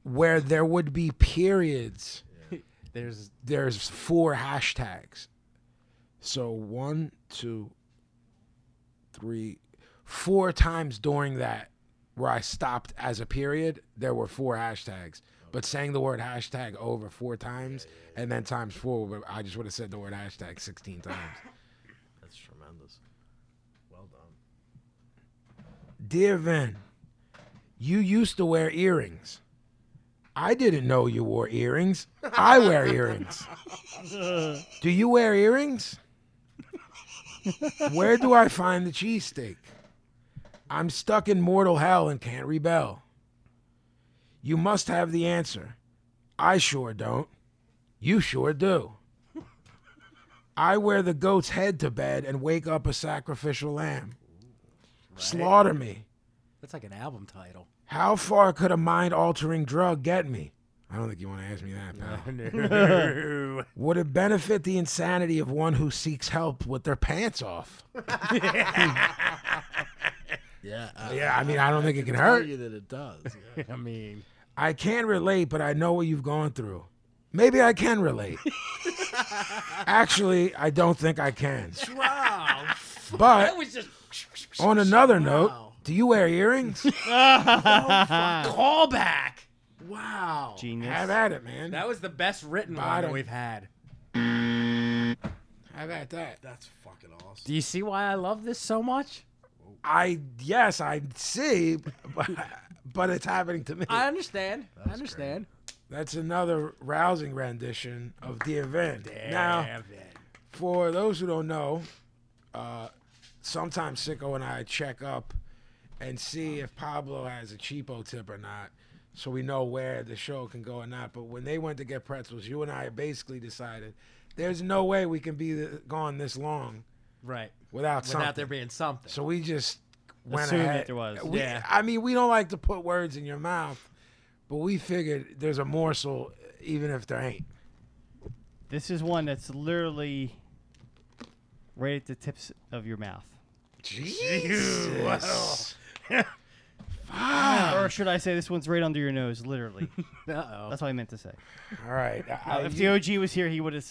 Speaker 3: where there would be periods.
Speaker 4: going- There's
Speaker 3: there's four hashtags. So one, two, three, four times during that where I stopped as a period, there were four hashtags. But saying the word hashtag over four times and then times four, but I just would have said the word hashtag 16 times.
Speaker 7: That's tremendous. Well done.
Speaker 3: Dear Vin, you used to wear earrings. I didn't know you wore earrings. I wear earrings. Do you wear earrings? Where do I find the cheesesteak? I'm stuck in mortal hell and can't rebel. You must have the answer. I sure don't. You sure do. I wear the goat's head to bed and wake up a sacrificial lamb. Slaughter me.
Speaker 4: that's like an album title.
Speaker 3: How far could a mind altering drug get me? I don't think you want to ask me that, pal.
Speaker 4: No.
Speaker 3: Would it benefit the insanity of one who seeks help with their pants off?
Speaker 7: Yeah. I,
Speaker 3: Yeah, I mean, I don't think it can
Speaker 7: tell
Speaker 3: hurt.
Speaker 7: you that it does. yeah.
Speaker 4: I mean,
Speaker 3: I can relate, but I know what you've gone through. Maybe I can relate. Actually, I don't think I can.
Speaker 4: wow.
Speaker 3: But
Speaker 4: Oh, was just
Speaker 3: on another note, do you wear earrings?
Speaker 4: callback.
Speaker 7: Wow.
Speaker 1: Genius.
Speaker 3: Have at it, man.
Speaker 4: That was the best written one
Speaker 3: Bottom.
Speaker 4: that we've had.
Speaker 3: Have at that.
Speaker 7: That's fucking awesome.
Speaker 4: Do you see why I love this so much?
Speaker 3: I yes, I see, but, but it's happening to me.
Speaker 4: I understand. I understand.
Speaker 3: That's another rousing rendition of the event. Now, for those who don't know, uh, sometimes Sicko and I check up and see if Pablo has a cheapo tip or not, so we know where the show can go or not. But when they went to get pretzels, you and I basically decided there's no way we can be th- gone this long
Speaker 4: right.
Speaker 3: without, something.
Speaker 4: Without there being something.
Speaker 3: So we just went
Speaker 1: Assumed
Speaker 3: ahead.
Speaker 1: that there was.
Speaker 3: We-
Speaker 4: Yeah.
Speaker 3: I mean, we don't like to put words in your mouth, but we figured there's a morsel, even if there ain't.
Speaker 1: This is one that's literally right at the tips of your mouth.
Speaker 3: Jesus.
Speaker 1: Or should I say this one's right under your nose, literally.
Speaker 4: Uh oh.
Speaker 1: That's what I meant to say.
Speaker 3: All right. I-
Speaker 1: if
Speaker 3: Uh, you,
Speaker 1: the OG was here, he would have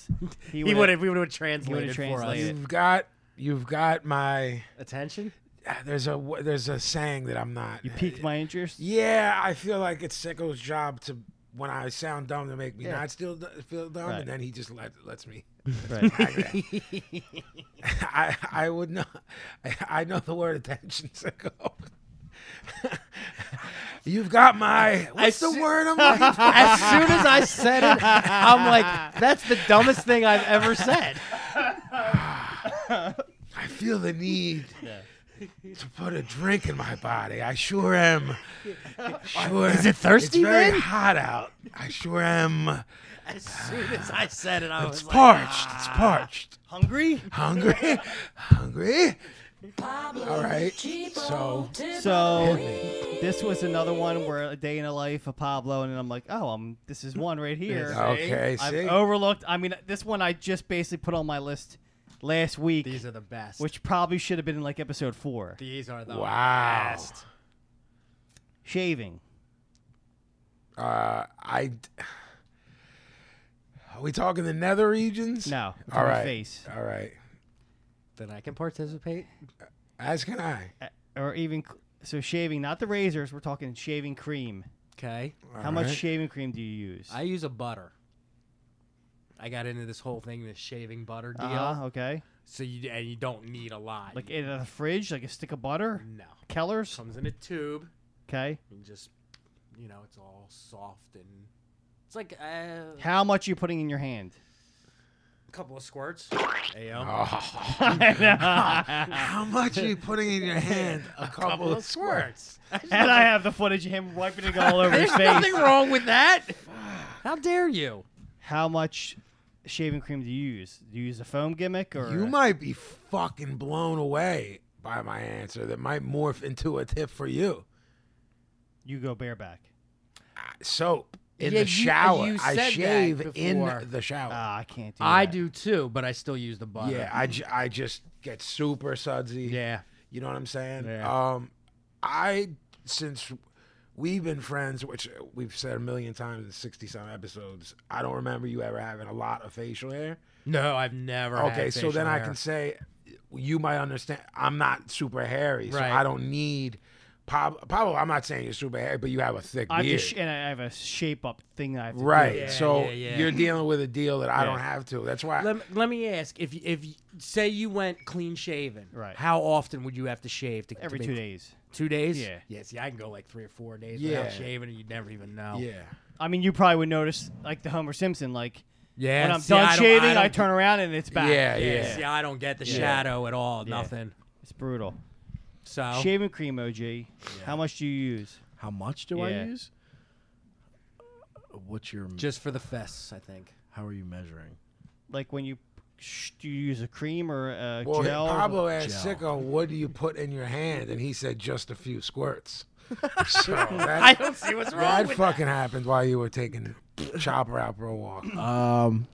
Speaker 4: He would have. We would have translated,
Speaker 1: translated.
Speaker 4: for us.
Speaker 3: have got you've got my
Speaker 4: Attention.
Speaker 3: ah, there's a wa- there's a saying that I'm not.
Speaker 1: you piqued my interest.
Speaker 3: Yeah, I feel like it's Sicko's job to when I sound dumb to make me
Speaker 1: Yeah.
Speaker 3: not still d- feel dumb,
Speaker 1: Right.
Speaker 3: and then he just let, lets me.
Speaker 1: Right.
Speaker 3: I I would know. I, I know the word attention, Sicko. You've got my. What's the
Speaker 4: see-
Speaker 3: word I'm looking for?
Speaker 4: As soon as I said it, I'm like, that's the dumbest thing I've ever said.
Speaker 3: I feel the need to put a drink in my body. I sure am. Sure,
Speaker 4: Is it thirsty,
Speaker 3: It's very
Speaker 4: then?
Speaker 3: hot out. I sure am.
Speaker 4: As soon as I said it, I
Speaker 3: It's
Speaker 4: was like, "Ah."
Speaker 3: parched. It's parched.
Speaker 1: Hungry?
Speaker 3: Hungry, hungry. All right. So
Speaker 1: So this was another one where a day in the life of Pablo, and then I'm like, oh, um, this is one right here.
Speaker 3: okay.
Speaker 1: I've
Speaker 3: See.
Speaker 1: overlooked. I mean, this one I just basically put on my list last week,
Speaker 4: these are the best.
Speaker 1: which probably should have been in like episode four.
Speaker 4: these are the
Speaker 3: Wow.
Speaker 4: best.
Speaker 1: Shaving.
Speaker 3: Uh, I. Are we talking the nether regions?
Speaker 1: No. it's on
Speaker 3: All
Speaker 1: my
Speaker 3: right.
Speaker 1: Face.
Speaker 3: All right.
Speaker 4: Then I can participate.
Speaker 3: As can I.
Speaker 1: Uh, Or even c- so, shaving. Not the razors. We're talking shaving cream.
Speaker 4: Okay.
Speaker 1: How much shaving cream do you use?
Speaker 4: I use a butter. I got into this whole thing, this shaving butter deal.
Speaker 3: Uh-huh.
Speaker 1: uh Okay.
Speaker 4: So you and you don't need a lot.
Speaker 1: Like in the fridge, like a stick of butter.
Speaker 4: no,
Speaker 1: Keller's.
Speaker 4: comes in a tube.
Speaker 1: Okay.
Speaker 4: and just you know it's all soft and it's like uh,
Speaker 1: How much are you putting in your hand?
Speaker 4: a couple of squirts Ayo.
Speaker 3: Oh, how much are you putting in your hand? A couple, of squirts.
Speaker 1: And I have the footage of him wiping it all over his
Speaker 4: there's
Speaker 1: face.
Speaker 4: nothing wrong with that how dare you
Speaker 1: How much shaving cream do you use? Do you use a foam gimmick or
Speaker 3: You
Speaker 1: a-
Speaker 3: might be fucking blown away by my answer. That might morph into a tip for you.
Speaker 1: you go bareback?
Speaker 3: Soap in
Speaker 4: Yeah, you-
Speaker 3: the shower.
Speaker 4: you said
Speaker 3: I
Speaker 4: that
Speaker 3: shave
Speaker 4: before.
Speaker 3: in the shower.
Speaker 1: Ah, I can't do
Speaker 4: Oh. i
Speaker 1: that.
Speaker 4: do too but i still use the butter
Speaker 3: yeah, I, ju- I just get super sudsy.
Speaker 4: Oh, yeah
Speaker 3: You know what I'm saying?
Speaker 4: Yeah.
Speaker 3: Um, I since we've been friends, which we've said a million times in sixty some episodes, I don't remember you ever having a lot of facial hair.
Speaker 4: no i've never had
Speaker 3: okay, so
Speaker 4: facial
Speaker 3: then I
Speaker 4: hair.
Speaker 3: can say you might understand. I'm not super hairy, so
Speaker 4: Right.
Speaker 3: I don't need. Pablo, Pablo, I'm not saying you're super hairy, but you have a thick
Speaker 1: I have to
Speaker 3: beard,
Speaker 1: sh- and I have a shape up thing I have to do.
Speaker 3: right?
Speaker 4: Yeah,
Speaker 3: so
Speaker 4: yeah, yeah.
Speaker 3: you're dealing with a deal that I
Speaker 1: Yeah.
Speaker 3: don't have to. That's why
Speaker 4: let, let me ask if you- if you- say you went clean shaven
Speaker 1: Right.
Speaker 4: how often would you have to shave to to
Speaker 1: every
Speaker 4: make-
Speaker 1: two days.
Speaker 4: two days
Speaker 1: Yeah.
Speaker 4: yeah see i can go like three or four days
Speaker 3: Yeah.
Speaker 4: without shaving and you'd never even know
Speaker 3: yeah,
Speaker 1: I mean, you probably would notice like the Homer Simpson, like
Speaker 4: yeah
Speaker 1: when I'm
Speaker 4: see,
Speaker 1: done
Speaker 4: I don't-
Speaker 1: shaving, I,
Speaker 4: don't do-
Speaker 1: turn around and it's back.
Speaker 3: yeah, yeah,
Speaker 4: Yeah, see, I don't get the shadow at all.
Speaker 1: Yeah.
Speaker 4: Nothing.
Speaker 1: it's brutal.
Speaker 4: So
Speaker 1: Shaving cream, OG. How much do you use?
Speaker 5: How much do I
Speaker 1: Yeah.
Speaker 5: use?
Speaker 7: Uh,
Speaker 5: What's your?
Speaker 4: just for the fests, I think.
Speaker 5: how are you measuring?
Speaker 1: Like when you sh- do you use a cream or a
Speaker 3: Well,
Speaker 1: gel? or
Speaker 3: Pablo asked
Speaker 5: Gel.
Speaker 3: Sicko, "What do you put in your hand?" And he said, "Just a few squirts." so
Speaker 4: I
Speaker 3: that,
Speaker 4: don't see what's wrong
Speaker 3: that
Speaker 4: with
Speaker 3: fucking happened while you were taking Chopper out for a walk.
Speaker 5: Um,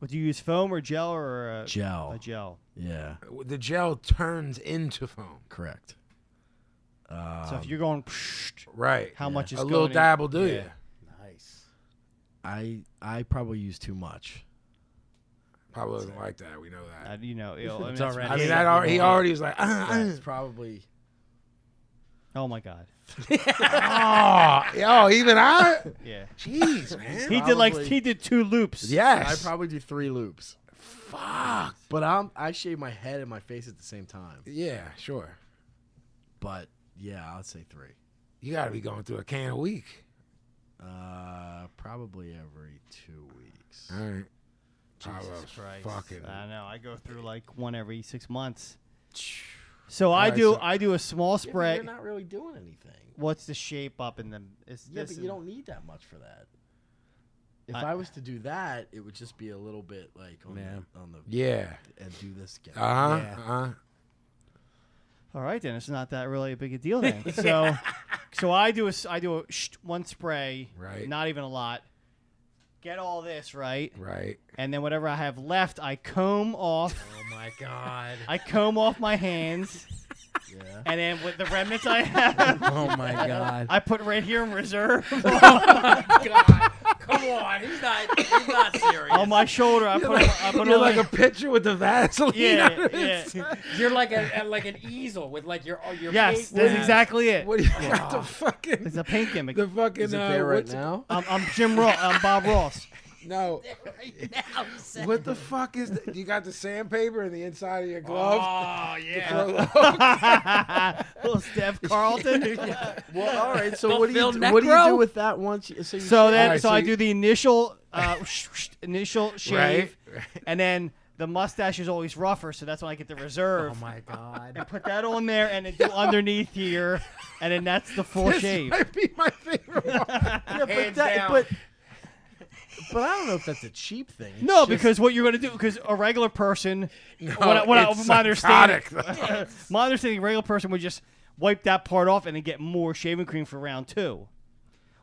Speaker 1: something? do you use foam or gel or a
Speaker 5: Gel.
Speaker 1: A gel.
Speaker 5: yeah,
Speaker 3: The gel turns into foam,
Speaker 5: correct.
Speaker 1: so if you're going, psh,
Speaker 3: right?
Speaker 1: how much is
Speaker 3: a
Speaker 1: going
Speaker 3: little
Speaker 1: in-
Speaker 3: dab will do
Speaker 1: yeah.
Speaker 3: you.
Speaker 4: Nice.
Speaker 5: I I probably use too much.
Speaker 3: Pablo doesn't like that. We know
Speaker 1: Uh,
Speaker 3: that.
Speaker 1: you know, ew, I mean,
Speaker 4: It's
Speaker 1: that's-
Speaker 4: already-
Speaker 3: I mean,
Speaker 4: yeah.
Speaker 3: that al- he already was like,
Speaker 5: It's
Speaker 3: "Uh,
Speaker 5: probably
Speaker 1: Oh my god.
Speaker 3: uh, oh, yo, even I,
Speaker 1: Yeah.
Speaker 3: jeez, man,
Speaker 1: He did like
Speaker 5: Probably-
Speaker 1: he did two loops.
Speaker 5: I
Speaker 3: yes,
Speaker 5: probably do three loops.
Speaker 3: fuck,
Speaker 5: But I'm I shave my head and my face at the same time.
Speaker 3: yeah, sure.
Speaker 5: But yeah, I'd say three.
Speaker 3: You got to be going through a can a week.
Speaker 5: Uh, probably every two weeks.
Speaker 3: All right, Pablo's
Speaker 1: Christ.
Speaker 3: fucking
Speaker 1: I know. I go through like one every six months. So I
Speaker 3: Alright,
Speaker 1: do.
Speaker 3: so-
Speaker 1: I do a small
Speaker 5: Yeah, but
Speaker 1: spray.
Speaker 5: You're not really doing anything.
Speaker 1: What's the shape up in them? Is
Speaker 5: Yeah,
Speaker 1: this
Speaker 5: but you
Speaker 1: and-
Speaker 5: don't need that much for that. If
Speaker 1: I-
Speaker 5: I, was to do that, it would just be a little bit like on
Speaker 4: Yeah.
Speaker 5: the on the
Speaker 3: yeah.
Speaker 5: and do this again.
Speaker 3: Uh huh.
Speaker 4: Yeah.
Speaker 3: Uh huh.
Speaker 1: All right, then it's not that really a big a deal then. So, so I do a s- I do a sh- one spray.
Speaker 3: Right.
Speaker 1: Not even a lot. get all this right,
Speaker 3: right?
Speaker 1: and then whatever I have left, I comb off.
Speaker 4: Oh my god.
Speaker 1: I comb off my hands,
Speaker 7: Yeah.
Speaker 1: and then with the remnants I have,
Speaker 4: Oh my god.
Speaker 1: I put right here in reserve
Speaker 4: god. Come on. He's not he's not serious.
Speaker 1: on my shoulder. I put, I put
Speaker 3: You're
Speaker 1: all
Speaker 3: like
Speaker 1: my-
Speaker 3: a pitcher with the Vaseline.
Speaker 1: yeah, yeah.
Speaker 4: You're like a, a- like an easel with like your oh, your
Speaker 1: yes,
Speaker 4: face
Speaker 1: that's
Speaker 4: down.
Speaker 1: exactly it.
Speaker 3: What do you got the fucking
Speaker 1: It's a paint gimmick.
Speaker 3: the fucking
Speaker 5: Is it
Speaker 3: uh,
Speaker 5: there right
Speaker 3: what's-
Speaker 5: now?
Speaker 1: I'm, I'm Jim Ross. I'm Bob Ross.
Speaker 3: No,
Speaker 4: Now he said-
Speaker 3: what the fuck is that? You got the sandpaper in the inside of your glove?
Speaker 4: Oh yeah.
Speaker 1: Little Steph Carlton.
Speaker 5: Well, all right. So
Speaker 4: The
Speaker 5: what do you
Speaker 4: Phil
Speaker 5: do, what do you
Speaker 4: Necro?
Speaker 5: do with that once? You, so you
Speaker 1: So then,
Speaker 3: Alright,
Speaker 1: so,
Speaker 3: so
Speaker 1: I
Speaker 3: you-
Speaker 1: do the initial, uh, sh- sh- initial shave,
Speaker 3: right.
Speaker 1: and then the mustache is always rougher, so that's when I get the reserve.
Speaker 4: Oh my god.
Speaker 1: Put that on there, and then do underneath here, and then that's the full
Speaker 3: This
Speaker 1: shave.
Speaker 3: might be my favorite one.
Speaker 5: yeah, but,
Speaker 4: Hands
Speaker 5: that,
Speaker 4: down.
Speaker 5: but but I don't know if that's a cheap thing. It's
Speaker 1: No,
Speaker 5: just-
Speaker 1: because what you're gonna do, because a regular person, what, I-
Speaker 3: No,
Speaker 1: what I-
Speaker 3: it's
Speaker 1: my understanding,
Speaker 3: psychotic, though.
Speaker 1: my understanding, a regular person would just wipe that part off and then get more shaving cream for round two.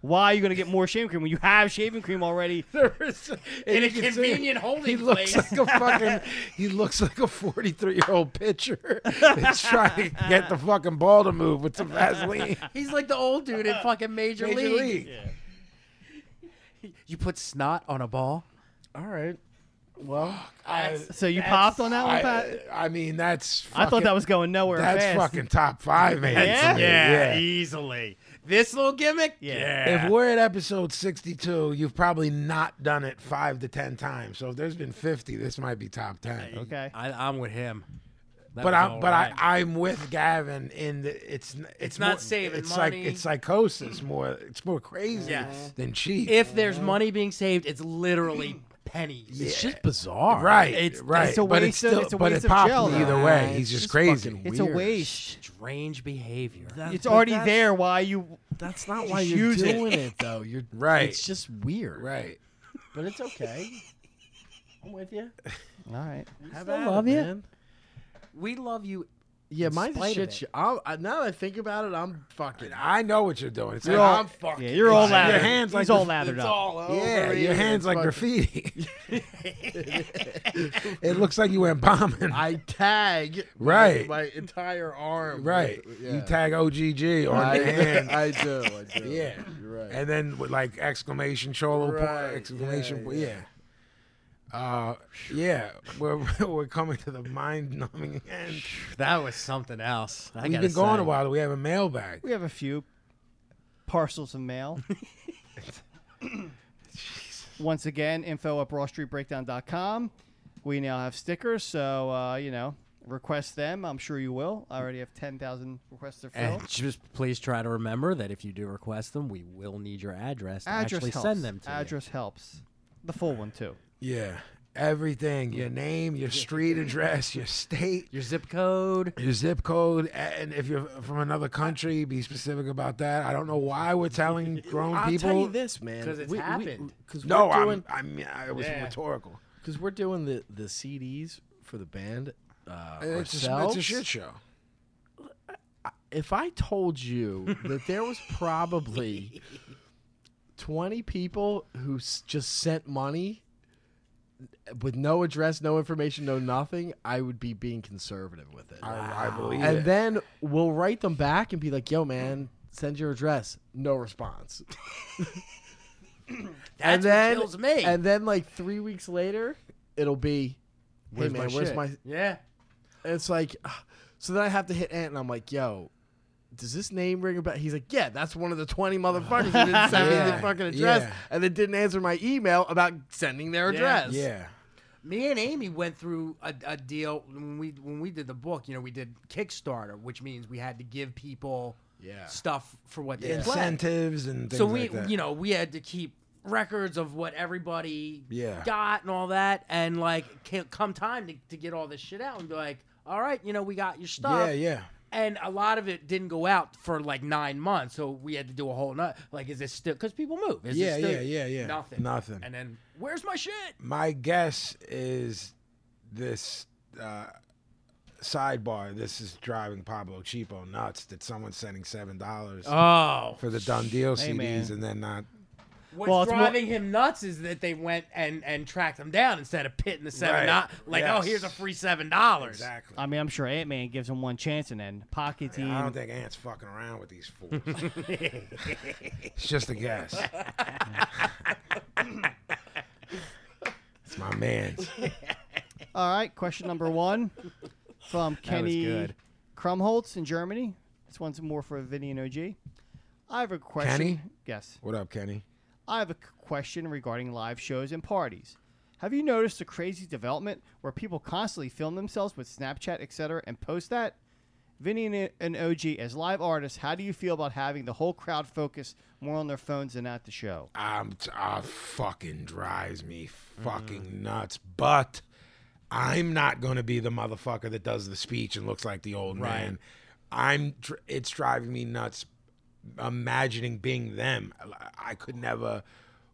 Speaker 1: Why are you gonna get more shaving cream when you have shaving cream already?
Speaker 3: There is- and
Speaker 4: In a
Speaker 3: you can see-
Speaker 4: convenient holding
Speaker 3: He looks
Speaker 4: place.
Speaker 3: like a fucking. He looks like a forty-three-year-old pitcher that's trying to get the fucking ball to move with some Vaseline.
Speaker 4: He's like the old dude in fucking Major,
Speaker 3: Major
Speaker 4: League.
Speaker 3: league.
Speaker 4: You put snot on a ball.
Speaker 5: all right.
Speaker 1: So you popped on that one, Pat?
Speaker 3: I, I mean, that's.
Speaker 1: I thought
Speaker 3: fucking-
Speaker 1: that was going nowhere
Speaker 3: That's
Speaker 1: fast.
Speaker 3: fucking top five, man.
Speaker 1: Yeah?
Speaker 3: to me.
Speaker 4: Yeah, easily. This little gimmick.
Speaker 1: Yeah.
Speaker 3: If we're at episode 62, you've probably not done it five to 10 times. So if there's been 50, this might be top 10.
Speaker 1: okay.
Speaker 4: I, I'm with him. That
Speaker 3: But
Speaker 4: was
Speaker 3: I'm
Speaker 4: all
Speaker 3: but
Speaker 4: right.
Speaker 3: I I'm with Gavin in the it's n- it's,
Speaker 4: not
Speaker 3: more-
Speaker 4: saving
Speaker 3: it's
Speaker 4: money.
Speaker 3: Like, it's psychosis more. It's more crazy
Speaker 4: Yes.
Speaker 3: than cheap.
Speaker 4: if there's money being saved, it's literally pennies.
Speaker 5: It's just bizarre.
Speaker 3: right,
Speaker 4: it's-
Speaker 3: right.
Speaker 1: it's a
Speaker 3: but
Speaker 1: waste of-
Speaker 3: still
Speaker 1: it's a
Speaker 3: but
Speaker 1: waste
Speaker 3: it
Speaker 1: of
Speaker 3: popped
Speaker 1: gel,
Speaker 3: me either
Speaker 1: though.
Speaker 3: way. He's just, crazy.
Speaker 1: It's a waste.
Speaker 4: Strange behavior.
Speaker 5: That-
Speaker 1: It's
Speaker 5: but
Speaker 1: already
Speaker 5: that's-
Speaker 1: there. Why you?
Speaker 5: That's not why
Speaker 1: Just
Speaker 5: you're
Speaker 1: use it.
Speaker 5: doing it. though. You're
Speaker 3: Right.
Speaker 5: It's just weird.
Speaker 3: Right.
Speaker 5: But it's okay. I'm with you.
Speaker 1: All right.
Speaker 5: Have
Speaker 4: at
Speaker 5: love
Speaker 4: it,
Speaker 5: you.
Speaker 4: We love you.
Speaker 5: Yeah, mine's a
Speaker 4: spite of
Speaker 5: shit.
Speaker 4: it.
Speaker 5: show. I'll- I, now that I think about it, I'm fucking.
Speaker 3: I know what you're doing. It's
Speaker 1: You're
Speaker 3: like,
Speaker 1: all-
Speaker 3: I'm fucking.
Speaker 1: Yeah, you're all
Speaker 3: It's- your
Speaker 1: lathered.
Speaker 3: hands
Speaker 1: He's
Speaker 3: like
Speaker 1: all
Speaker 3: the-
Speaker 1: lathered up.
Speaker 3: Yeah, your hands like graffiti. it looks like you went bombing.
Speaker 5: I tag my-
Speaker 3: Right.
Speaker 5: my, entire arm.
Speaker 3: Right.
Speaker 5: with-
Speaker 3: You
Speaker 5: yeah.
Speaker 3: tag OGG on
Speaker 5: I,
Speaker 3: your hand.
Speaker 5: I do. I do.
Speaker 3: Yeah.
Speaker 5: You're right.
Speaker 3: And then with like exclamation cholo point,
Speaker 5: Right,
Speaker 3: exclamation
Speaker 5: yeah,
Speaker 3: point. Yeah. Uh, yeah, we're we're coming to the mind numbing end.
Speaker 4: That was something else. I
Speaker 3: We've
Speaker 4: gotta
Speaker 3: been gone
Speaker 4: say.
Speaker 3: a while. We have a mailbag.
Speaker 1: We have a few parcels of mail. Once again, info at BroadStreetBreakdown.com. We now have stickers, so uh, you know, request them. I'm sure you will. I already have ten thousand requests to fill.
Speaker 4: And just please try to remember that if you do request them, we will need your address to
Speaker 1: Address
Speaker 4: actually
Speaker 1: helps.
Speaker 4: send them to you.
Speaker 1: Address helps. The full one too.
Speaker 3: Yeah, everything: your name, your street address, your state,
Speaker 4: Your zip code.
Speaker 3: your zip code, and if you're from another country, be specific about that. I don't know why we're telling grown
Speaker 5: I'll
Speaker 3: people.
Speaker 5: tell you this, man.
Speaker 4: 'Cause it's
Speaker 5: we,
Speaker 4: happened.
Speaker 5: Because we,
Speaker 3: No,
Speaker 5: are doing,
Speaker 3: I'm, I mean, I was
Speaker 4: Yeah.
Speaker 3: rhetorical.
Speaker 5: because we're doing the the CDs for the band uh,
Speaker 3: It's a,
Speaker 5: ourselves.
Speaker 3: it's a shit show.
Speaker 5: If I told you that there was probably twenty people who s- just sent money with no address, no information, no nothing, I would be being conservative with it.
Speaker 3: I, I believe
Speaker 5: and
Speaker 3: it.
Speaker 5: then we'll write them back and be like, "Yo, man, send your address." No response.
Speaker 4: That's
Speaker 5: and then
Speaker 4: what kills me.
Speaker 5: and then like three weeks later, it'll be, "Hey
Speaker 4: Where's
Speaker 5: man,
Speaker 4: my
Speaker 5: where's
Speaker 4: shit?
Speaker 5: my?"
Speaker 4: Yeah.
Speaker 5: It's like, ah. so then I have to hit Ant, and I'm like, "Yo, does this name ring a bell?" He's like, "Yeah, that's one of the twenty motherfuckers who didn't send me
Speaker 3: Yeah,
Speaker 5: the fucking address
Speaker 3: yeah.
Speaker 5: and then didn't answer my email about sending their address."
Speaker 3: yeah.
Speaker 4: Me and Amy went through a, a deal when we when we did the book. You know, we did Kickstarter, which means we had to give people
Speaker 5: Yeah.
Speaker 4: stuff for what they pledged.
Speaker 3: incentives and things
Speaker 4: So we,
Speaker 3: like that.
Speaker 4: you know, we had to keep records of what everybody
Speaker 3: Yeah.
Speaker 4: got and all that, and like ca- come time to, to get all this shit out and be like, all right, you know, we got your stuff.
Speaker 3: yeah, yeah.
Speaker 4: and a lot of it didn't go out for like nine months, so we had to do a whole nut. Like, is this still? Because people move. Is
Speaker 3: Yeah,
Speaker 4: this still,
Speaker 3: yeah, yeah, yeah.
Speaker 4: Nothing,
Speaker 3: Nothing.
Speaker 4: And then where's my shit?
Speaker 3: My guess is this uh, sidebar. This is driving Pablo Cheapo nuts that someone's sending seven dollars
Speaker 4: Oh,
Speaker 3: for the done deal
Speaker 1: Hey,
Speaker 3: CDs
Speaker 1: man.
Speaker 3: and then not.
Speaker 4: What's
Speaker 1: well, it's more-
Speaker 4: driving him nuts is that they went and and tracked him down instead of pitting the seven.
Speaker 3: Right.
Speaker 4: Not, like, oh,
Speaker 3: Yes.
Speaker 4: here's a free seven dollars.
Speaker 3: Exactly.
Speaker 1: I mean, I'm sure Ant Man gives him one chance and then pockets
Speaker 3: I
Speaker 1: him.
Speaker 3: don't think Ant's fucking around with these fools. it's just a guess. it's my man's.
Speaker 1: All right, question number one from Kenny
Speaker 5: good.
Speaker 1: Krumholtz in Germany. This one's more for Vinny and OG. I have a question.
Speaker 3: Kenny?
Speaker 1: Yes.
Speaker 3: What up, Kenny?
Speaker 1: I have a c- question regarding live shows and parties. Have you noticed the crazy development where people constantly film themselves with Snapchat, etc., and post that? Vinny and- and OG, as live artists, how do you feel about having the whole crowd focus more on their phones than at the show?
Speaker 3: I'm t- uh, fucking drives me fucking nuts. But I'm not gonna be the motherfucker that does the speech and looks like the old man. I'm. Dr- it's driving me nuts. Imagining being them, I- I could never.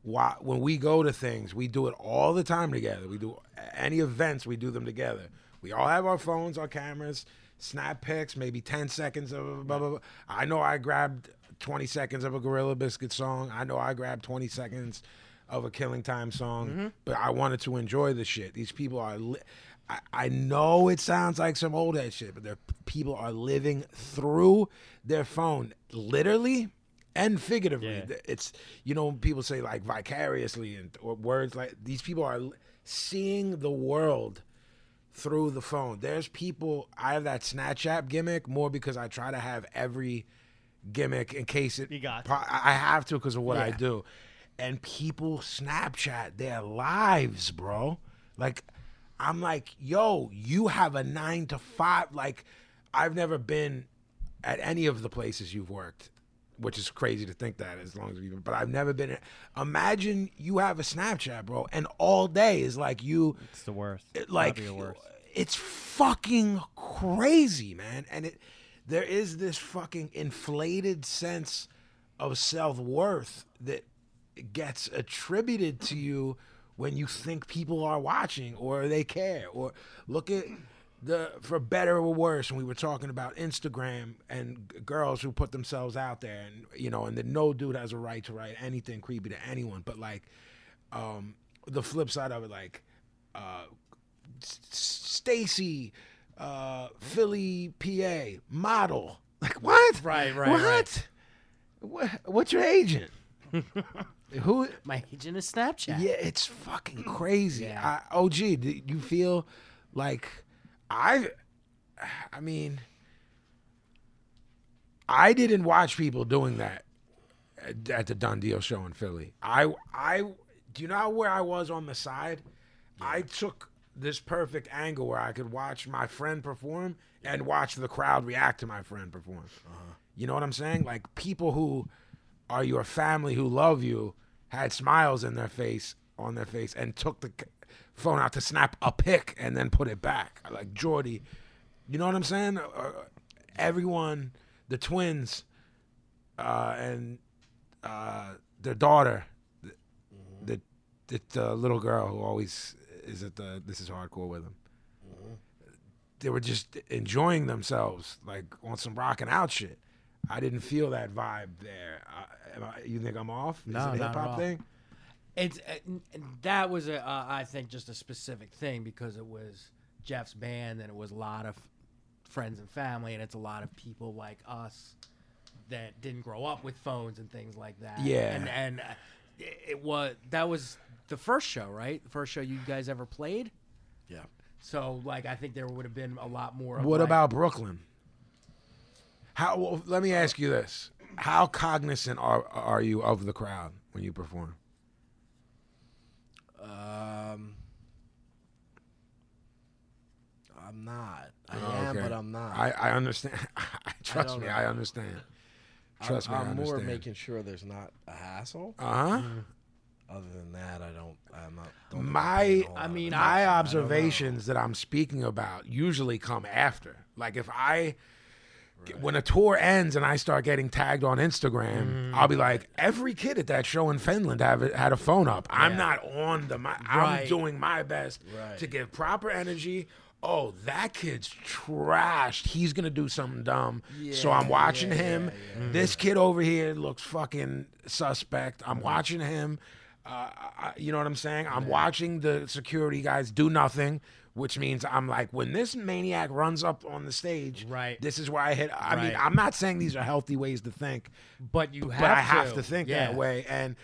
Speaker 3: Why, when we go to things, we do it all the time together. We do any events, we do them together. We all have our phones, our cameras, snap pics, maybe 10 seconds of blah, blah, blah. I know I grabbed 20 seconds of a Gorilla Biscuit song. I know I grabbed 20 seconds of a Killing Time song, but I wanted to enjoy the shit. These people are. Li- I, I know it sounds like some old head shit, but their people are living through their phone, literally and figuratively. Th- It's you know people say like vicariously and or words like these people are l- seeing the world through the phone. There's people. I have that Snapchat gimmick more because I try to have every gimmick in case it.
Speaker 1: You got
Speaker 3: pro- I I have to because of what I do, and people Snapchat their lives, bro. Like, I'm like, yo, you have a nine to five. Like, I've never been at any of the places you've worked, which is crazy to think that as long as you've but I've never been. Imagine you have a Snapchat, bro, and all day is like you
Speaker 1: It's the worst.
Speaker 3: it- like it's fucking crazy, man. And it there is this fucking inflated sense of self worth that gets attributed to you when you think people are watching or they care or look at the for better or worse when we were talking about Instagram and g- girls who put themselves out there and you know and that no dude has a right to write anything creepy to anyone but like um the flip side of it like uh S- Stacy, uh, Philly, PA, model. Like what?
Speaker 4: Right, right,
Speaker 3: What?
Speaker 4: right.
Speaker 3: What? What's your agent? Who?
Speaker 4: My agent is Snapchat.
Speaker 3: Yeah, it's fucking crazy. I, OG, do you feel like I? I mean, I didn't watch people doing that at, at the Don Deal show in Philly. I, I, do you know where I was on the side? I took this perfect angle where I could watch my friend perform and watch the crowd react to my friend perform. You know what I'm saying? Like people who are your family who love you had smiles in their face on their face and took the c- phone out to snap a pic and then put it back. Like Jordy, you know what I'm saying? Uh, everyone, the twins, uh, and uh, their daughter, th- the, the the little girl who always is at the this is hardcore with them. They were just enjoying themselves, like on some rocking out shit. I didn't feel that vibe there. I, am I, you think I'm off? No, is it a
Speaker 4: not at
Speaker 3: hip hop
Speaker 4: all.
Speaker 3: thing?
Speaker 4: It's uh, n- that was a, uh, I think just a specific thing because it was Jeff's band and it was a lot of friends and family and it's a lot of people like us that didn't grow up with phones and things like that.
Speaker 3: Yeah.
Speaker 4: and and uh, it, it was that was the first show, right? The first show you guys ever played.
Speaker 7: Yeah.
Speaker 4: So like I think there would have been a lot more. Of
Speaker 3: What
Speaker 4: like-
Speaker 3: about Brooklyn? How? Well, let me ask you this: How cognizant are are you of the crowd when you perform?
Speaker 7: Um, I'm not. I
Speaker 3: Oh,
Speaker 7: am,
Speaker 3: okay.
Speaker 7: but I'm not.
Speaker 3: I, I understand. Trust
Speaker 7: don't
Speaker 3: me,
Speaker 7: know.
Speaker 3: I understand.
Speaker 7: I'm-
Speaker 3: Trust me,
Speaker 7: I'm
Speaker 3: i
Speaker 7: more
Speaker 3: understand.
Speaker 7: making sure there's not a hassle.
Speaker 3: uh huh.
Speaker 7: Other than that, I don't. I'm not. Don't think I'm paying
Speaker 3: My,
Speaker 7: a whole
Speaker 4: I
Speaker 7: lot of
Speaker 4: mean,
Speaker 7: attention.
Speaker 3: my
Speaker 7: I don't know.
Speaker 3: observations that I'm speaking about usually come after. Like if I, when a tour ends and I start getting tagged on Instagram,
Speaker 7: Mm.
Speaker 3: I'll be like, every kid at that show in Finland have a, had a phone up. I'm not on the. mi- I'm
Speaker 4: Right.
Speaker 3: doing my best
Speaker 7: Right.
Speaker 3: to give proper energy. oh, that kid's trashed. He's gonna do something dumb. so I'm watching him.
Speaker 4: Mm-hmm.
Speaker 3: This kid over here looks fucking suspect. I'm
Speaker 4: Mm-hmm.
Speaker 3: watching him. Uh, I, you know what I'm saying? I'm watching the security guys do nothing, which means I'm like, when this maniac runs up on the stage,
Speaker 4: Right.
Speaker 3: This is where I hit. I mean,
Speaker 4: Right.
Speaker 3: I'm not saying these are healthy ways to think,
Speaker 4: But you have
Speaker 3: but I
Speaker 4: to.
Speaker 3: have to think that
Speaker 4: Yeah.
Speaker 3: way. And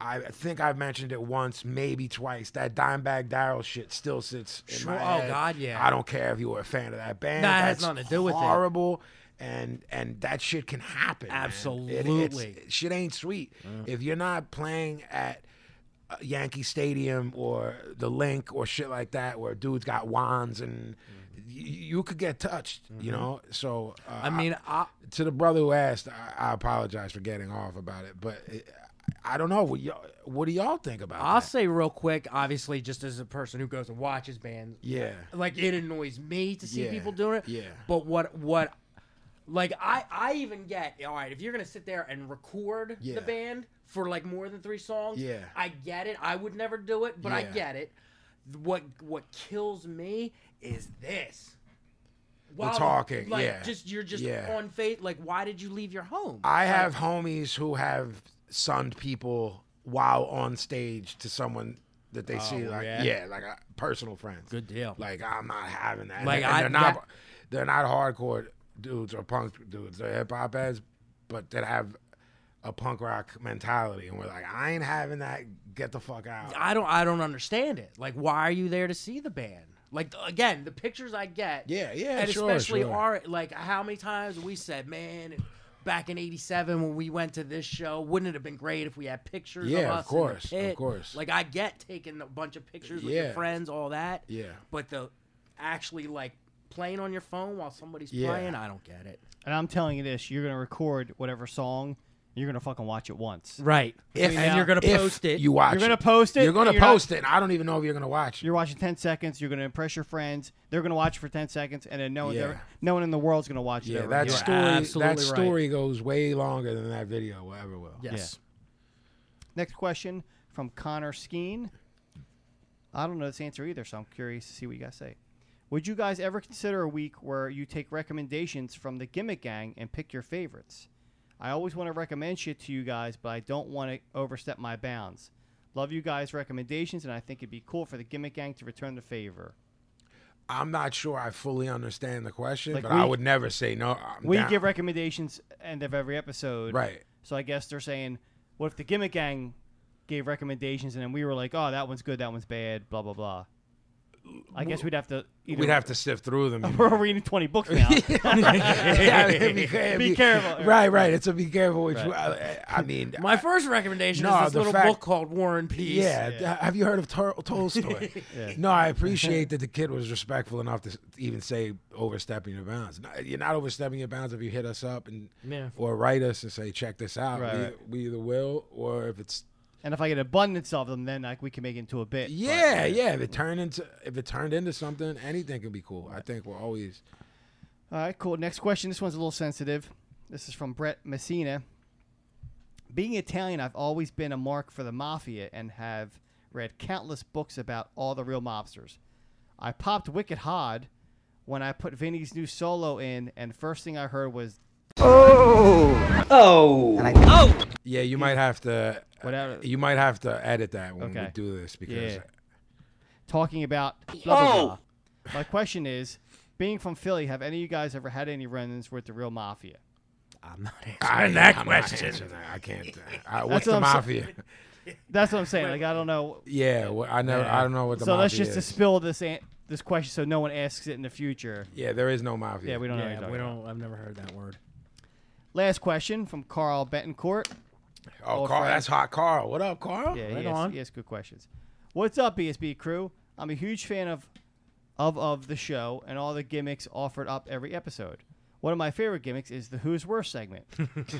Speaker 3: I think I've mentioned it once, maybe twice. That Dimebag Daryl shit still sits in
Speaker 4: Sure.
Speaker 3: my
Speaker 4: Oh,
Speaker 3: head.
Speaker 4: God, yeah.
Speaker 3: I don't care if you were a fan of that band.
Speaker 4: Nah, it has
Speaker 3: That's
Speaker 4: nothing to do with it.
Speaker 3: horrible. And and that shit can happen. man. It- it's-
Speaker 4: Absolutely. Mm.
Speaker 3: shit ain't sweet. If you're not playing at uh, Yankee Stadium or the Link or shit like that, where dudes got wands and y you could get touched, you know. So uh,
Speaker 4: Mm. Mm-hmm. I mean, I,
Speaker 3: to the brother who asked, I, I apologize for getting off about it, but it, I don't know. What, y'all, what do y'all think about
Speaker 4: I'll
Speaker 3: that?
Speaker 4: say real quick. Obviously, just as a person who goes and watches bands,
Speaker 3: Yeah,
Speaker 4: like it annoys me to see
Speaker 3: Yeah,
Speaker 4: people doing it.
Speaker 3: yeah.
Speaker 4: But what what like I I even get all right if you're gonna sit there and record
Speaker 3: Yeah.
Speaker 4: the band for like more than three songs.
Speaker 3: Yeah.
Speaker 4: I get it. I would never do it, but I
Speaker 3: Yeah.
Speaker 4: get it. What what kills me is this. While the-
Speaker 3: talking,
Speaker 4: like,
Speaker 3: yeah.
Speaker 4: Just you're just
Speaker 3: Yeah.
Speaker 4: on faith. Like, why did you leave your home?
Speaker 3: I have homies who have sunned people while on stage to someone that they see, like yeah,
Speaker 4: Oh, yeah.
Speaker 3: like a personal friends.
Speaker 4: Good deal.
Speaker 3: Like I'm not having that. Like
Speaker 4: Like,
Speaker 3: and
Speaker 4: I-
Speaker 3: they're not,
Speaker 4: that-
Speaker 3: they're not hardcore dudes or punk dudes. They're hip hop heads, but that have a punk rock mentality, and we're like, I ain't having that. Get the fuck out.
Speaker 4: I don't I don't understand it. Like, why are you there to see the band? Like again, the pictures I get.
Speaker 3: Yeah, yeah,
Speaker 4: and
Speaker 3: sure,
Speaker 4: especially
Speaker 3: sure.
Speaker 4: our like how many times we said, man, back in '87 when we went to this show, wouldn't it have been great if we had pictures?
Speaker 3: Yeah, of
Speaker 4: of, us in the
Speaker 3: course, of
Speaker 4: pit?"
Speaker 3: course.
Speaker 4: Like I get taking a bunch of pictures with
Speaker 3: Yeah.
Speaker 4: your friends, all that.
Speaker 3: Yeah.
Speaker 4: But the actually like playing on your phone while somebody's
Speaker 3: Yeah.
Speaker 4: playing, I don't get it.
Speaker 1: And I'm telling you this: you're gonna record whatever song, you're gonna fucking watch it once.
Speaker 4: Right.
Speaker 3: If-
Speaker 4: and you're gonna
Speaker 3: if
Speaker 4: post it.
Speaker 3: You watch.
Speaker 1: You're gonna post it,
Speaker 3: You're gonna
Speaker 1: and you're not-
Speaker 3: post it. And I don't even know if you're gonna watch. it.
Speaker 1: You're watching 10 seconds. You're gonna impress your friends. They're gonna watch it for 10 seconds, and then no one,
Speaker 3: Yeah.
Speaker 1: ever- no one in the world's gonna watch it.
Speaker 3: yeah,
Speaker 1: ever
Speaker 3: that
Speaker 1: again.
Speaker 4: You're
Speaker 3: story.
Speaker 4: absolutely
Speaker 3: That
Speaker 4: right.
Speaker 3: story goes way longer than that video will ever will.
Speaker 4: yes.
Speaker 1: Next question from Connor Skeen. I don't know this answer either, so I'm curious to see what you guys say. Would you guys ever consider a week where you take recommendations from the Gimmick Gang and pick your favorites? I always want to recommend shit to you guys, but I don't want to overstep my bounds. Love you guys' recommendations, and I think it'd be cool for the Gimmick Gang to return the favor.
Speaker 3: I'm not sure I fully understand the question,
Speaker 1: Like,
Speaker 3: but I
Speaker 1: we-
Speaker 3: would never say no. I'm
Speaker 1: We
Speaker 3: down.
Speaker 1: give recommendations end of every episode,
Speaker 3: right.
Speaker 1: So I guess they're saying, what if the Gimmick Gang gave recommendations and then we were like, oh, that one's good, that one's bad, blah, blah, blah. I guess we'd have to. Either,
Speaker 3: We'd have to sift through them. you
Speaker 1: We're
Speaker 3: know.
Speaker 1: reading 20 books now.
Speaker 3: Yeah, I mean, be, ca-
Speaker 1: Be careful.
Speaker 3: Right, right. It's a be careful. Which I, I mean,
Speaker 4: My first recommendation
Speaker 3: No,
Speaker 4: is this
Speaker 3: the
Speaker 4: little
Speaker 3: fact-
Speaker 4: book called War and Peace.
Speaker 3: Yeah. th- Have you heard of Tol- Tolstoy? No, I appreciate that the kid was respectful enough to s- even say overstepping your bounds. No, You're not overstepping your bounds if you hit us up and
Speaker 4: Yeah.
Speaker 3: or write us and say check this out.
Speaker 1: Right,
Speaker 3: we,
Speaker 1: right.
Speaker 3: we either will or if it's
Speaker 1: and if I get abundance of them, then like we can make it into a bit. but-
Speaker 3: yeah, yeah. If it turned into if it turned into something, anything can be cool. I think we're always
Speaker 1: All right, cool. Next question. This one's a little sensitive. This is from Brett Messina. Being Italian, I've always been a mark for the mafia and have read countless books about all the real mobsters. I popped Wicked Hard when I put Vinny's new solo in, and first thing I heard was
Speaker 3: yeah. You might have to
Speaker 1: Whatever.
Speaker 3: You might have to edit that when we
Speaker 1: Okay.
Speaker 3: do this because
Speaker 1: Yeah. talking about blah, blah,
Speaker 4: Oh!
Speaker 1: blah. My question is, being from Philly, have any of you guys ever had any run-ins with the real mafia?
Speaker 4: I'm not answering.
Speaker 3: I, that question. I can't. uh, I, what's
Speaker 1: what
Speaker 3: the
Speaker 1: I'm sa-
Speaker 3: mafia?
Speaker 1: That's what I'm saying. Like I don't know.
Speaker 3: Yeah, well, I never. I don't know what the
Speaker 1: So
Speaker 3: mafia
Speaker 1: let's just
Speaker 3: is.
Speaker 1: dispel this an- this question so no one asks it in the future.
Speaker 3: yeah, there is no mafia.
Speaker 1: Yeah, we don't know. what you're
Speaker 4: Yeah,
Speaker 1: talking
Speaker 4: we
Speaker 1: about.
Speaker 4: don't. I've never heard that word.
Speaker 1: Last question from Carl Betancourt.
Speaker 3: Oh,
Speaker 1: old
Speaker 3: Carl,
Speaker 1: friend.
Speaker 3: that's hot, Carl. What up, Carl?
Speaker 1: Yeah,
Speaker 4: Right
Speaker 1: he, has,
Speaker 4: on.
Speaker 1: he has good questions. What's up, BSB crew? I'm a huge fan of, of of the show and all the gimmicks offered up every episode. One of my favorite gimmicks is the Who's Worse segment.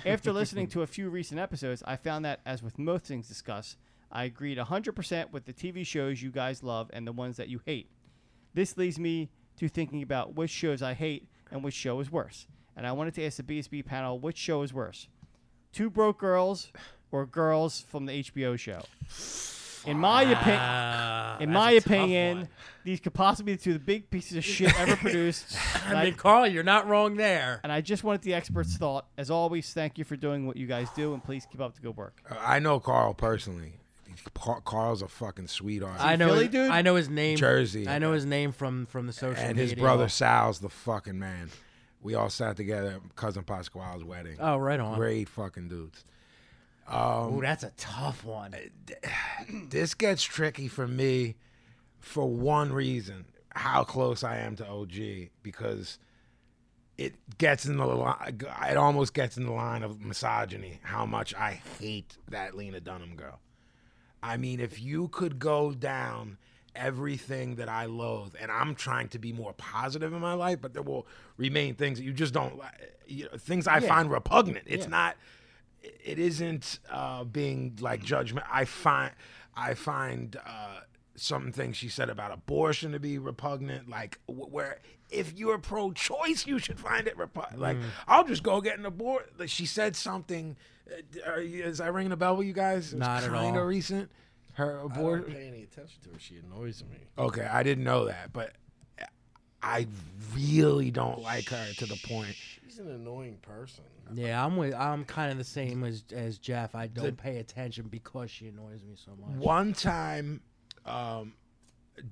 Speaker 1: After listening to a few recent episodes, I found that, as with most things discussed, I agreed 100% with the TV shows you guys love and the ones that you hate. This leads me to thinking about which shows I hate and which show is worse. And I wanted to ask the BSB panel which show is worse, Two Broke Girls or Girls from the HBO show? in my opinion,
Speaker 4: Ah,
Speaker 1: in
Speaker 4: that's
Speaker 1: my
Speaker 4: a tough
Speaker 1: opinion,
Speaker 4: one.
Speaker 1: these could possibly be two of the big pieces of shit ever produced. and,
Speaker 4: I mean,
Speaker 1: I,
Speaker 4: Carl, you're not wrong there.
Speaker 1: and I just wanted the experts' thought. As always, thank you for doing what you guys do, and please keep up the good work.
Speaker 3: Uh,
Speaker 4: Uh,
Speaker 3: I know Carl personally. Car- Carl's a fucking sweetheart.
Speaker 4: I know,
Speaker 1: Philly dude?
Speaker 4: I know his name.
Speaker 3: Jersey.
Speaker 4: I know his name from from the social
Speaker 3: and
Speaker 4: media.
Speaker 3: his brother Sal's the fucking man. We all sat together at cousin Pasquale's wedding.
Speaker 4: Oh, right on.
Speaker 3: Great fucking dudes.
Speaker 4: Ooh, that's a tough one.
Speaker 3: This gets tricky for me for one reason: how close I am to OG because it gets in the line. It almost gets in the line of misogyny. How much I hate that Lena Dunham girl. I mean, if you could go down everything that I loathe, and I'm trying to be more positive in my life, but there will remain things that you just don't, li- you know, things I find repugnant. It's not, it isn't uh, being like
Speaker 4: Mm-hmm.
Speaker 3: judgment. I find, I find uh, something she said about abortion to be repugnant. Like wh- where if you're pro-choice, you should find it repugnant. Like
Speaker 4: Mm.
Speaker 3: I'll just go get an abortion. Like, she said something. uh, Are, you- is I ringing a bell with you guys? It was
Speaker 4: Not at
Speaker 3: kinda
Speaker 4: all.
Speaker 3: recent. Her
Speaker 7: I don't
Speaker 3: abortion.
Speaker 7: pay any attention to her. She annoys me.
Speaker 3: Okay, I didn't know that, but I really don't like her to the point.
Speaker 7: She's an annoying person.
Speaker 4: Yeah, I'm with. I'm kind of the same as as Jeff. I don't pay attention because she annoys me so much.
Speaker 3: One time, um,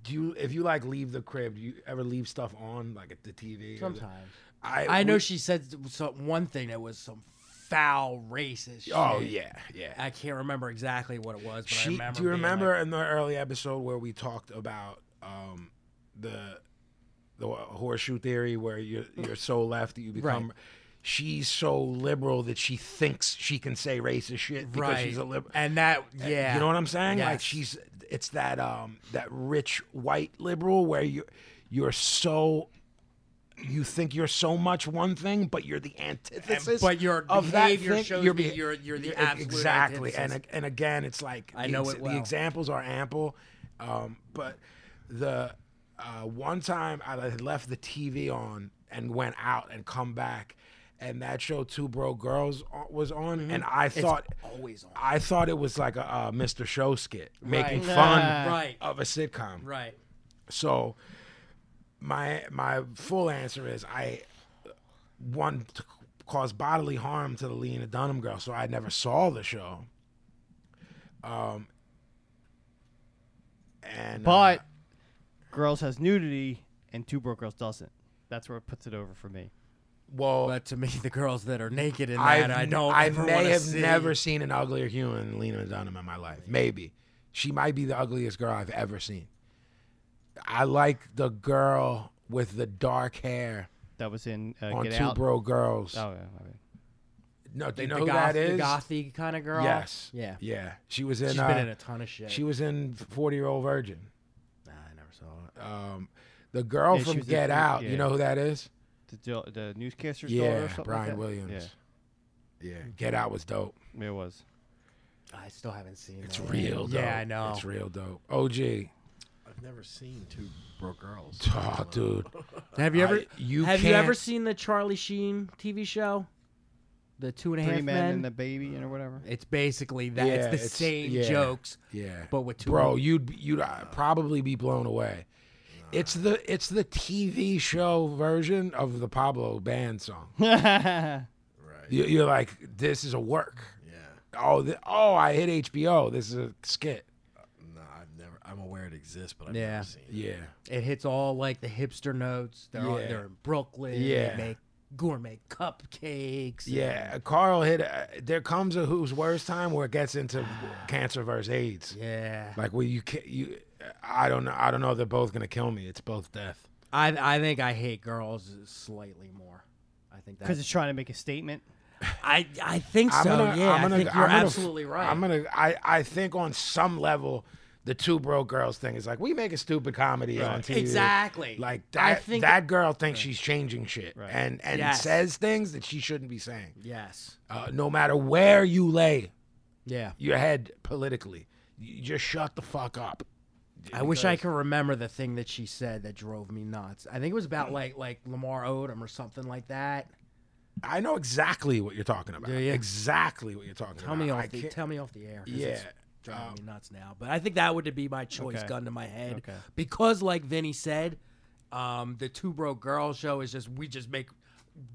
Speaker 3: do you if you like leave the crib? Do you ever leave stuff on like at the TV? or the-
Speaker 4: Sometimes
Speaker 3: I
Speaker 4: I know
Speaker 3: we-
Speaker 4: she said some, one thing that was some foul racist.
Speaker 3: Oh
Speaker 4: shit.
Speaker 3: yeah, yeah.
Speaker 4: I can't remember exactly what it was, but I
Speaker 3: She,
Speaker 4: remember.
Speaker 3: do you
Speaker 4: being
Speaker 3: remember
Speaker 4: like,
Speaker 3: in the early episode where we talked about um, the the horseshoe theory, where you're you're so left that you become. She's so liberal that she thinks she can say racist shit because
Speaker 4: right?
Speaker 3: she's a liberal.
Speaker 4: and that yeah,
Speaker 3: Eh, You know what I'm saying? Like
Speaker 4: Yes.
Speaker 3: she's it's that um that rich white liberal where you you're so you think you're so much one thing, but you're the antithesis.
Speaker 4: Eh, but your
Speaker 3: of that
Speaker 4: behavior
Speaker 3: thing.
Speaker 4: shows
Speaker 3: Your
Speaker 4: me
Speaker 3: beha-
Speaker 4: you're- you're the
Speaker 3: e-
Speaker 4: absolute
Speaker 3: exactly. And
Speaker 4: antithesis.
Speaker 3: and again, it's like
Speaker 4: I
Speaker 3: the
Speaker 4: know
Speaker 3: ex-
Speaker 4: it well.
Speaker 3: The examples are ample, um, but the uh, one time I had left the TV on and went out and come back, and that show Two Bro Girls o- was on, and I thought
Speaker 4: Mm-hmm. always on.
Speaker 3: I thought it was like a uh, Mr. Show skit, making
Speaker 4: Right.
Speaker 3: fun
Speaker 1: Nah.
Speaker 4: Right.
Speaker 3: of a sitcom.
Speaker 4: right?
Speaker 3: So my my full answer is I one to cause bodily harm to the Lena Dunham girl, so I never saw the show. Um, and uh,
Speaker 1: But girls has nudity, and two broke girls doesn't. That's where it puts it over for me.
Speaker 3: well,
Speaker 4: But to me, the girls that are naked in
Speaker 3: I've
Speaker 4: that, I
Speaker 3: n-
Speaker 4: don't.
Speaker 3: I
Speaker 4: ever
Speaker 3: may
Speaker 4: wanna
Speaker 3: have
Speaker 4: see.
Speaker 3: never seen an uglier human than Lena Dunham in my life. Maybe she might be the ugliest girl I've ever seen. I like the girl with the dark hair
Speaker 1: That was in uh,
Speaker 3: on
Speaker 1: Get
Speaker 3: Two
Speaker 1: Out.
Speaker 3: Bro Girls.
Speaker 1: Oh, yeah, I mean,
Speaker 3: No, do you
Speaker 4: The
Speaker 3: know who
Speaker 4: goth-
Speaker 3: that is?
Speaker 4: The gothy kind of girl.
Speaker 3: Yes.
Speaker 4: Yeah.
Speaker 3: Yeah. She was in.
Speaker 4: She's
Speaker 3: uh,
Speaker 4: been in a ton of shit.
Speaker 3: she was in Forty Year Old Virgin.
Speaker 4: nah, I never saw it.
Speaker 3: Um, the girl
Speaker 1: Yeah, she
Speaker 3: from
Speaker 1: was in
Speaker 3: Get
Speaker 1: Fre-
Speaker 3: Out.
Speaker 1: yeah.
Speaker 3: You know who that is?
Speaker 1: the, jo- the newscaster's daughter or
Speaker 3: yeah,
Speaker 1: something
Speaker 3: Brian
Speaker 1: like that?
Speaker 3: Williams. Yeah. Get Out was dope.
Speaker 1: Yeah, it was.
Speaker 4: I still haven't seen
Speaker 3: It's
Speaker 4: that.
Speaker 3: real. dope.
Speaker 4: Yeah, I know.
Speaker 3: It's real dope. OG.
Speaker 7: I've never seen two broke girls.
Speaker 3: Oh, dude.
Speaker 4: Have you ever
Speaker 3: I- you
Speaker 4: have you ever
Speaker 3: can't-
Speaker 4: seen the Charlie Sheen TV show, the Two and a Half
Speaker 1: Three men,
Speaker 4: Men?
Speaker 1: and the baby and or whatever.
Speaker 4: It's basically that. it's
Speaker 3: Yeah,
Speaker 4: the
Speaker 3: it's-
Speaker 4: same
Speaker 3: yeah.
Speaker 4: jokes,
Speaker 3: Yeah.
Speaker 4: but with two.
Speaker 3: Bro, you'd you'd uh, probably be blown away. It's the it's the TV show version of the Pablo Band song.
Speaker 7: Right.
Speaker 3: You, you're like, this is a work.
Speaker 7: Yeah.
Speaker 3: Oh, th- oh, I hit HBO. This is a skit.
Speaker 7: No, I've never. I'm aware it exists, but I've
Speaker 4: Yeah.
Speaker 7: never seen it.
Speaker 3: Yeah,
Speaker 4: it hits all like the hipster notes. They're all,
Speaker 3: Yeah.
Speaker 4: they're in Brooklyn.
Speaker 3: Yeah.
Speaker 4: They make gourmet cupcakes. and-
Speaker 3: yeah. Carl hit. Uh, there comes a who's worst time where it gets into cancer versus AIDS.
Speaker 4: Yeah.
Speaker 3: Like, well, you can't. You, I don't know. I don't know. They're both gonna kill me. It's both death.
Speaker 4: I I think I hate girls slightly more. I think
Speaker 1: Because
Speaker 4: that's
Speaker 1: it's trying to make a statement.
Speaker 4: I I think so.
Speaker 3: I'm gonna,
Speaker 4: yeah,
Speaker 3: I'm gonna,
Speaker 4: I think you're
Speaker 3: I'm gonna-
Speaker 4: absolutely right.
Speaker 3: I'm gonna. I, I think on some level, the two broke girls thing is like we make a stupid comedy on TV.
Speaker 4: Exactly.
Speaker 3: Like that.
Speaker 4: I think-
Speaker 3: that girl thinks she's changing shit and and
Speaker 4: Yes.
Speaker 3: says things that she shouldn't be saying.
Speaker 4: yes.
Speaker 3: Uh, no matter where you lay
Speaker 4: Yeah.
Speaker 3: your head politically, you just shut the fuck up.
Speaker 4: I wish I could remember the thing that she said that drove me nuts. I think it was about
Speaker 3: Mm.
Speaker 4: like like Lamar Odom or something like that.
Speaker 3: I know exactly what you're talking about.
Speaker 4: Yeah, yeah.
Speaker 3: Exactly what you're talking
Speaker 4: Tell
Speaker 3: about.
Speaker 4: me
Speaker 3: I
Speaker 4: off the
Speaker 3: can't-
Speaker 4: tell me off the air. 'cause
Speaker 3: Yeah.
Speaker 4: it's-
Speaker 7: Driving
Speaker 3: Oh.
Speaker 7: me
Speaker 4: nuts now. But I think that would be my choice,
Speaker 1: Okay.
Speaker 4: gun to my head,
Speaker 1: Okay.
Speaker 4: because like Vinny said, um, the Two Broke Girl show is just we just make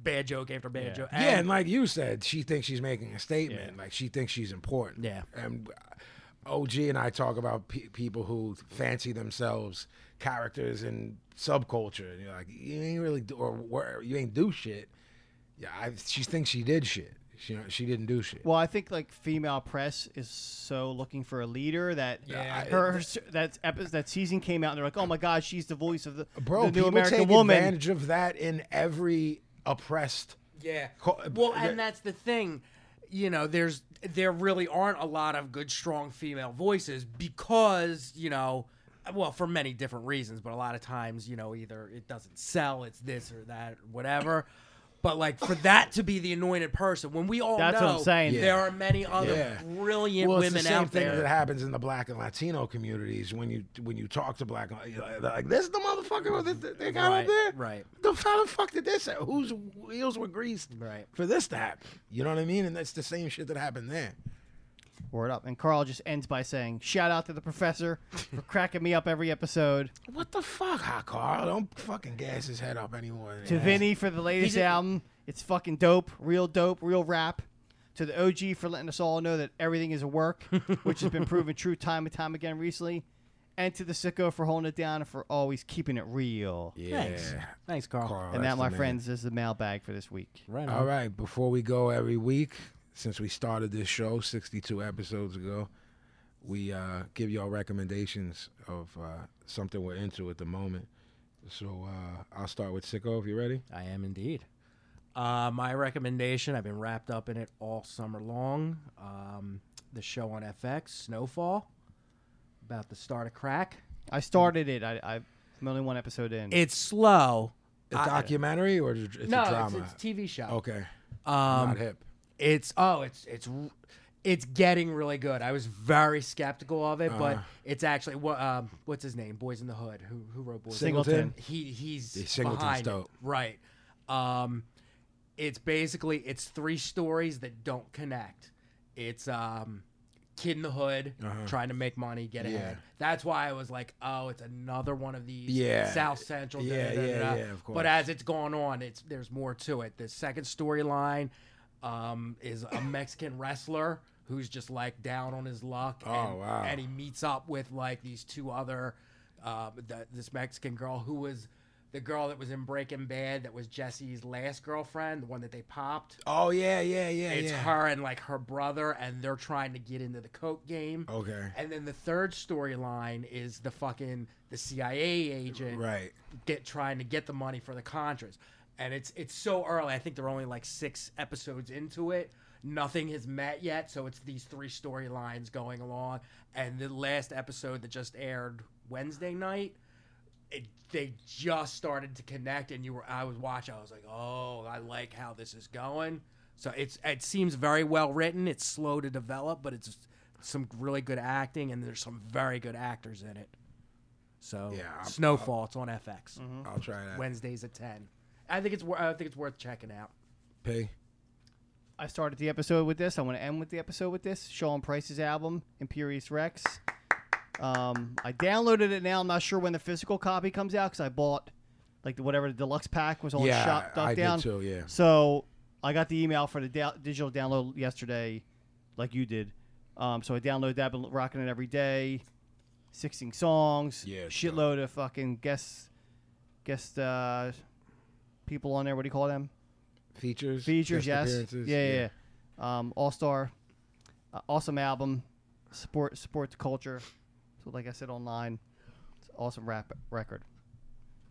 Speaker 4: bad joke after bad
Speaker 1: Yeah.
Speaker 4: joke.
Speaker 3: yeah, and like you said, she thinks she's making a statement. Like she thinks she's important.
Speaker 4: Yeah.
Speaker 3: And OG and I talk about pe- people who fancy themselves characters in subculture. And you're like, you ain't really do, or wor- you ain't do shit. Yeah, I, she thinks she did shit. She she didn't do shit.
Speaker 1: Well, I think like female press is so looking for a leader that
Speaker 3: Yeah, I-
Speaker 1: her, her that epi- that season came out and they're like, oh my god, she's the voice of the, the
Speaker 3: Bro,
Speaker 1: new
Speaker 3: people
Speaker 1: American
Speaker 3: take
Speaker 1: woman.
Speaker 3: advantage of that in every oppressed.
Speaker 4: Yeah.
Speaker 3: Co- uh,
Speaker 4: well,
Speaker 3: the-
Speaker 4: and that's the thing. You know, there's there really aren't a lot of good, strong female voices because you know, well, for many different reasons. But a lot of times, you know, either it doesn't sell, it's this or that, whatever. But like for that to be the anointed person, when we all
Speaker 1: That's what
Speaker 4: know
Speaker 1: I'm saying.
Speaker 4: there
Speaker 3: Yeah.
Speaker 4: are many other
Speaker 3: Yeah.
Speaker 4: brilliant
Speaker 3: well, it's
Speaker 4: women
Speaker 3: the same
Speaker 4: out
Speaker 3: thing
Speaker 4: there.
Speaker 3: that happens in the black and Latino communities when you when you talk to black, you're like- they're like, "This is the motherfucker that that they got
Speaker 4: Right,
Speaker 3: up there."
Speaker 4: right.
Speaker 3: The how the fuck did this? happen? Whose wheels were greased
Speaker 4: Right.
Speaker 3: for this to happen? You know what I mean? And that's the same shit that happened there.
Speaker 1: Word up. And Carl just ends by saying, shout out to the professor for cracking me up every episode.
Speaker 3: What the fuck, hot Carl? Don't fucking gas his head up anymore.
Speaker 1: To Vinny for the latest
Speaker 4: He's a-
Speaker 1: album. It's fucking dope. Real dope. Real rap. To the OG for letting us all know that everything is a work, which has been proven true time and time again recently. And to the sicko for holding it down and for always keeping it real.
Speaker 3: yeah.
Speaker 4: Thanks. Thanks, Carl.
Speaker 3: Carl,
Speaker 1: and
Speaker 3: Oh, that's
Speaker 1: that,
Speaker 3: the
Speaker 1: my
Speaker 3: man.
Speaker 1: friends, is the mailbag for this week.
Speaker 5: Right.
Speaker 3: All right, before we go every week, since we started this show 62 episodes ago, we uh, give y'all recommendations of uh, something we're into at the moment. So uh, I'll start with Sicko if you're ready.
Speaker 4: I am indeed. Uh, my recommendation, I've been wrapped up in it all summer long. Um, the show on FX, Snowfall, about the start of crack.
Speaker 1: I started it. I, I, I'm only one episode in.
Speaker 4: It's slow.
Speaker 3: A documentary or it's it's
Speaker 4: no,
Speaker 3: a
Speaker 4: it's,
Speaker 3: drama?
Speaker 4: it's TV show.
Speaker 3: okay.
Speaker 4: Um,
Speaker 3: Not hip.
Speaker 4: it's oh, it's it's r- it's getting really good. I was very skeptical of it, but
Speaker 3: Uh-huh.
Speaker 4: it's actually what um, what's his name? Boys in the Hood. Who who wrote Boys in the Hood?
Speaker 1: Singleton.
Speaker 3: Singleton?
Speaker 4: he he's
Speaker 3: Yeah, Singleton's
Speaker 4: behind it.
Speaker 3: dope.
Speaker 4: right um it's basically it's three stories that don't connect it's um kid in the hood
Speaker 3: Uh-huh.
Speaker 4: trying to make money get ahead that's why i was like oh it's another one of these
Speaker 3: Yeah.
Speaker 4: south central da,
Speaker 3: Yeah,
Speaker 4: da, da,
Speaker 3: yeah,
Speaker 4: da, da.
Speaker 3: yeah, of
Speaker 4: but
Speaker 3: course.
Speaker 4: as it's gone on it's there's more to it the second storyline um is a mexican wrestler who's just like down on his luck and,
Speaker 3: Oh, wow.
Speaker 4: and he meets up with like these two other uh, th- this Mexican girl who was the girl that was in Breaking Bad that was Jesse's last girlfriend, the one that they popped.
Speaker 3: Oh, yeah, yeah, yeah,
Speaker 4: It's
Speaker 3: yeah.
Speaker 4: her and like her brother, and they're trying to get into the coke game.
Speaker 3: Okay.
Speaker 4: And then the third storyline is the fucking the CIA agent
Speaker 3: Right.
Speaker 4: get trying to get the money for the Contras. And it's it's so early. I think they're only like six episodes into it. Nothing has met yet, so it's these three storylines going along. And the last episode that just aired Wednesday night, it, they just started to connect. And you were I was watching. I was like, oh, I like how this is going. So it's it seems very well written. It's slow to develop, but it's some really good acting, and there's some very good actors in it. So
Speaker 3: Yeah, I'm- Mm-hmm.
Speaker 4: Snowfall, it's on FX.
Speaker 3: I'll try that.
Speaker 4: Wednesdays at ten. I think it's wor- I think it's worth checking out.
Speaker 3: Pay.
Speaker 1: I started the episode with this. I want to end with the episode with this. Sean Price's album, Imperious Rex. Um, I downloaded it now. I'm not sure when the physical copy comes out because I bought like the, whatever the deluxe pack was on
Speaker 3: Yeah,
Speaker 1: shop
Speaker 3: I- I
Speaker 1: duck
Speaker 3: did
Speaker 1: down.
Speaker 3: too, yeah.
Speaker 1: So I got the email for the dou- digital download yesterday, like you did. Um, so I downloaded that, been rocking it every day. 16 songs.
Speaker 3: Yeah, it's dope.
Speaker 1: Shitload of fucking guest, guest uh, people on there. What do you call them?
Speaker 3: Features.
Speaker 1: features, yes,
Speaker 3: guest appearances,
Speaker 1: yeah, yeah, yeah. Um, All star, uh, awesome album, support support the culture. So like I said online, it's an awesome rap record.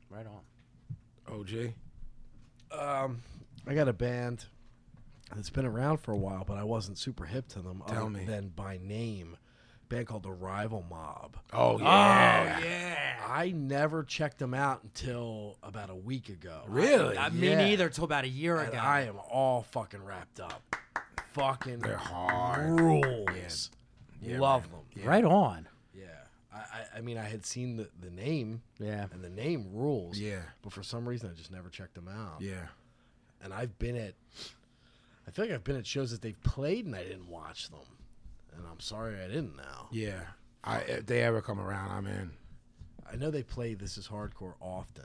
Speaker 4: Right on.
Speaker 3: OG.
Speaker 7: Um, I got a band that's been around for a while, but I wasn't super hip to them.
Speaker 3: Tell
Speaker 7: other
Speaker 3: me.
Speaker 7: Than by name, a band called the Rival Mob.
Speaker 3: Oh, yeah.
Speaker 7: I never checked them out until about a week ago.
Speaker 3: Really?
Speaker 4: I, Uh, Me
Speaker 7: Yeah.
Speaker 4: neither. Till about a year
Speaker 7: And
Speaker 4: ago.
Speaker 7: I am all fucking wrapped up. Fucking
Speaker 1: Ah.
Speaker 3: They're hard.
Speaker 7: rules.
Speaker 3: Yeah,
Speaker 7: Love
Speaker 3: man.
Speaker 7: them.
Speaker 4: Right on.
Speaker 7: Yeah. I, I, I mean, I had seen the, the name.
Speaker 4: Yeah.
Speaker 7: And the name rules.
Speaker 3: Yeah.
Speaker 7: But for some reason, I just never checked them out.
Speaker 3: Yeah.
Speaker 7: and I've been at I feel like I've been at shows that they've played and I didn't watch them. and I'm sorry I didn't now.
Speaker 3: Yeah. I, if they ever come around, I'm in.
Speaker 7: I know they play This Is Hardcore often.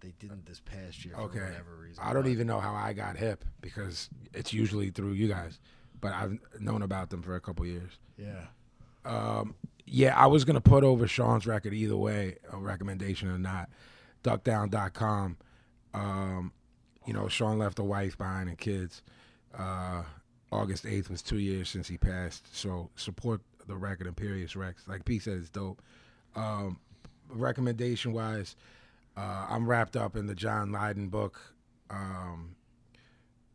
Speaker 7: They didn't this past year for
Speaker 3: Okay.
Speaker 7: whatever reason.
Speaker 3: I don't
Speaker 7: but
Speaker 3: even know how I got hip because it's usually through you guys, but I've known about them for a couple years.
Speaker 7: Yeah.
Speaker 3: Yeah, I was gonna put over Sean's record either way, a recommendation or not. Duckdown.com. Um, you know, Sean left a wife behind and kids. Uh, August eighth was two years since he passed. So support the record Imperious Rex. Like P said, it's dope. Um, recommendation wise, uh, I'm wrapped up in the John Lydon book. Um,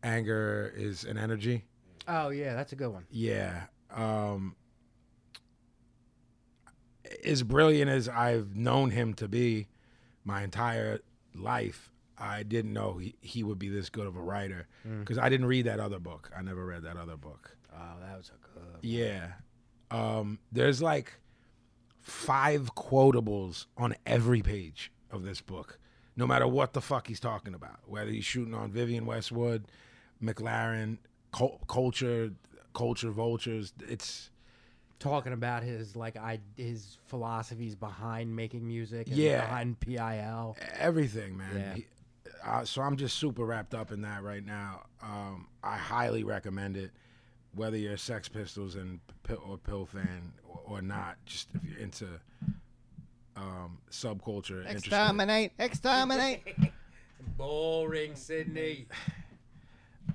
Speaker 3: Anger is an energy.
Speaker 4: Oh yeah, that's a good one.
Speaker 3: Yeah. Um as brilliant as I've known him to be my entire life, I didn't know he, he would be this good of a writer because I didn't read that other book. I never read that other book.
Speaker 4: Oh, that was a good.
Speaker 3: Yeah. Um there's like five quotables on every page of this book, no matter what the fuck he's talking about. Whether he's shooting on Vivian Westwood, McLaren, cul- culture, culture vultures. It's
Speaker 4: Talking about his like I his philosophies behind making music. And
Speaker 3: Yeah.
Speaker 4: Behind PIL.
Speaker 3: everything, man.
Speaker 4: Yeah.
Speaker 3: He- uh, so I'm just super wrapped up in that right now. Um, I highly recommend it, whether you're a Sex Pistols and pill, or Pill fan or, or not. Just if you're into um, subculture, interested.
Speaker 1: Exterminate, exterminate.
Speaker 4: Boring Sydney.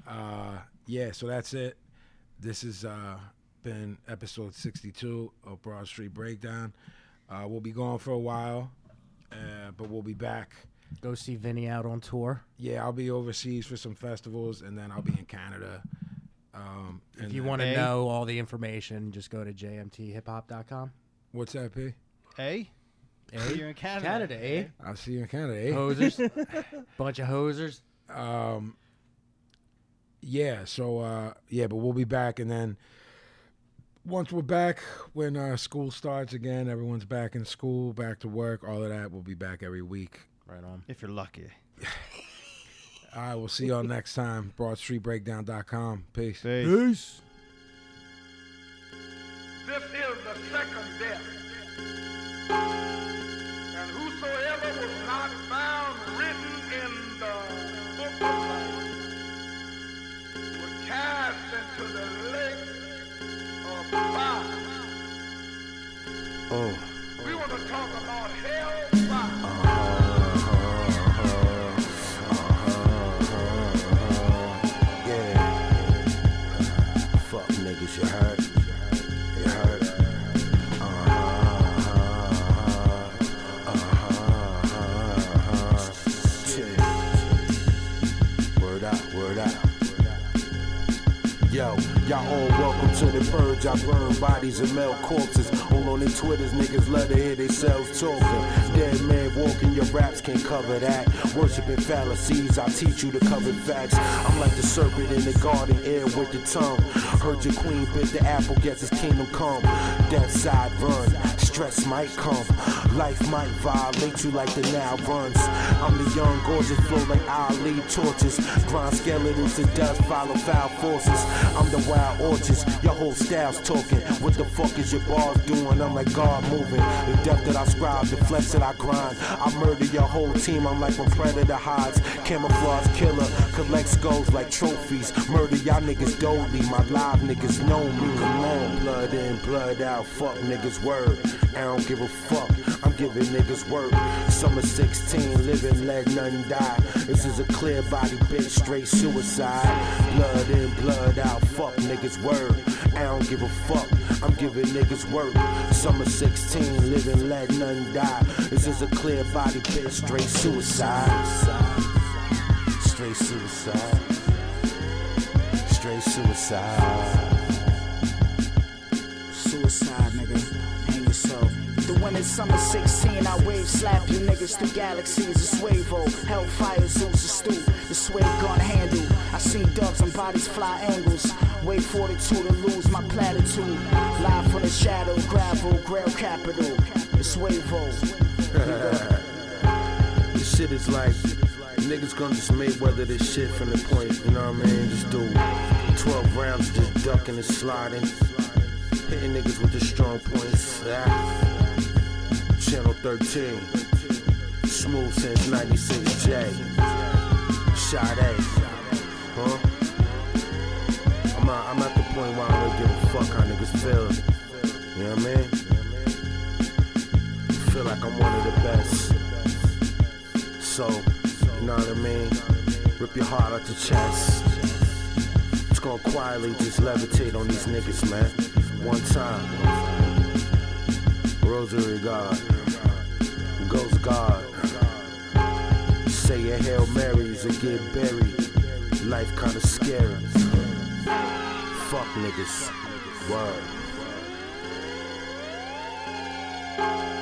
Speaker 3: uh, yeah, so that's it. This has uh, been episode 62 of Broad Street Breakdown. Uh, we'll be gone for a while, uh, but we'll be back.
Speaker 4: Go see Vinny out on tour.
Speaker 3: Yeah, I'll be overseas for some festivals, and then I'll be in Canada. Um, and
Speaker 4: If you
Speaker 3: then-
Speaker 4: want to
Speaker 1: Hey.
Speaker 4: know all the information, just go to jmthiphop.com.
Speaker 3: what's that, P?
Speaker 1: hey, you're in Canada.
Speaker 4: Canada, eh?
Speaker 3: I'll see you in Canada.
Speaker 4: Hosers. Bunch of hosers.
Speaker 3: Eh? Um, yeah. So uh, yeah, but we'll be back, and then once we're back, when uh, school starts again, everyone's back in school, back to work, all of that. We'll be back every week.
Speaker 4: Right on.
Speaker 1: If you're lucky.
Speaker 3: All right, we'll see y'all next time. BroadStreetBreakdown.com. Peace.
Speaker 5: Peace.
Speaker 6: This is the second death. And whosoever was not found written in the book of life were cast into the lake of fire. Oh. We want to talk about hellfire.
Speaker 8: Fuck niggas, you heard? You heard? Uh-huh, uh-huh, uh-huh, yeah. Word out, word out. Yo, y'all all welcome to the purge. I burn bodies and melt corpses. All on their Twitters, niggas love to hear themselves talking. Dead man walking, your raps can't cover that. Worshipping fallacies, I teach you to cover facts. I'm like the serpent in the garden, air with the tongue. Heard your queen bit the apple, guess it's kingdom come. That side run, stress might come. Life might violate you like the now runs. I'm the young, gorgeous, flow like Ali torches. Grind skeletons to dust, follow foul forces. I'm the wild orchids, your whole style's talking. What the fuck is your balls doing? I'm like God moving. The depth that I scribe, the flesh that I grind. I murder your whole team, I'm like when Predator hides. Camouflage killer, collect skulls like trophies. Murder y'all niggas dolly, my live niggas know me. Come on, blood in, blood out, fuck niggas word. I don't give a fuck, I'm giving niggas work. Summer 16, living, let nothing die. This is a clear body, bitch, straight suicide. Blood in, blood out, fuck niggas word. I don't give a fuck, I'm giving niggas work. Summer 16, living, let nothing die. This is a clear body, bitch, straight suicide. Straight suicide. Straight suicide.
Speaker 9: Suicide, nigga. Hang yourself. The winter summer 16, I wave slap you niggas through galaxies. It's Wavo, Hellfire, Zeus, a stew. The sway gonna handle. I see dubs and bodies fly angles. Wait fortitude to lose my platitude. Live from the shadow, gravel, grail capital. It's oh. Wavo.
Speaker 8: This shit is like niggas gonna just Mayweather this shit from the point, you know what I mean? Just do 12 rounds, just ducking and sliding. Hitting niggas with the strong points. Ah. Channel 13. Smooth since 96 J. Shot A. Huh? I'm, out, I'm at the point where I don't give a fuck how niggas feel. You know what I mean? Feel like I'm one of the best. So, you know what I mean? Rip your heart out your chest. It's gonna quietly just levitate on these niggas, man. One time. Rosary God. Ghost God. Say your Hail Marys and get buried. Life kinda scary. Fuck niggas. Word.